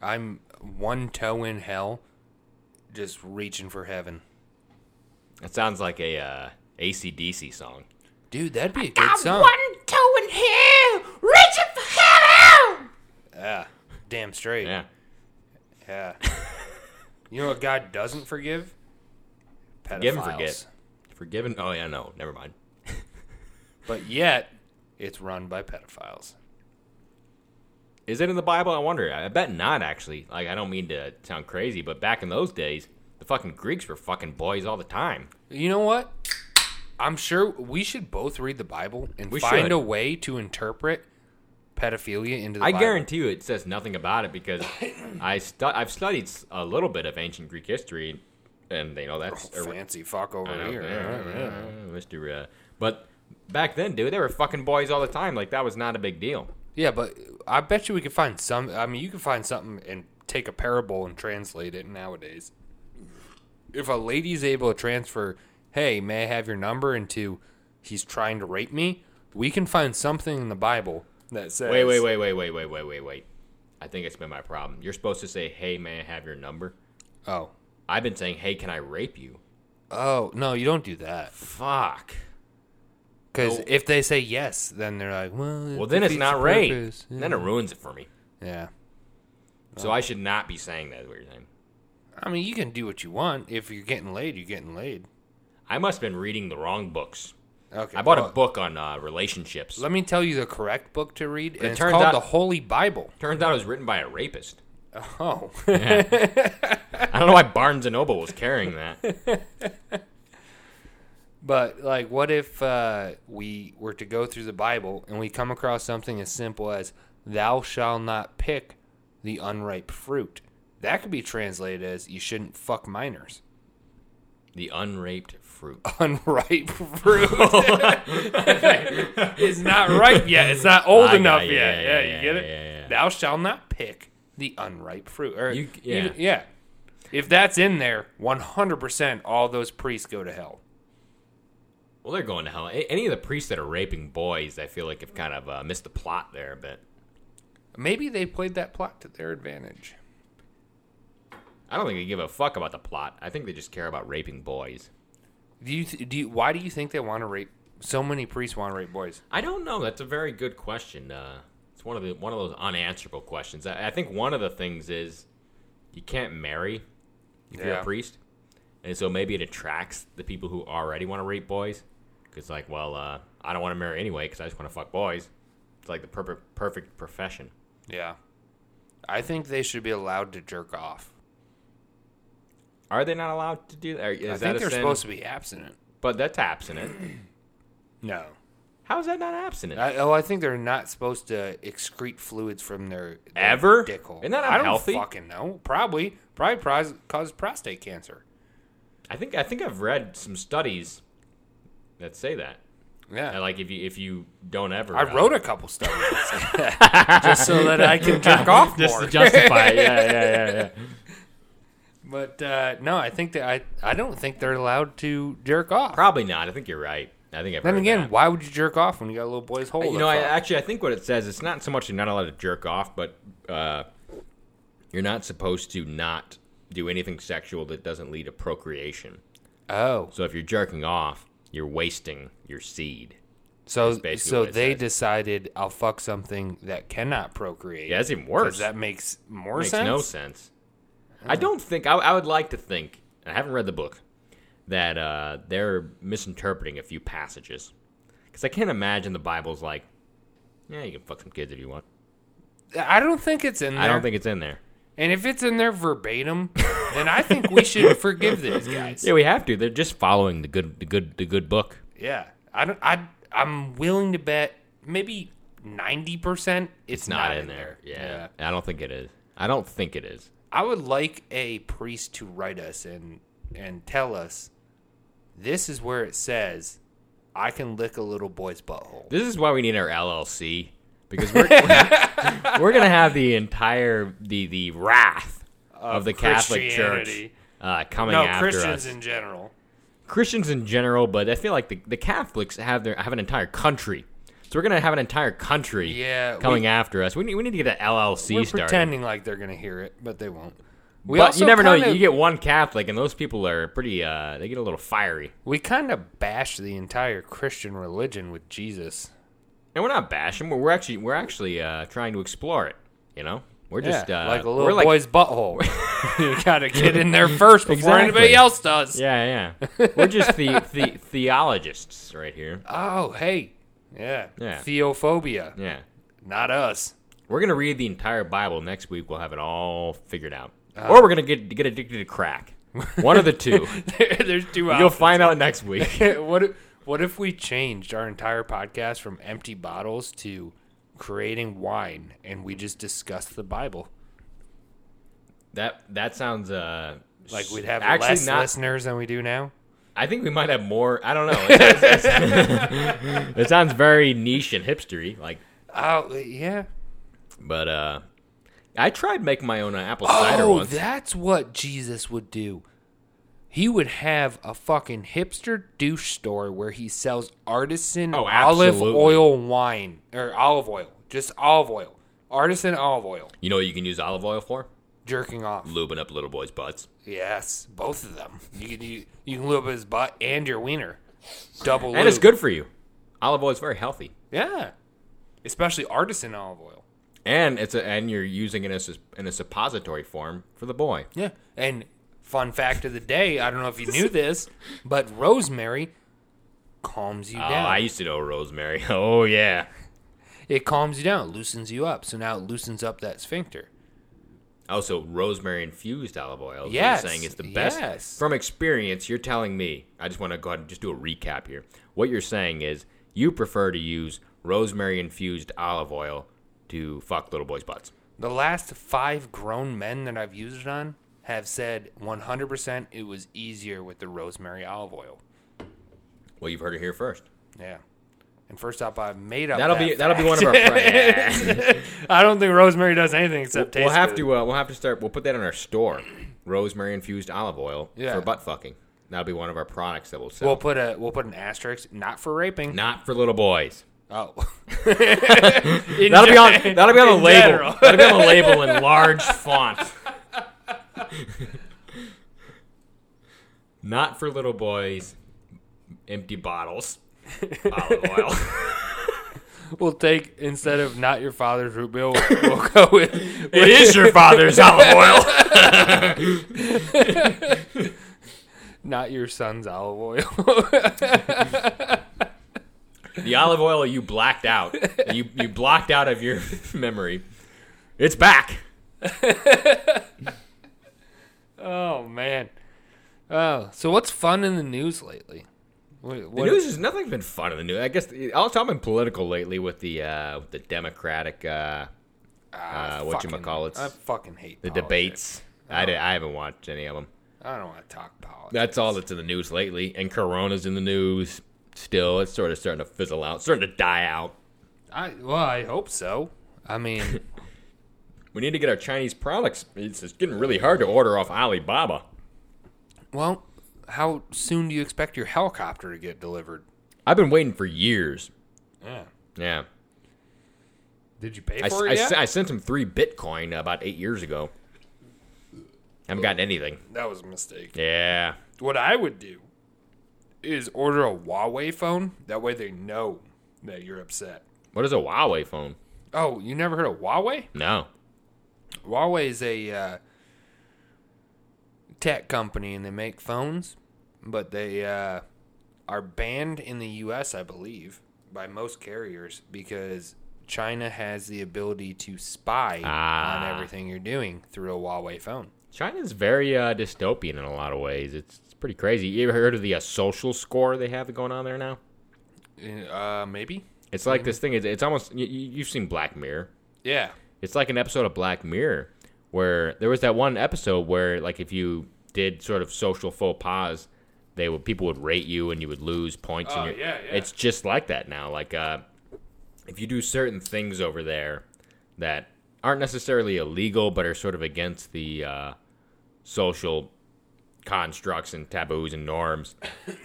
I'm one toe in hell, just reaching for heaven. That sounds like a uh, ACDC song. Dude, that'd be a good song. toe in hell, reaching for heaven. Yeah, damn straight. Yeah, Yeah. you know what God doesn't forgive? pedophiles. Forgive and forget. Forgiven. Oh yeah, no, never mind. But yet, it's run by pedophiles. Is it in the Bible? I wonder. I bet not. Actually, like I don't mean to sound crazy, but back in those days, the fucking Greeks were fucking boys all the time. You know what? I'm sure we should both read the Bible and We find should. a way to interpret pedophilia into the I Bible. guarantee you, it says nothing about it because I stu- I've studied s- a little bit of ancient Greek history, and you know that's a- Fancy fuck over out here. there, Yeah, yeah. yeah, Mr. Uh, but back then, dude, they were fucking boys all the time. Like that was not a big deal. Yeah, but I bet you we could find some. I mean, you could find something and take a parable and translate it nowadays. If a lady's able to transfer, hey, may I have your number, into he's trying to rape me, we can find something in the Bible that says. Wait, wait, wait, wait, wait, wait, wait, wait, wait. I think it's been my problem. You're supposed to say, "Hey, may I have your number?" Oh. I've been saying, "Hey, can I rape you?" Oh, no, you don't do that. Fuck. Because No. if they say yes, then they're like, well. it Well, then it's defeats not the rape. purpose. Yeah. Oh. Then it ruins it for me. yeah. So I should not be saying that. Is what you're saying? I mean, you can do what you want. If you're getting laid, you're getting laid. I must have been reading the wrong books. Okay. I bought well, a book on uh, relationships. Let me tell you the correct book to read. And it it's turns called out- The Holy Bible. Turns out it was written by a rapist. Oh, I don't know why Barnes and Noble was carrying that. but like, what if uh, we were to go through the Bible and we come across something as simple as "Thou shalt not pick the unripe fruit"? That could be translated as "You shouldn't fuck minors." The unraped fruit. Unripe fruit is not ripe yet. It's not old I got enough you. yet. Yeah, Yeah, yeah, you get yeah, it. yeah, yeah. Thou shalt not pick the unripe fruit. Or You- yeah. yeah. yeah. If that's in there, one hundred percent, all those priests go to hell. Well, they're going to hell. A- Any of the priests that are raping boys, I feel like have kind of uh, missed the plot there a bit. Maybe they played that plot to their advantage. I don't think they give a fuck about the plot. I think they just care about raping boys. Do you? Th- do you? Why do you think they want to rape? So many priests want to rape boys. I don't know. That's a very good question. Uh, it's one of the one of those unanswerable questions. I, I think one of the things is you can't marry if you're a Yeah. priest, and so maybe it attracts the people who already want to rape boys. Because like, well, uh, I don't want to marry anyway because I just want to fuck boys. It's like the perfect perfect profession. Yeah, I think they should be allowed to jerk off. Are they not allowed to do that? Is I that think a they're sin? supposed to be abstinent. But that's abstinent. No. How is that not abstinent? I, oh, I think they're not supposed to excrete fluids from their, their Ever? dick hole. Isn't that I don't unhealthy? fucking know. Probably, probably pros- cause prostate cancer. I think I think I've read some studies that say that. Yeah, And, Like if you if you don't ever, I uh, wrote a couple studies just so that I can jerk off just more. to justify. it. Yeah, yeah, yeah, yeah. But uh, no, I think that I I don't think they're allowed to jerk off. Probably not. I think you're right. I think I've Then heard again, that. why would you jerk off when you got a little boy's hole? Uh, you to know, I, fuck? actually, I think what it says it's not so much you're not allowed to jerk off, but uh, you're not supposed to not do anything sexual that doesn't lead to procreation. oh, So if you're jerking off, you're wasting your seed. so basically so what it they says. decided I'll fuck something that cannot procreate. Yeah, that's even 'Cause worse. that makes more makes sense. no sense. I don't think I, I would like to think. and I haven't read the book that uh, they're misinterpreting a few passages because I can't imagine the Bible's like, yeah, you can fuck some kids if you want. I don't think it's in there. I don't think it's in there. And if it's in there verbatim, then I think we should forgive these guys. Yeah, we have to. They're just following the good, the good, the good book. Yeah, I don't. I I'm willing to bet maybe ninety percent it's, Not, in there. Yeah. I don't think it is. I don't think it is. I would like a priest to write us and and tell us this is where it says I can lick a little boy's butthole. This is why we need our LLC because we're we're, gonna have the entire the the wrath of, the Catholic Church Christianity. uh, coming No, after Christians us. in general. Christians in general, but I feel like the, the Catholics have their have an entire country. So we're gonna have an entire country Yeah, coming we- after us. We need we need to get an LLC We're started. pretending like they're gonna hear it, but they won't. We but also you never know. kinda- You get one Catholic, and those people are pretty. Uh, they get a little fiery. we kind of bash the entire Christian religion with Jesus. And we're not bashing. We're, we're actually we're actually uh, trying to explore it. You know, we're just yeah, uh, like a we're little like boy's butthole. you gotta get in there first before Exactly. anybody else does. Yeah, yeah. We're just the, the theologists right here. Oh, hey. Yeah. Yeah. Theophobia. Yeah. Not us. We're gonna read the entire Bible next week. We'll have it all figured out, Uh. or we're gonna get get addicted to crack. One of the two. There- There's two You'll out. find out next week. what if, what if we changed our entire podcast from empty bottles to creating wine and we just discuss the Bible? That that sounds uh Like we'd have actually less not. listeners than we do now. I think we might have more. I don't know. It sounds, it sounds very niche and hipstery. Like, Oh, yeah. but uh, I tried making my own uh, apple cider oh, once. that's what Jesus would do. He would have a fucking hipster douche store where he sells artisan Oh, olive absolutely. oil wine or olive oil, just olive oil, artisan olive oil, you know what you can use olive oil for? jerking off. Lubing up little boys' butts. Yes, both of them. You can you, you can lube his butt and your wiener, double. And it's lube. good for you. Olive oil is very healthy. Yeah, especially artisan olive oil. And it's a, and you're using it as a, in a suppository form for the boy. Yeah. And fun fact of the day, I don't know if you knew this, but rosemary calms you Oh, down. I used to know rosemary. Oh yeah. It calms you down, loosens you up. So now it loosens up that sphincter. Also, rosemary infused olive oil. is what Yes, You're saying it's the best. yes. From experience, you're telling me. I just want to go ahead and just do a recap here. What you're saying is you prefer to use rosemary infused olive oil to fuck little boys' butts. The last five grown men that I've used it on have said 100% it was easier with the rosemary olive oil. Well, you've heard it here first. Yeah. And first off, I've made up. That'll that be that'll be fact. one of our. friends. I don't think rosemary does anything except taste. we'll have good. to uh, we'll have to start. We'll put that in our store. Rosemary infused olive oil Yeah. for butt fucking. That'll be one of our products that we'll sell. We'll put a we'll put an asterisk, not for raping. Not for little boys. Oh, That'll be on. That'll be on in the label. general. That'll be on the label in large font. Not for little boys. Empty bottles. Olive oil. we'll take instead of not your father's root beer, we'll, we'll go with. it is your father's olive oil. Not your son's olive oil. The olive oil you blacked out. You you blocked out of your memory. It's back. oh man. Oh, so what's fun in the news lately? What, The what, news is nothing's been fun in the news. I guess the- also I've been political lately with the uh, with the Democratic uh, Ah, uh, whatchamacallits. I fucking oh, hate the politics. debates. Oh. I, di- I haven't watched any of them. I don't want to talk politics. That's all that's in the news lately. And Corona's in the news still. It's sort of starting to fizzle out, starting to die out. I well, I hope so. I mean, We need to get our Chinese products. It's, it's getting really hard to order off Alibaba. well, how soon do you expect your helicopter to get delivered? I've been waiting for years. Yeah. Yeah. Did you pay I, s- for I it yet? s- I sent him three Bitcoin about eight years ago. Haven't gotten anything. that was a mistake. Yeah. What I would do is order a Huawei phone. That way they know that you're upset. What is a Huawei phone? Oh, you never heard of Huawei? No. Huawei is a uh, tech company, and they make phones, but they uh, are banned in the U.S. I believe by most carriers because China has the ability to spy Ah. on everything you're doing through a Huawei phone. China's very uh, dystopian in a lot of ways. It's, it's pretty crazy. You ever heard of the uh, social score they have going on there now? Uh, maybe. It's like this thing. It's, it's almost you, you- you've seen Black Mirror. Yeah. It's like an episode of Black Mirror where there was that one episode where like if you did sort of social faux pas, they would people would rate you and you would lose points. Oh, and you're- yeah, yeah. It's just like that now. Like uh, if you do certain things over there that aren't necessarily illegal but are sort of against the uh, social constructs and taboos and norms,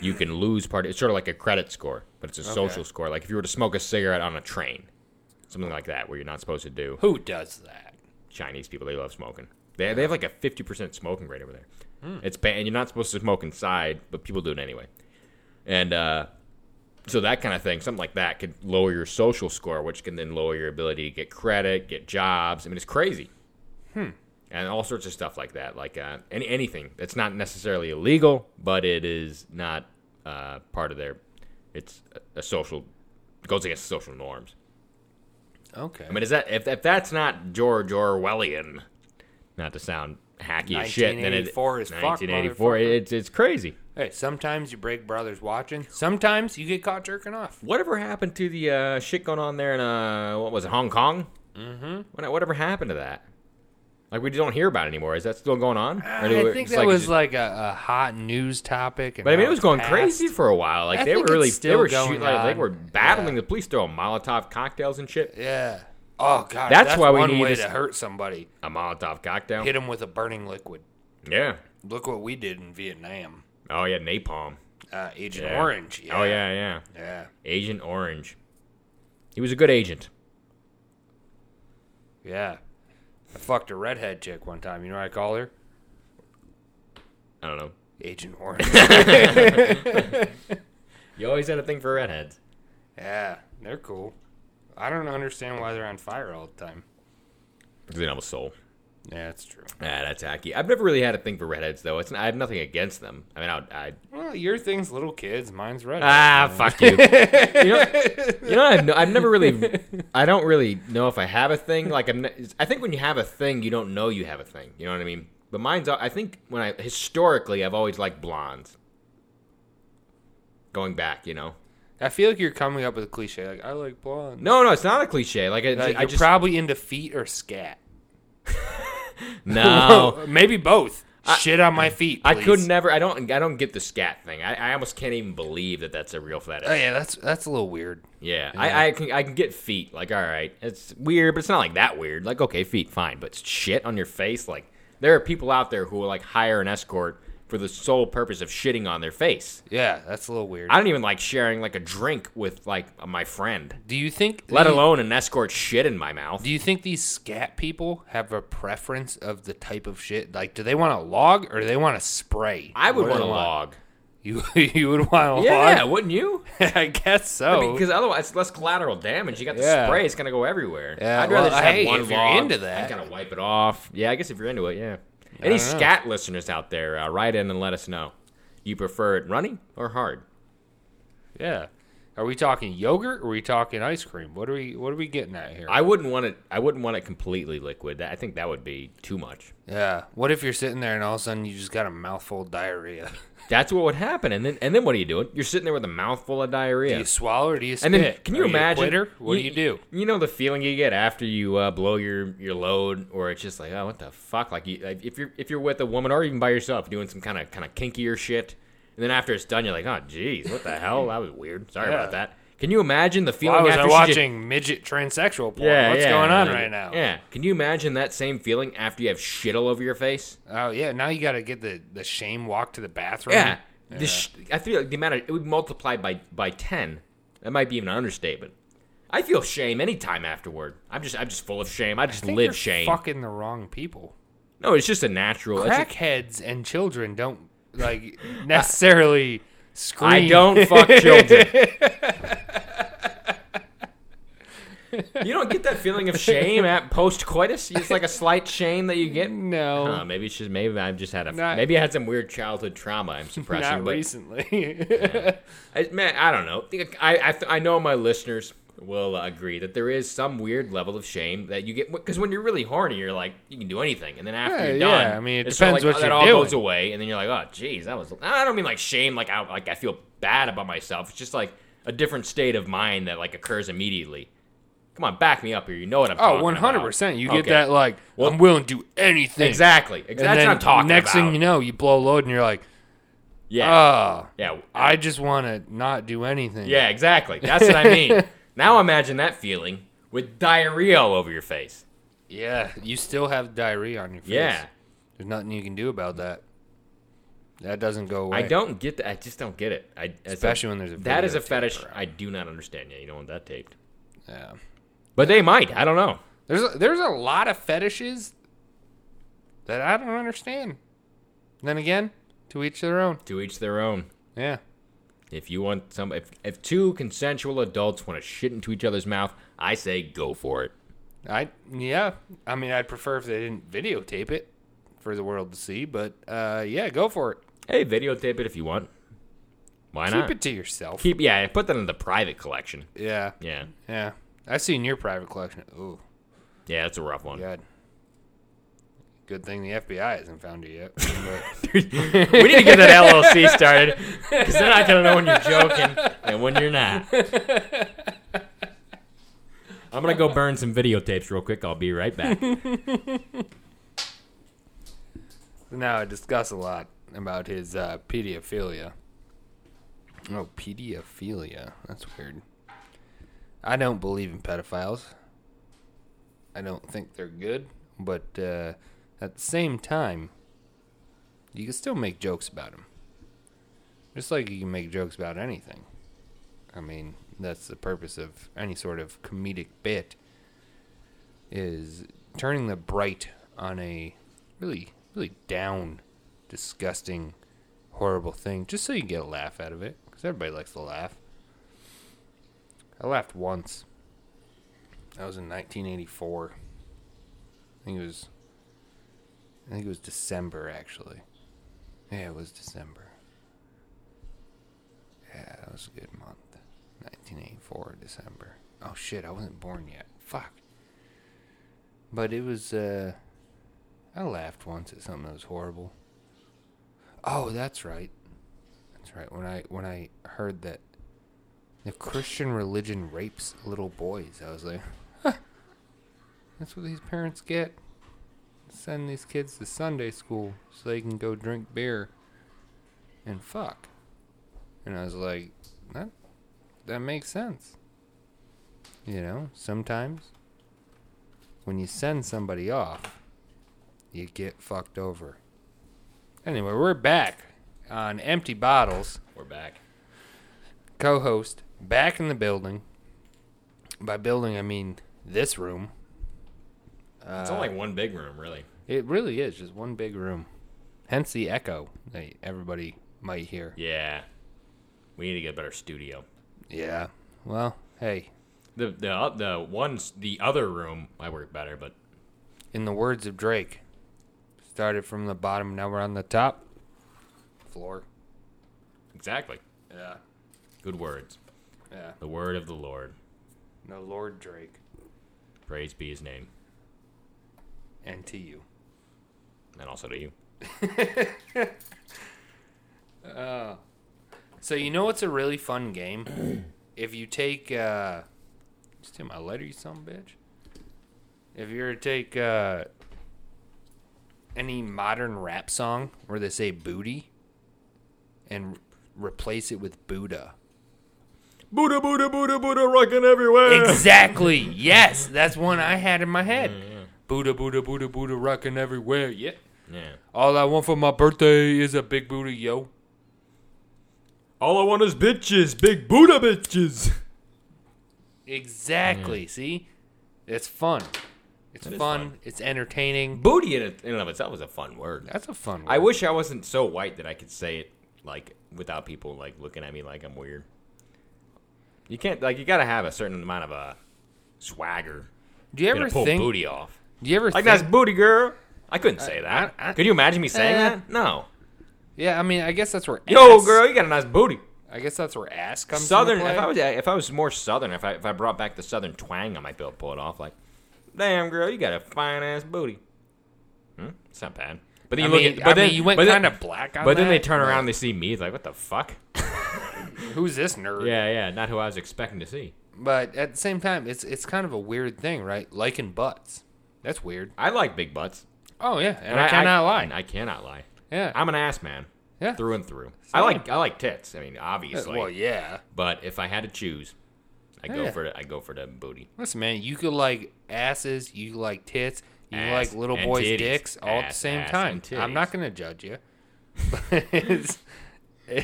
you can lose part. It's sort of like a credit score, but it's a social score. Like if you were to smoke a cigarette on a train, something like that, where you're not supposed to do. Who does that? Chinese people, they love smoking. They, they have like a 50% smoking rate over there. It's banned. You're not supposed to smoke inside, but people do it anyway. And uh, so that kind of thing, something like that, could lower your social score, which can then lower your ability to get credit, get jobs. I mean, it's crazy. and all sorts of stuff like that. Like uh, any anything that's not necessarily illegal, but it is not uh, part of their. It's a, a social goes against social norms. Okay. I mean, is that if, if that's not George Orwellian? Not to sound hacky as shit, then it 1984 is fuck, 1984. motherfucker. It's it's crazy. hey, sometimes you break brothers watching. Sometimes you get caught jerking off. Whatever happened to the uh, shit going on there in uh, what was it, Hong Kong? Mm-hmm. What, whatever happened to that? Like we don't hear about it anymore. Is that still going on? Or do we- Uh, I think it's that like- was like a, a hot news topic. And But I mean, now it was it's going passed. crazy for a while. Like I they think were it's really, they still were going shooting, like, they on. were battling the police, throwing Molotov cocktails and shit. Yeah. Oh god. That's That's, why we one need way to- to hurt somebody. A Molotov cocktail. Hit them with a burning liquid. Yeah. Look what we did in Vietnam. Oh yeah, napalm. Uh, Agent Yeah. Orange. Yeah. Oh yeah, yeah. Yeah. Agent Orange. He was a good agent. Yeah. I fucked a redhead chick one time. You know what I call her? I don't know. Agent Orange. You always had a thing for redheads. yeah. They're cool. I don't understand why they're on fire all the time. Because they don't have a soul. Yeah, that's true. Ah, that's hacky. I've never really had a thing for redheads though. It's I have nothing against them. I mean, I, would- I Well, your thing's little kids. Mine's redhead. ah fuck you. you know, you know I've, no, I've never really. I don't really know if I have a thing. Like I'm. n- I think when you have a thing, you don't know you have a thing. You know what I mean? But mine's. al- I think when I historically, I've always liked blondes. Going back, you know. I feel like you're coming up with a cliche. Like, I like blonde. No, no, it's not a cliche. Like I, I you're just probably into feet or scat. Oh, no. Maybe both. Shit on my feet. I please. could never. I don't. I don't get the scat thing. I, I almost can't even believe that that's a real fetish. Oh, yeah, that's that's a little weird. Yeah, I, I can I can get feet. Like, all right, it's weird, but it's not like that weird. Like, okay, feet, fine, but shit on your face. Like, there are people out there who will like hire an escort for the sole purpose of shitting on their face. Yeah, that's a little weird. I don't even like sharing like a drink with like my friend, do you think? let the- alone an escort shit in my mouth. Do you think these scat people have a preference of the type of shit? Like, do they want a log or do they want a spray? I would What Oh, do want a they log. You you would want a Yeah, log? wouldn't you? I guess so. Because otherwise, it's less collateral damage. You got the Oh. Yeah. spray; it's gonna go everywhere. Yeah, I'd rather well, just have hey, one if you're log. into that. I gotta wipe it off. Yeah, I guess if you're into it, yeah. don't Any know. scat listeners out there, uh, write in and let us know. You prefer it runny or hard? yeah. Are we talking yogurt or are we talking ice cream? What are we what are we getting at here? I wouldn't want it. I wouldn't want it completely liquid. That- I think that would be too much. yeah. What if you're sitting there and all of a sudden you just got a mouthful of diarrhea? That's what would happen. And then, and then what are you doing? You're sitting there with a mouthful of diarrhea. Do you swallow or do you spit? And then, can you Are a imagine? quitter? What do you do? You know the feeling you get after you uh, blow your, your load, or it's just like, oh, what the fuck? Like, you, like, if you're if you're with a woman or even by yourself, doing some kind of kind of kinkier shit, and then after it's done, you're like, oh, jeez, what the hell? That was weird. Sorry Yeah. about that. Can you imagine the feeling Why was after I she just- watching midget transsexual porn? yeah, What's yeah, going on yeah. right now? Yeah. Can you imagine that same feeling after you have shit all over your face? Oh yeah, now you got to get the the shame walk to the bathroom. Yeah. The sh- I feel like the amount of it would multiply by by ten. That might be even an understatement. I feel shame anytime afterward. I'm just I'm just full of shame. I just I think live you're shame. Fucking the wrong people. No, it's just a natural. it's a- Crackheads and children don't like necessarily scream. I don't fuck children. you don't get that feeling of shame at post coitus. It's like a slight shame that you get. No, Uh, maybe it's just maybe I've just had a Not- maybe I had some weird childhood trauma. I'm suppressing, not but recently. I, man, I don't know. I, I, I know my listeners will uh, agree that there is some weird level of shame that you get because when you're really horny, you're like you can do anything, and then after Yeah, you're yeah, done, I mean, it it's sort of depends like, what oh, that you're all doing. goes away, and then you're like, oh, geez, that was. I don't mean like shame, like I like I feel bad about myself. It's just like a different state of mind that like occurs immately. Come on, back me up here. You know what I'm talking oh, about. one hundred percent. You get Okay. that like Well- I'm willing to do anything. Exactly. Exactly. And That's then what I'm talking next about. thing you know, you blow load and you're like, yeah. oh, yeah. I just want to not do anything. Yeah, exactly. That's what I mean. now imagine that feeling with diarrhea all over your face. Yeah, you still have diarrhea on your face. Yeah. There's nothing you can do about that. That doesn't go away. I don't get that. I just don't get it. I, it's Especially when there's a that is a videotape fetish around. I do not understand. Yeah, you don't want that taped. Yeah. But they might. I don't know. There's a, there's a lot of fetishes that I don't understand. Then again, to each their own. To each their own. Yeah. If you want some, if if two consensual adults want to shit into each other's mouth, I say go for it. I yeah. I mean, I'd prefer if they didn't videotape it for the world to see, but uh, yeah, go for it. Hey, videotape it if you want. Why Keep not? it to yourself. Keep yeah, put that in the private collection. yeah, Yeah, yeah. I've seen your private collection. Ooh, yeah, that's a rough one. God. Good thing the FBI hasn't found you yet. but- we need to get that LLC started because they're not gonna know when you're joking and when you're not. I'm gonna go burn some videotapes real quick. I'll be right back. now I discuss a lot about his uh, pedophilia. Oh, pedophilia. That's weird. I don't believe in pedophiles. I don't think they're good, but uh, at the same time, you can still make jokes about them. Just like you can make jokes about anything. I mean, that's the purpose of any sort of comedic bit is turning the bright on a really, really down, disgusting, horrible thing, just so you get a laugh out of it, because everybody likes to laugh. I laughed once. That was in 1984. I think it was. I think it was December, actually. Yeah, it was December. Yeah, that was a good month. 1984, December. Oh shit, I wasn't born yet. Fuck. But it was, uh, I laughed once at something that was horrible. Oh, that's right. That's right. When I when I heard that the Christian religion rapes little boys, I was like, huh, that's what these parents get. Send these kids to Sunday school so they can go drink beer and fuck. And I was like, that that makes sense. You know, sometimes when you send somebody off, you get fucked over. Anyway, we're back on Empty Bottles. We're back. Co host, back in the building. By building, I mean this room. It's only one big room, really. It really is just one big room. Hence the echo that everybody might hear. Yeah, we need to get a better studio. Yeah. Well, hey, The the the ones the other room might work better, but in the words of Drake, started from the bottom, now we're on the top floor. exactly Yeah. good words. Yeah. The word of the Lord. No, Lord Drake. Praise be His name, And to you. and also to you. So you know what's a really fun game? if you take uh just take my letter, you son of a bitch. If you were to take uh any modern rap song where they say booty and r- replace it with Buddha. Buddha, Buddha, Buddha, Buddha, rocking everywhere. Exactly. Yes, that's one I had in my head. Buddha, Buddha, Buddha, Buddha, rocking everywhere. Yeah. yeah. All I want for my birthday is a big booty, yo. All I want is bitches, big Buddha bitches. Exactly. See, it's fun. It's Mm. That is fun. fun. It's entertaining. Booty in, it- in and of itself is a fun word. That's a fun. Word. I wish I wasn't so white that I could say it like without people like looking at me like I'm weird. You can't like you gotta have a certain amount of uh, swagger. Do you You ever gotta pull think? booty off. Do you ever Like think, that's booty girl. I couldn't say that. I- I- Could you imagine me saying Uh, that? No. Yeah, I mean, I guess that's where. Yo, ass- girl, you got a nice booty. I guess that's where ass comes. into Southern. play. If I was uh, if I was more Southern, if I if I brought back the Southern twang, I might be able to pull it off. Like, damn girl, you got a fine ass booty. Hmm? It's not bad. But then I you look mean, at. But I then mean, you went but then- kind of black on But then they that. turn around, and they see me. It's like, what the fuck? Who's this nerd? Yeah, yeah, not who I was expecting to see. But at the same time, it's it's kind of a weird thing, right? Liking butts. That's weird. I like big butts, Oh yeah, and, I, cannot lie. I cannot lie. yeah. I'm an ass man yeah. through and through. I like I like tits. I mean, obviously. well, yeah. But if I had to choose, I go Yeah. for the I go for the booty. Listen, man, you could like asses, you could like tits, you could Ass like little and boys' titties. dicks all at the Ass, same ass, time. and I'm not titties. gonna judge you. But it's- You,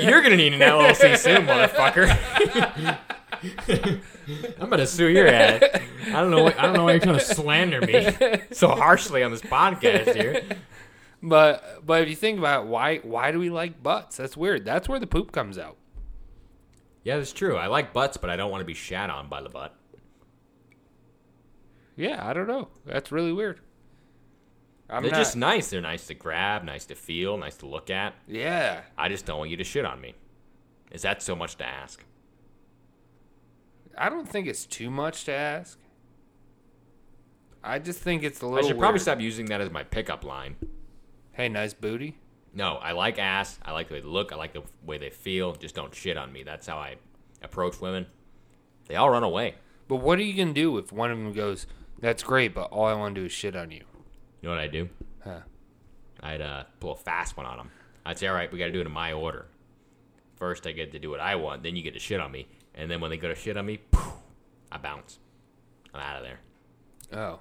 you're gonna need an LLC soon, motherfucker. I'm gonna sue your ass. I don't know. What, I don't know why you're trying to slander me so harshly on this podcast here. but but if you think about it, why why do we like butts? That's weird. That's where the poop comes out. Yeah, that's true. I like butts, but I don't want to be shat on by the butt. Yeah, I don't know. That's really weird. I'm They're not- just nice. They're nice to grab, nice to feel, nice to look at. yeah. I just don't want you to shit on me. Is that so much to ask? I don't think it's too much to ask. I just think it's a little. I should probably weird. stop using that as my pickup line. Hey, nice booty. No, I like ass. I like the way they look. I like the way they feel. Just don't shit on me. That's how I approach women. They all run away. But what are you gonna do if one of them goes, "That's great, but all I want to do is shit on you"? You know what I'd do? Huh. I'd uh, pull a fast one on them. I'd say, all right, we got to do it in my order. First, I get to do what I want. Then you get to shit on me. And then when they go to shit on me, poof, I bounce. I'm out of there. Oh,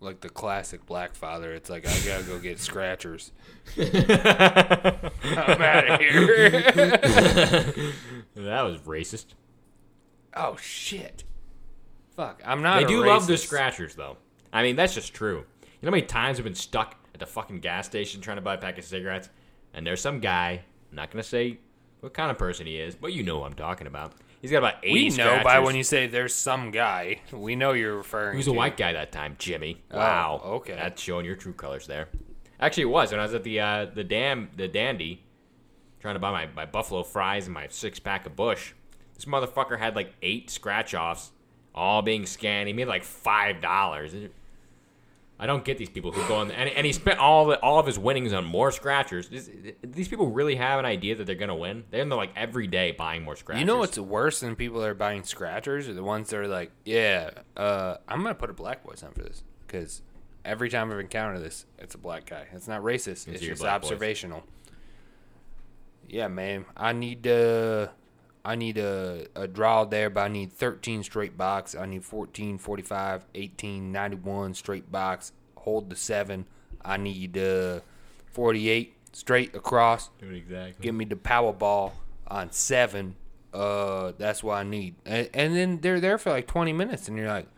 like the classic black father. It's like I gotta go get scratchers. I'm out of here. That was racist. oh shit. Fuck, I'm not. They a do love the racist. scratchers, though. I mean, that's just true. You know how many times I've been stuck at the fucking gas station trying to buy a pack of cigarettes, and there's some guy. I'm not gonna say what kind of person he is, but you know who I'm talking about. He's got about We eighty. know by scratchers. when you say there's some guy. We know you're referring. He was to. a white guy that time, Jimmy. Wow. Oh, okay. That's showing your true colors there. Actually, it was when I was at the uh, the dam the dandy, trying to buy my, my buffalo fries and my six pack of Bush. This motherfucker had like eight scratch offs, all being scanned. He made like five dollars. I don't get these people who go on and, and he spent all the, all of his winnings on more scratchers. This- these people really have an idea that they're gonna win. They're in the, like every day buying more scratchers. You know what's worse than people that are buying scratchers are the ones that are like, yeah, uh, I'm gonna put a black voice on for this because every time I've encountered this, it's a black guy. It's not racist. It's, your just black voice. observational. Yeah, man. I need uh, I need a, a draw there, but I need 13 straight box. I need 14, 45, 18, 91 straight box. Hold the seven. I need uh, 48 straight across. doing exactly. Give me the Powerball on seven. Uh, that's what I need. And, and then they're there for like 20 minutes, and you're like,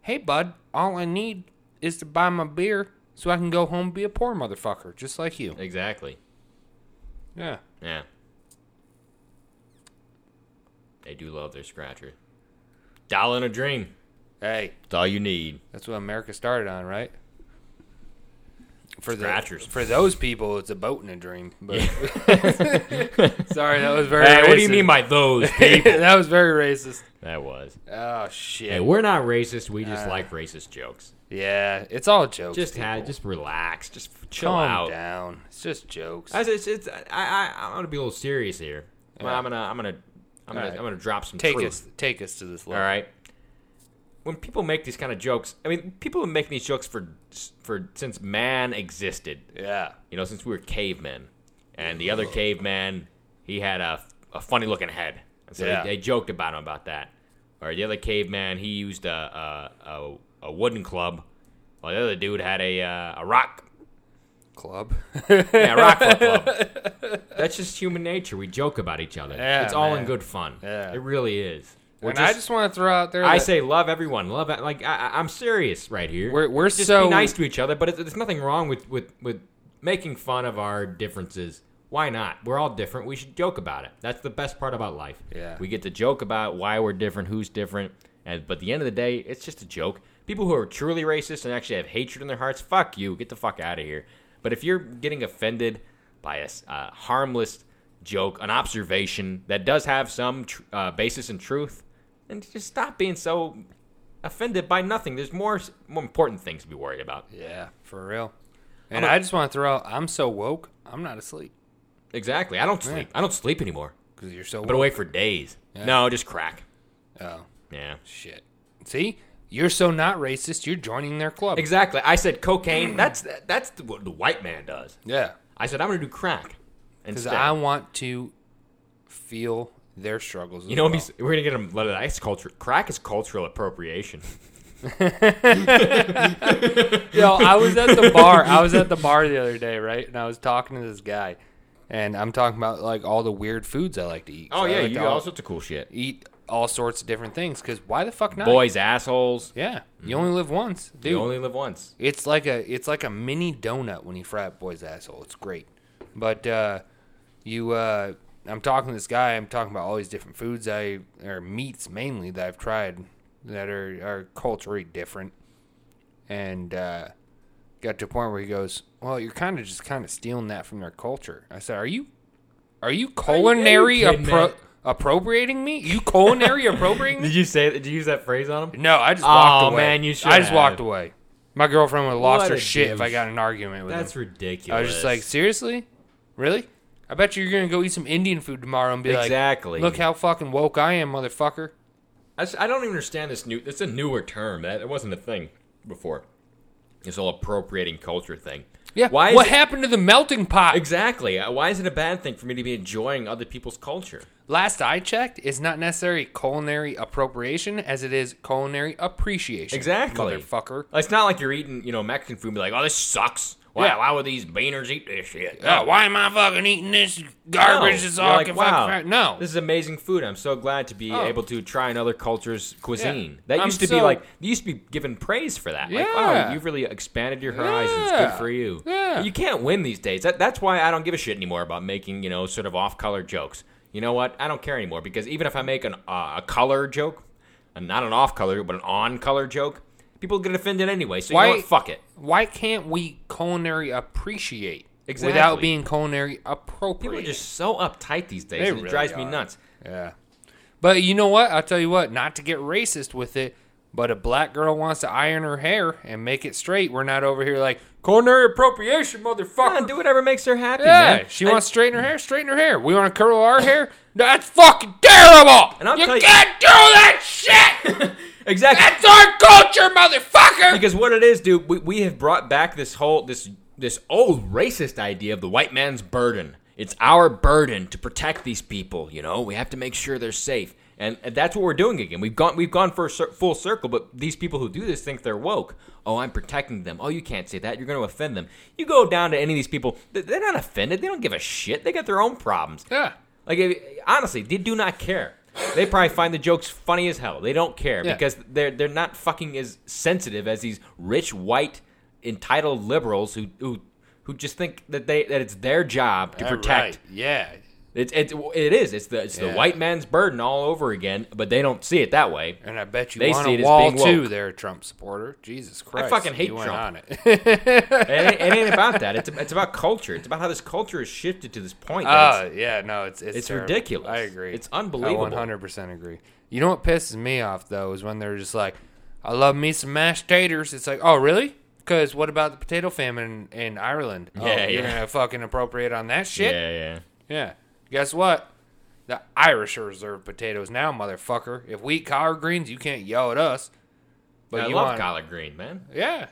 hey, bud, all I need is to buy my beer so I can go home and be a poor motherfucker, just like you. exactly. Yeah. Yeah. They do love their scratcher. Dollar and a dream. Hey, It's all you need. that's what America started on, right? For the, Scratchers. For those people, it's a boat and a dream. But Sorry, that was very Hey, racist. what do you mean by those people? that was very racist. that was. Oh, shit. Hey, we're not racist. We just like racist jokes. yeah, it's all jokes. Just Uh, people. had, just relax. Just f- chill Calm out. down. It's just jokes. I, it's, it's, I, I, I'm gonna be a little serious here. I'm Yeah. gonna, I'm gonna, I'm gonna, Alright. I'm gonna drop some take truth. us take us to this All level. right. When people make these kind of jokes, I mean, people have been making these jokes for, for since man existed. Yeah. you know, since we were cavemen, and the other caveman, he had a, a funny looking head, and so Yeah. they, they joked about him about that. Or the other caveman, he used a a, a, a wooden club, while the other dude had a uh, a rock, Club. yeah, a rock foot club. That's just human nature. We joke about each other. Yeah, it's all man. in good fun. Yeah. It really is. We're and I just want to throw out there. I that- say love everyone. Love like I, I- I'm serious right here. We're- we're just so- be nice to each other, but it's, there's nothing wrong with, with with making fun of our differences. Why not? We're all different. We should joke about it. That's the best part about life. Yeah. we get to joke about why we're different, who's different, and but at the end of the day, it's just a joke. People who are truly racist and actually have hatred in their hearts, fuck you. Get the fuck out of here. But if you're getting offended by a s- a harmless joke, an observation that does have some tr- uh, basis in truth, and just stop being so offended by nothing. There's more more important things to be worried about. yeah, for real. And I just want to throw out. I'm so woke. I'm not asleep Exactly. I don't sleep. I don't sleep anymore. because you're so. I've been woke. awake for days. No, just crack. Oh Yeah. shit. See, you're so not racist. You're joining their club. Exactly. I said cocaine. That's that's what the white man does. Yeah, I said I'm gonna do crack. because Instead. I want to feel their struggles. you know, what be- we're gonna get a lot of ice culture. Crack is cultural appropriation. Yo, I was at the bar. I was at the bar the other day, right? And I was talking to this guy, and I'm talking about like all the weird foods I like to eat. Oh So I yeah, like you to do all- all sorts of cool shit. eat all sorts of different things because why the fuck not? Boys, assholes. Yeah, you only live once, dude. You only live once. it's like a it's like a mini donut when you fry up boy's asshole. It's great, but uh, you. Uh, I'm talking to this guy. I'm talking about all these different foods I or meats mainly that I've tried that are are culturally different, and uh, got to a point where he goes, "Well, you're kind of just kind of stealing that from their culture." I said, "Are you, are you culinary kidding me? appro- appropriating me? You culinary appropriating me?" Did you say? Did you use that phrase on him? No, I just walked Aw, away. man, you should I just have. walked away. My girlfriend would have lost What her a shit if I douche. got in an argument with That's him. ridiculous. I was just like, seriously, really? I bet you you're gonna go eat some Indian food tomorrow and be exactly. like, "Look how fucking woke I am, motherfucker." I, s- I don't even understand this new. It's a newer term. That it wasn't a thing before. This whole appropriating culture thing. Yeah. Why? Is what it- happened to the melting pot? exactly. Uh, Why is it a bad thing for me to be enjoying other people's culture? Last I checked, it's not necessarily culinary appropriation as it is culinary appreciation. Exactly. Motherfucker. It's not like you're eating, you know, Mexican food and be like, oh, this sucks. Why, Yeah. why would these beaners eat this shit? Oh, why am I fucking eating this garbage? It's You're all like, fucking wow, fucking- No. This is amazing food. I'm so glad to be Oh. able to try another culture's cuisine. Yeah. That I'm used to be so- like, you used to be given praise for that. Like, Yeah. oh, you've really expanded your horizons. Yeah. Good for you. Yeah. You can't win these days. That, that's why I don't give a shit anymore about making, you know, sort of off color jokes. You know what? I don't care anymore because even if I make an, uh, a color joke, and not an off color, but an on color joke, people get offended anyway. So you Why- know what? Fuck it. why can't we culinary appreciate without Exactly. being culinary People are appropriate? just so uptight these days, They and it really drives are. me nuts. Yeah. But you know what? I'll tell you what, not to get racist with it, but a black girl wants to iron her hair and make it straight. We're not over here like culinary appropriation, motherfucker. Yeah, do whatever makes her happy. Yeah, man. she I- wants to straighten her hair. Straighten her hair. We want to curl our hair. That's fucking terrible. And I'll you tell you- can't do that shit. exactly That's our culture, motherfucker. because what it is, dude. We, we have brought back this whole this this old racist idea of the white man's burden. It's our burden to protect these people. You know, we have to make sure they're safe, and, and that's what we're doing again. We've gone we've gone for a cir- full circle, but these people who do this think they're woke. Oh, I'm protecting them. Oh, you can't say that. You're going to offend them. You go down to any of these people, th- they're not offended. They don't give a shit. They got their own problems. Yeah. Like if, honestly, they do not care. They probably find the jokes funny as hell. They don't care Yeah. because they're they're not fucking as sensitive as these rich white entitled liberals who who who just think that they that it's their job to protect. Yeah. It's it's it is. It's the it's Yeah. the white man's burden all over again. But they don't see it that way. And I bet you They want see a it as wall being woke. too. There, Trump supporter. Jesus Christ. fucking hate you went Trump. on it. It ain't, it ain't about that. It's it's about culture. It's about how this culture has shifted to this point. that it's- Oh yeah, no, it's it's, It's terrible. ridiculous. I agree. It's unbelievable. I 100% agree. You know what pisses me off though is when they're just like, "I love me some mashed taters." It's like, "Oh really?" Because what about the potato famine in, in Ireland? oh, Yeah, you're yeah. gonna fucking appropriate on that shit. Yeah. yeah, yeah. Guess what? The Irish are reserved potatoes now, motherfucker. If we eat collard greens, you can't yell at us. But I you love want, collard green, man. Yeah.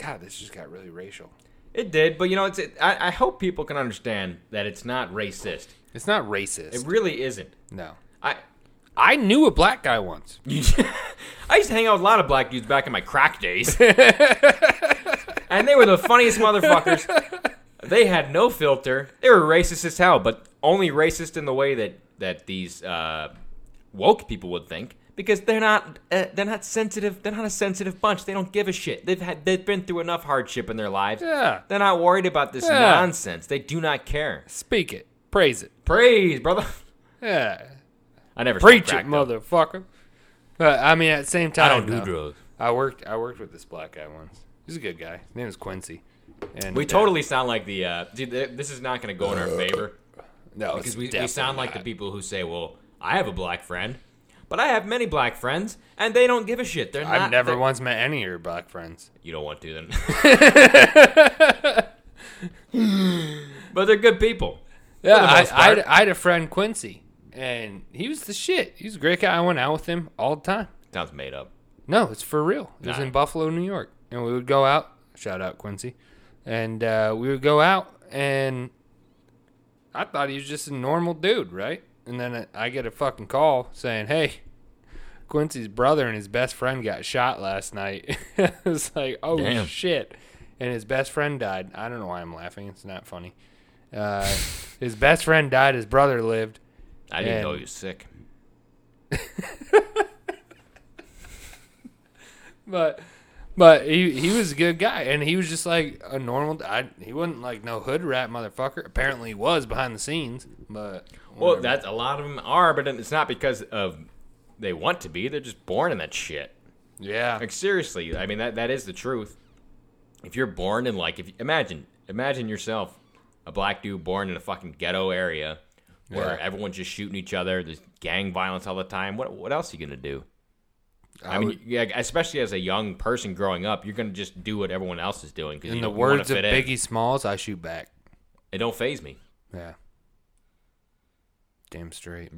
God, this just got really racial. It did, but you know, it's. It, I, I hope people can understand that it's not racist. It's not racist. It really isn't. no. I I knew a black guy once. I used to hang out with a lot of black dudes back in my crack days, and they were the funniest motherfuckers. They had no filter. They were racist as hell, but only racist in the way that that these uh, woke people would think, because they're not uh, they're not sensitive. They're not a sensitive bunch. They don't give a shit. They've had they've been through enough hardship in their lives. Yeah. They're not worried about this Yeah. nonsense. They do not care. Speak it. Praise it. Praise, brother. Yeah. I never smoked Preach crack, it, though. motherfucker. But I mean, at the same time, I don't do though, drugs. I worked. I worked with this black guy once. He's a good guy. His name is Quincy. And We uh, totally sound like the. Uh, dude, th- this is not going to go in our favor no because it's we, we definitely sound like the not. people who say, "Well, I have a black friend, but I have many black friends, and they don't give a shit." They're not. I've never they're- once met any of your black friends. You don't want to then. but they're good people. Yeah, the I, most I, part. had, I had a friend Quincy, and he was the shit. He was a great guy. I went out with him all the time. Sounds made up. No, it's for real. It was Nah. in Buffalo, New York, and we would go out. Shout out Quincy, and uh, we would go out, and I thought he was just a normal dude, right? And then I get a fucking call saying, "Hey, Quincy's brother and his best friend got shot last night." I was like, "Oh Damn. shit!" And his best friend died. I don't know why I'm laughing. It's not funny. Uh, his best friend died. His brother lived. I didn't And- know he was sick. but but he he was a good guy, and he was just like a normal. I, he wasn't like no hood rat motherfucker. Apparently, he was behind the scenes, but Well, whatever. that's a lot of them are, but it's not because of they want to be. They're just born in that shit. Yeah. Like seriously, I mean that that is the truth. If you're born in like if you, imagine imagine yourself a black dude born in a fucking ghetto area where Yeah. everyone's just shooting each other, there's gang violence all the time. What what else are you gonna do? I, I mean, would- yeah, especially as a young person growing up, you're gonna just do what everyone else is doing because In you the don't wanna words of fit in. Biggie Smalls, I shoot back. It don't phase me. Yeah. Damn straight.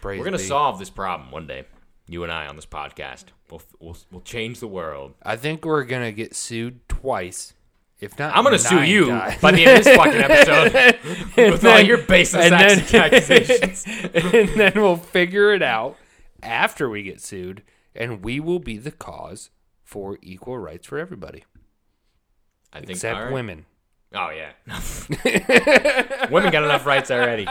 Praise We're gonna be. solve this problem one day. You and I on this podcast, we'll we'll, we'll change the world. I think we're gonna get sued twice. If not, I'm gonna sue nine you times. by the end of this fucking episode with all then- your baseless and acts- then- accusations. and then we'll figure it out after we get sued, and we will be the cause for equal rights for everybody, I think except all right. women. Oh yeah, women got enough rights already.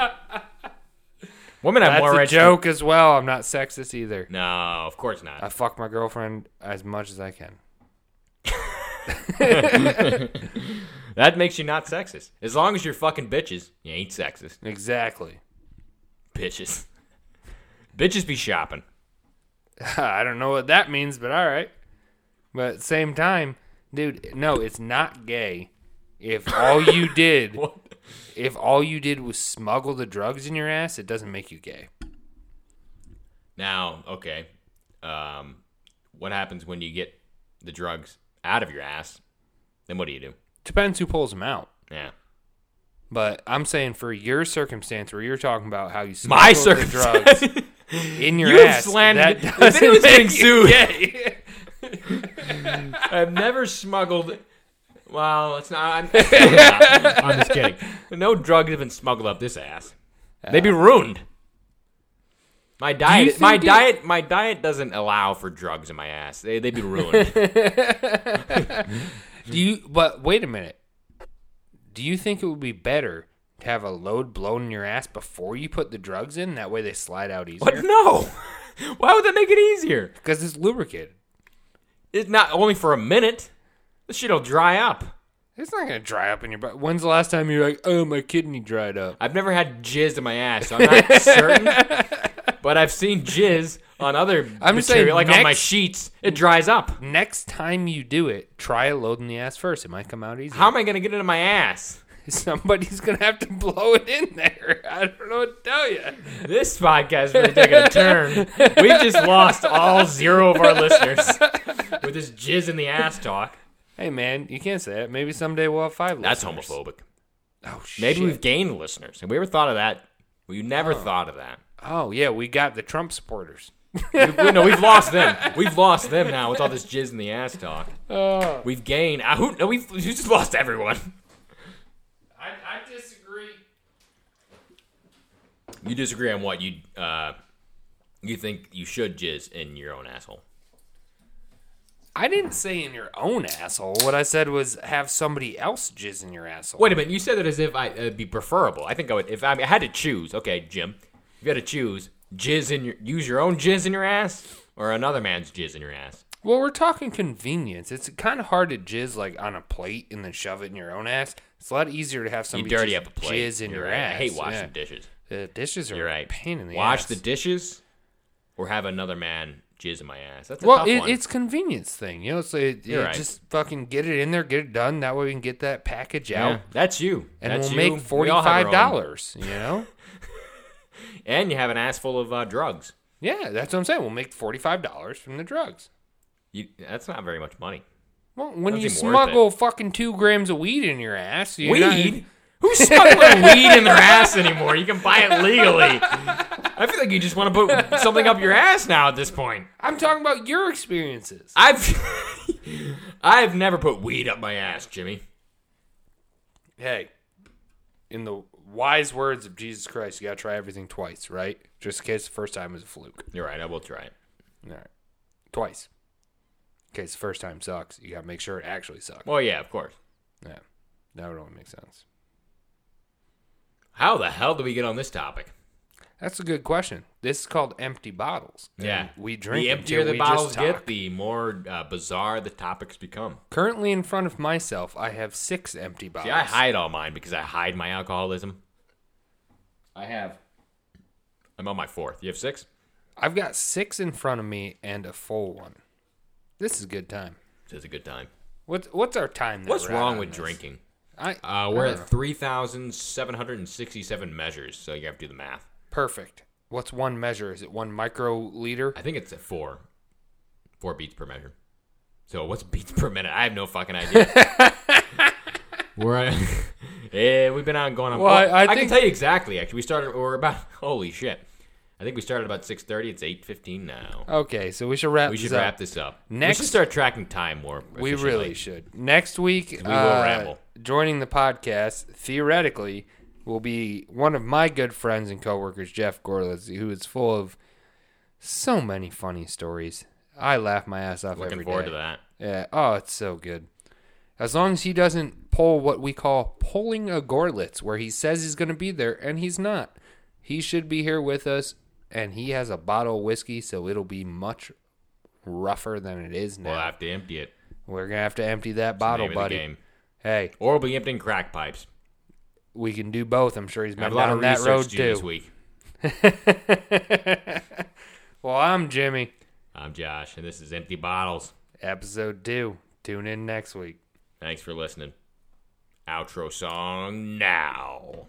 Women have That's more a rights. than- joke Uh. as well. I'm not sexist either. No, of course not. I fuck my girlfriend as much as I can. that makes you not sexist. As long as you're fucking bitches, you ain't sexist. Exactly. Bitches, bitches be shopping. I don't know what that means, but all right. But at the same time, dude, no, it's not gay. If all you did, What? if all you did was smuggle the drugs in your ass, it doesn't make you gay. Now, okay, um, what happens when you get the drugs out of your ass? Then what do you do? Depends who pulls them out. Yeah. But I'm saying for your circumstance where you're talking about how you My smuggled the drugs circumstance. in your You have ass, slandered. that If doesn't anyone's getting make you sued, gay. I've never smuggled. Well, it's not. I'm, I'm just kidding. No drug has been smuggled up this ass. They'd be ruined. My diet, my think it- diet, my diet doesn't allow for drugs in my ass. They, they'd be ruined. Do you? But wait a minute. Do you think it would be better to have a load blown in your ass before you put the drugs in? That way they slide out but easier. no, why would that make it easier? Because it's lubricated. It's not only for a minute. This shit'll dry up. It's not gonna dry up in your butt. When's the last time you're like, oh, my kidney dried up? I've never had jizz in my ass, so I'm not certain. But I've seen jizz on other I'm just saying material, like on my next- sheets. It dries up. Next time you do it, try a load in the ass first. It might come out easier. How am I gonna get it in my ass? Somebody's gonna have to blow it in there. I don't know what to tell you. This podcast really taking a turn. We've just lost all zero of our listeners with this jizz in the ass talk. Hey man, you can't say that. Maybe someday we'll have five. That's listeners. homophobic. Oh shit. Maybe we've gained listeners. Have we ever thought of that? We never thought of that. Oh yeah, we got the Trump supporters. We, we- no, we've lost them. We've lost them now with all this jizz in the ass talk. Oh. We've gained. I, who, no, we've, we just lost everyone. I, I disagree. You disagree on what you uh, you think you should jizz in your own asshole. I didn't say in your own asshole. What I said was have somebody else jizz in your asshole. Wait a minute. You said that as if I, it'd be preferable. I think I would. If I, mean, I had to choose, okay, Jim, if you had to choose, jizz in your, use your own jizz in your ass or another man's jizz in your ass. Well, we're talking convenience. It's kind of hard to jizz like on a plate and then shove it in your own ass. It's a lot easier to have You somebody dirty just up a plate. jizz in You're your right. ass. I hate washing Yeah. dishes. The dishes are You're a right. pain in the Wash ass. the dishes or have another man jizz in my ass. That's a Well, tough it, one. it's convenience thing, you know. So it, You're you right. just fucking get it in there, get it done. That way we can get that package Yeah, out, that's you. and That's we'll you. make We all have our forty-five own. dollars. You know? And you have an ass full of uh, drugs. yeah, that's what I'm saying. We'll make forty-five dollars from the drugs. You, that's not very much money. Well, when That's you even worth smuggle fucking two grams of weed in your ass, you're not- Weed? Who's smuggling weed in their ass anymore? You can buy it legally. I feel like you just want to put something up your ass now at this point. I'm talking about your experiences. I've I've never put weed up my ass, Jimmy. hey, in the wise words of Jesus Christ, you gotta try everything twice, right? Just in case the first time is a fluke. You're right, I will try it. All right, twice. In case the first time sucks, you gotta make sure it actually sucks. Well, yeah, of course. Yeah, that would only make sense. How the hell do we get on this topic? That's a good question. This is called empty bottles. and Yeah. we drink. the emptier until the we bottles just get, talk. the more uh, bizarre the topics become. Currently in front of myself, I have six empty bottles. See, I hide all mine because I hide my alcoholism. I have. I'm on my fourth. You have six? I've got six in front of me and a full one. This is a good time. This is a good time. What's what's our time? that What's we're at wrong on with this? drinking? I, Uh, I we're don't know. at 3,767 measures, so you have to do the math. perfect. What's one measure? Is it one microliter? I think it's at four. Four beats per measure. So what's beats per minute? I have no fucking idea. we're at, yeah, we've been on going on. Well, I- I can think- tell you exactly. Actually, we started. We're about holy shit. I think we started about six thirty. It's eight fifteen now. Okay, so we should wrap. we should this up. wrap this up. we Next- should start tracking time more. We efficiently. really should. Next week, will uh, ramble. joining the podcast, theoretically, will be one of my good friends and coworkers, Jeff Gorlitz, who is full of so many funny stories. I laugh my ass off looking every forward day. to that. Yeah. Oh, it's so good. As long as he doesn't pull what we call pulling a Gorlitz, where he says he's going to be there and he's not. He should be here with us, and he has a bottle of whiskey, so it'll be much rougher than it is now. We'll have to empty it. We're gonna have to empty that bottle, Name of the buddy. game. Hey, Or we'll be emptying crack pipes. we can do both. I'm sure he's I have been a lot down of that research road to do this too. week. Well, I'm Jimmy. I'm Josh, and this is Empty Bottles. Episode two. Tune in next week. Thanks for listening. Outro song now.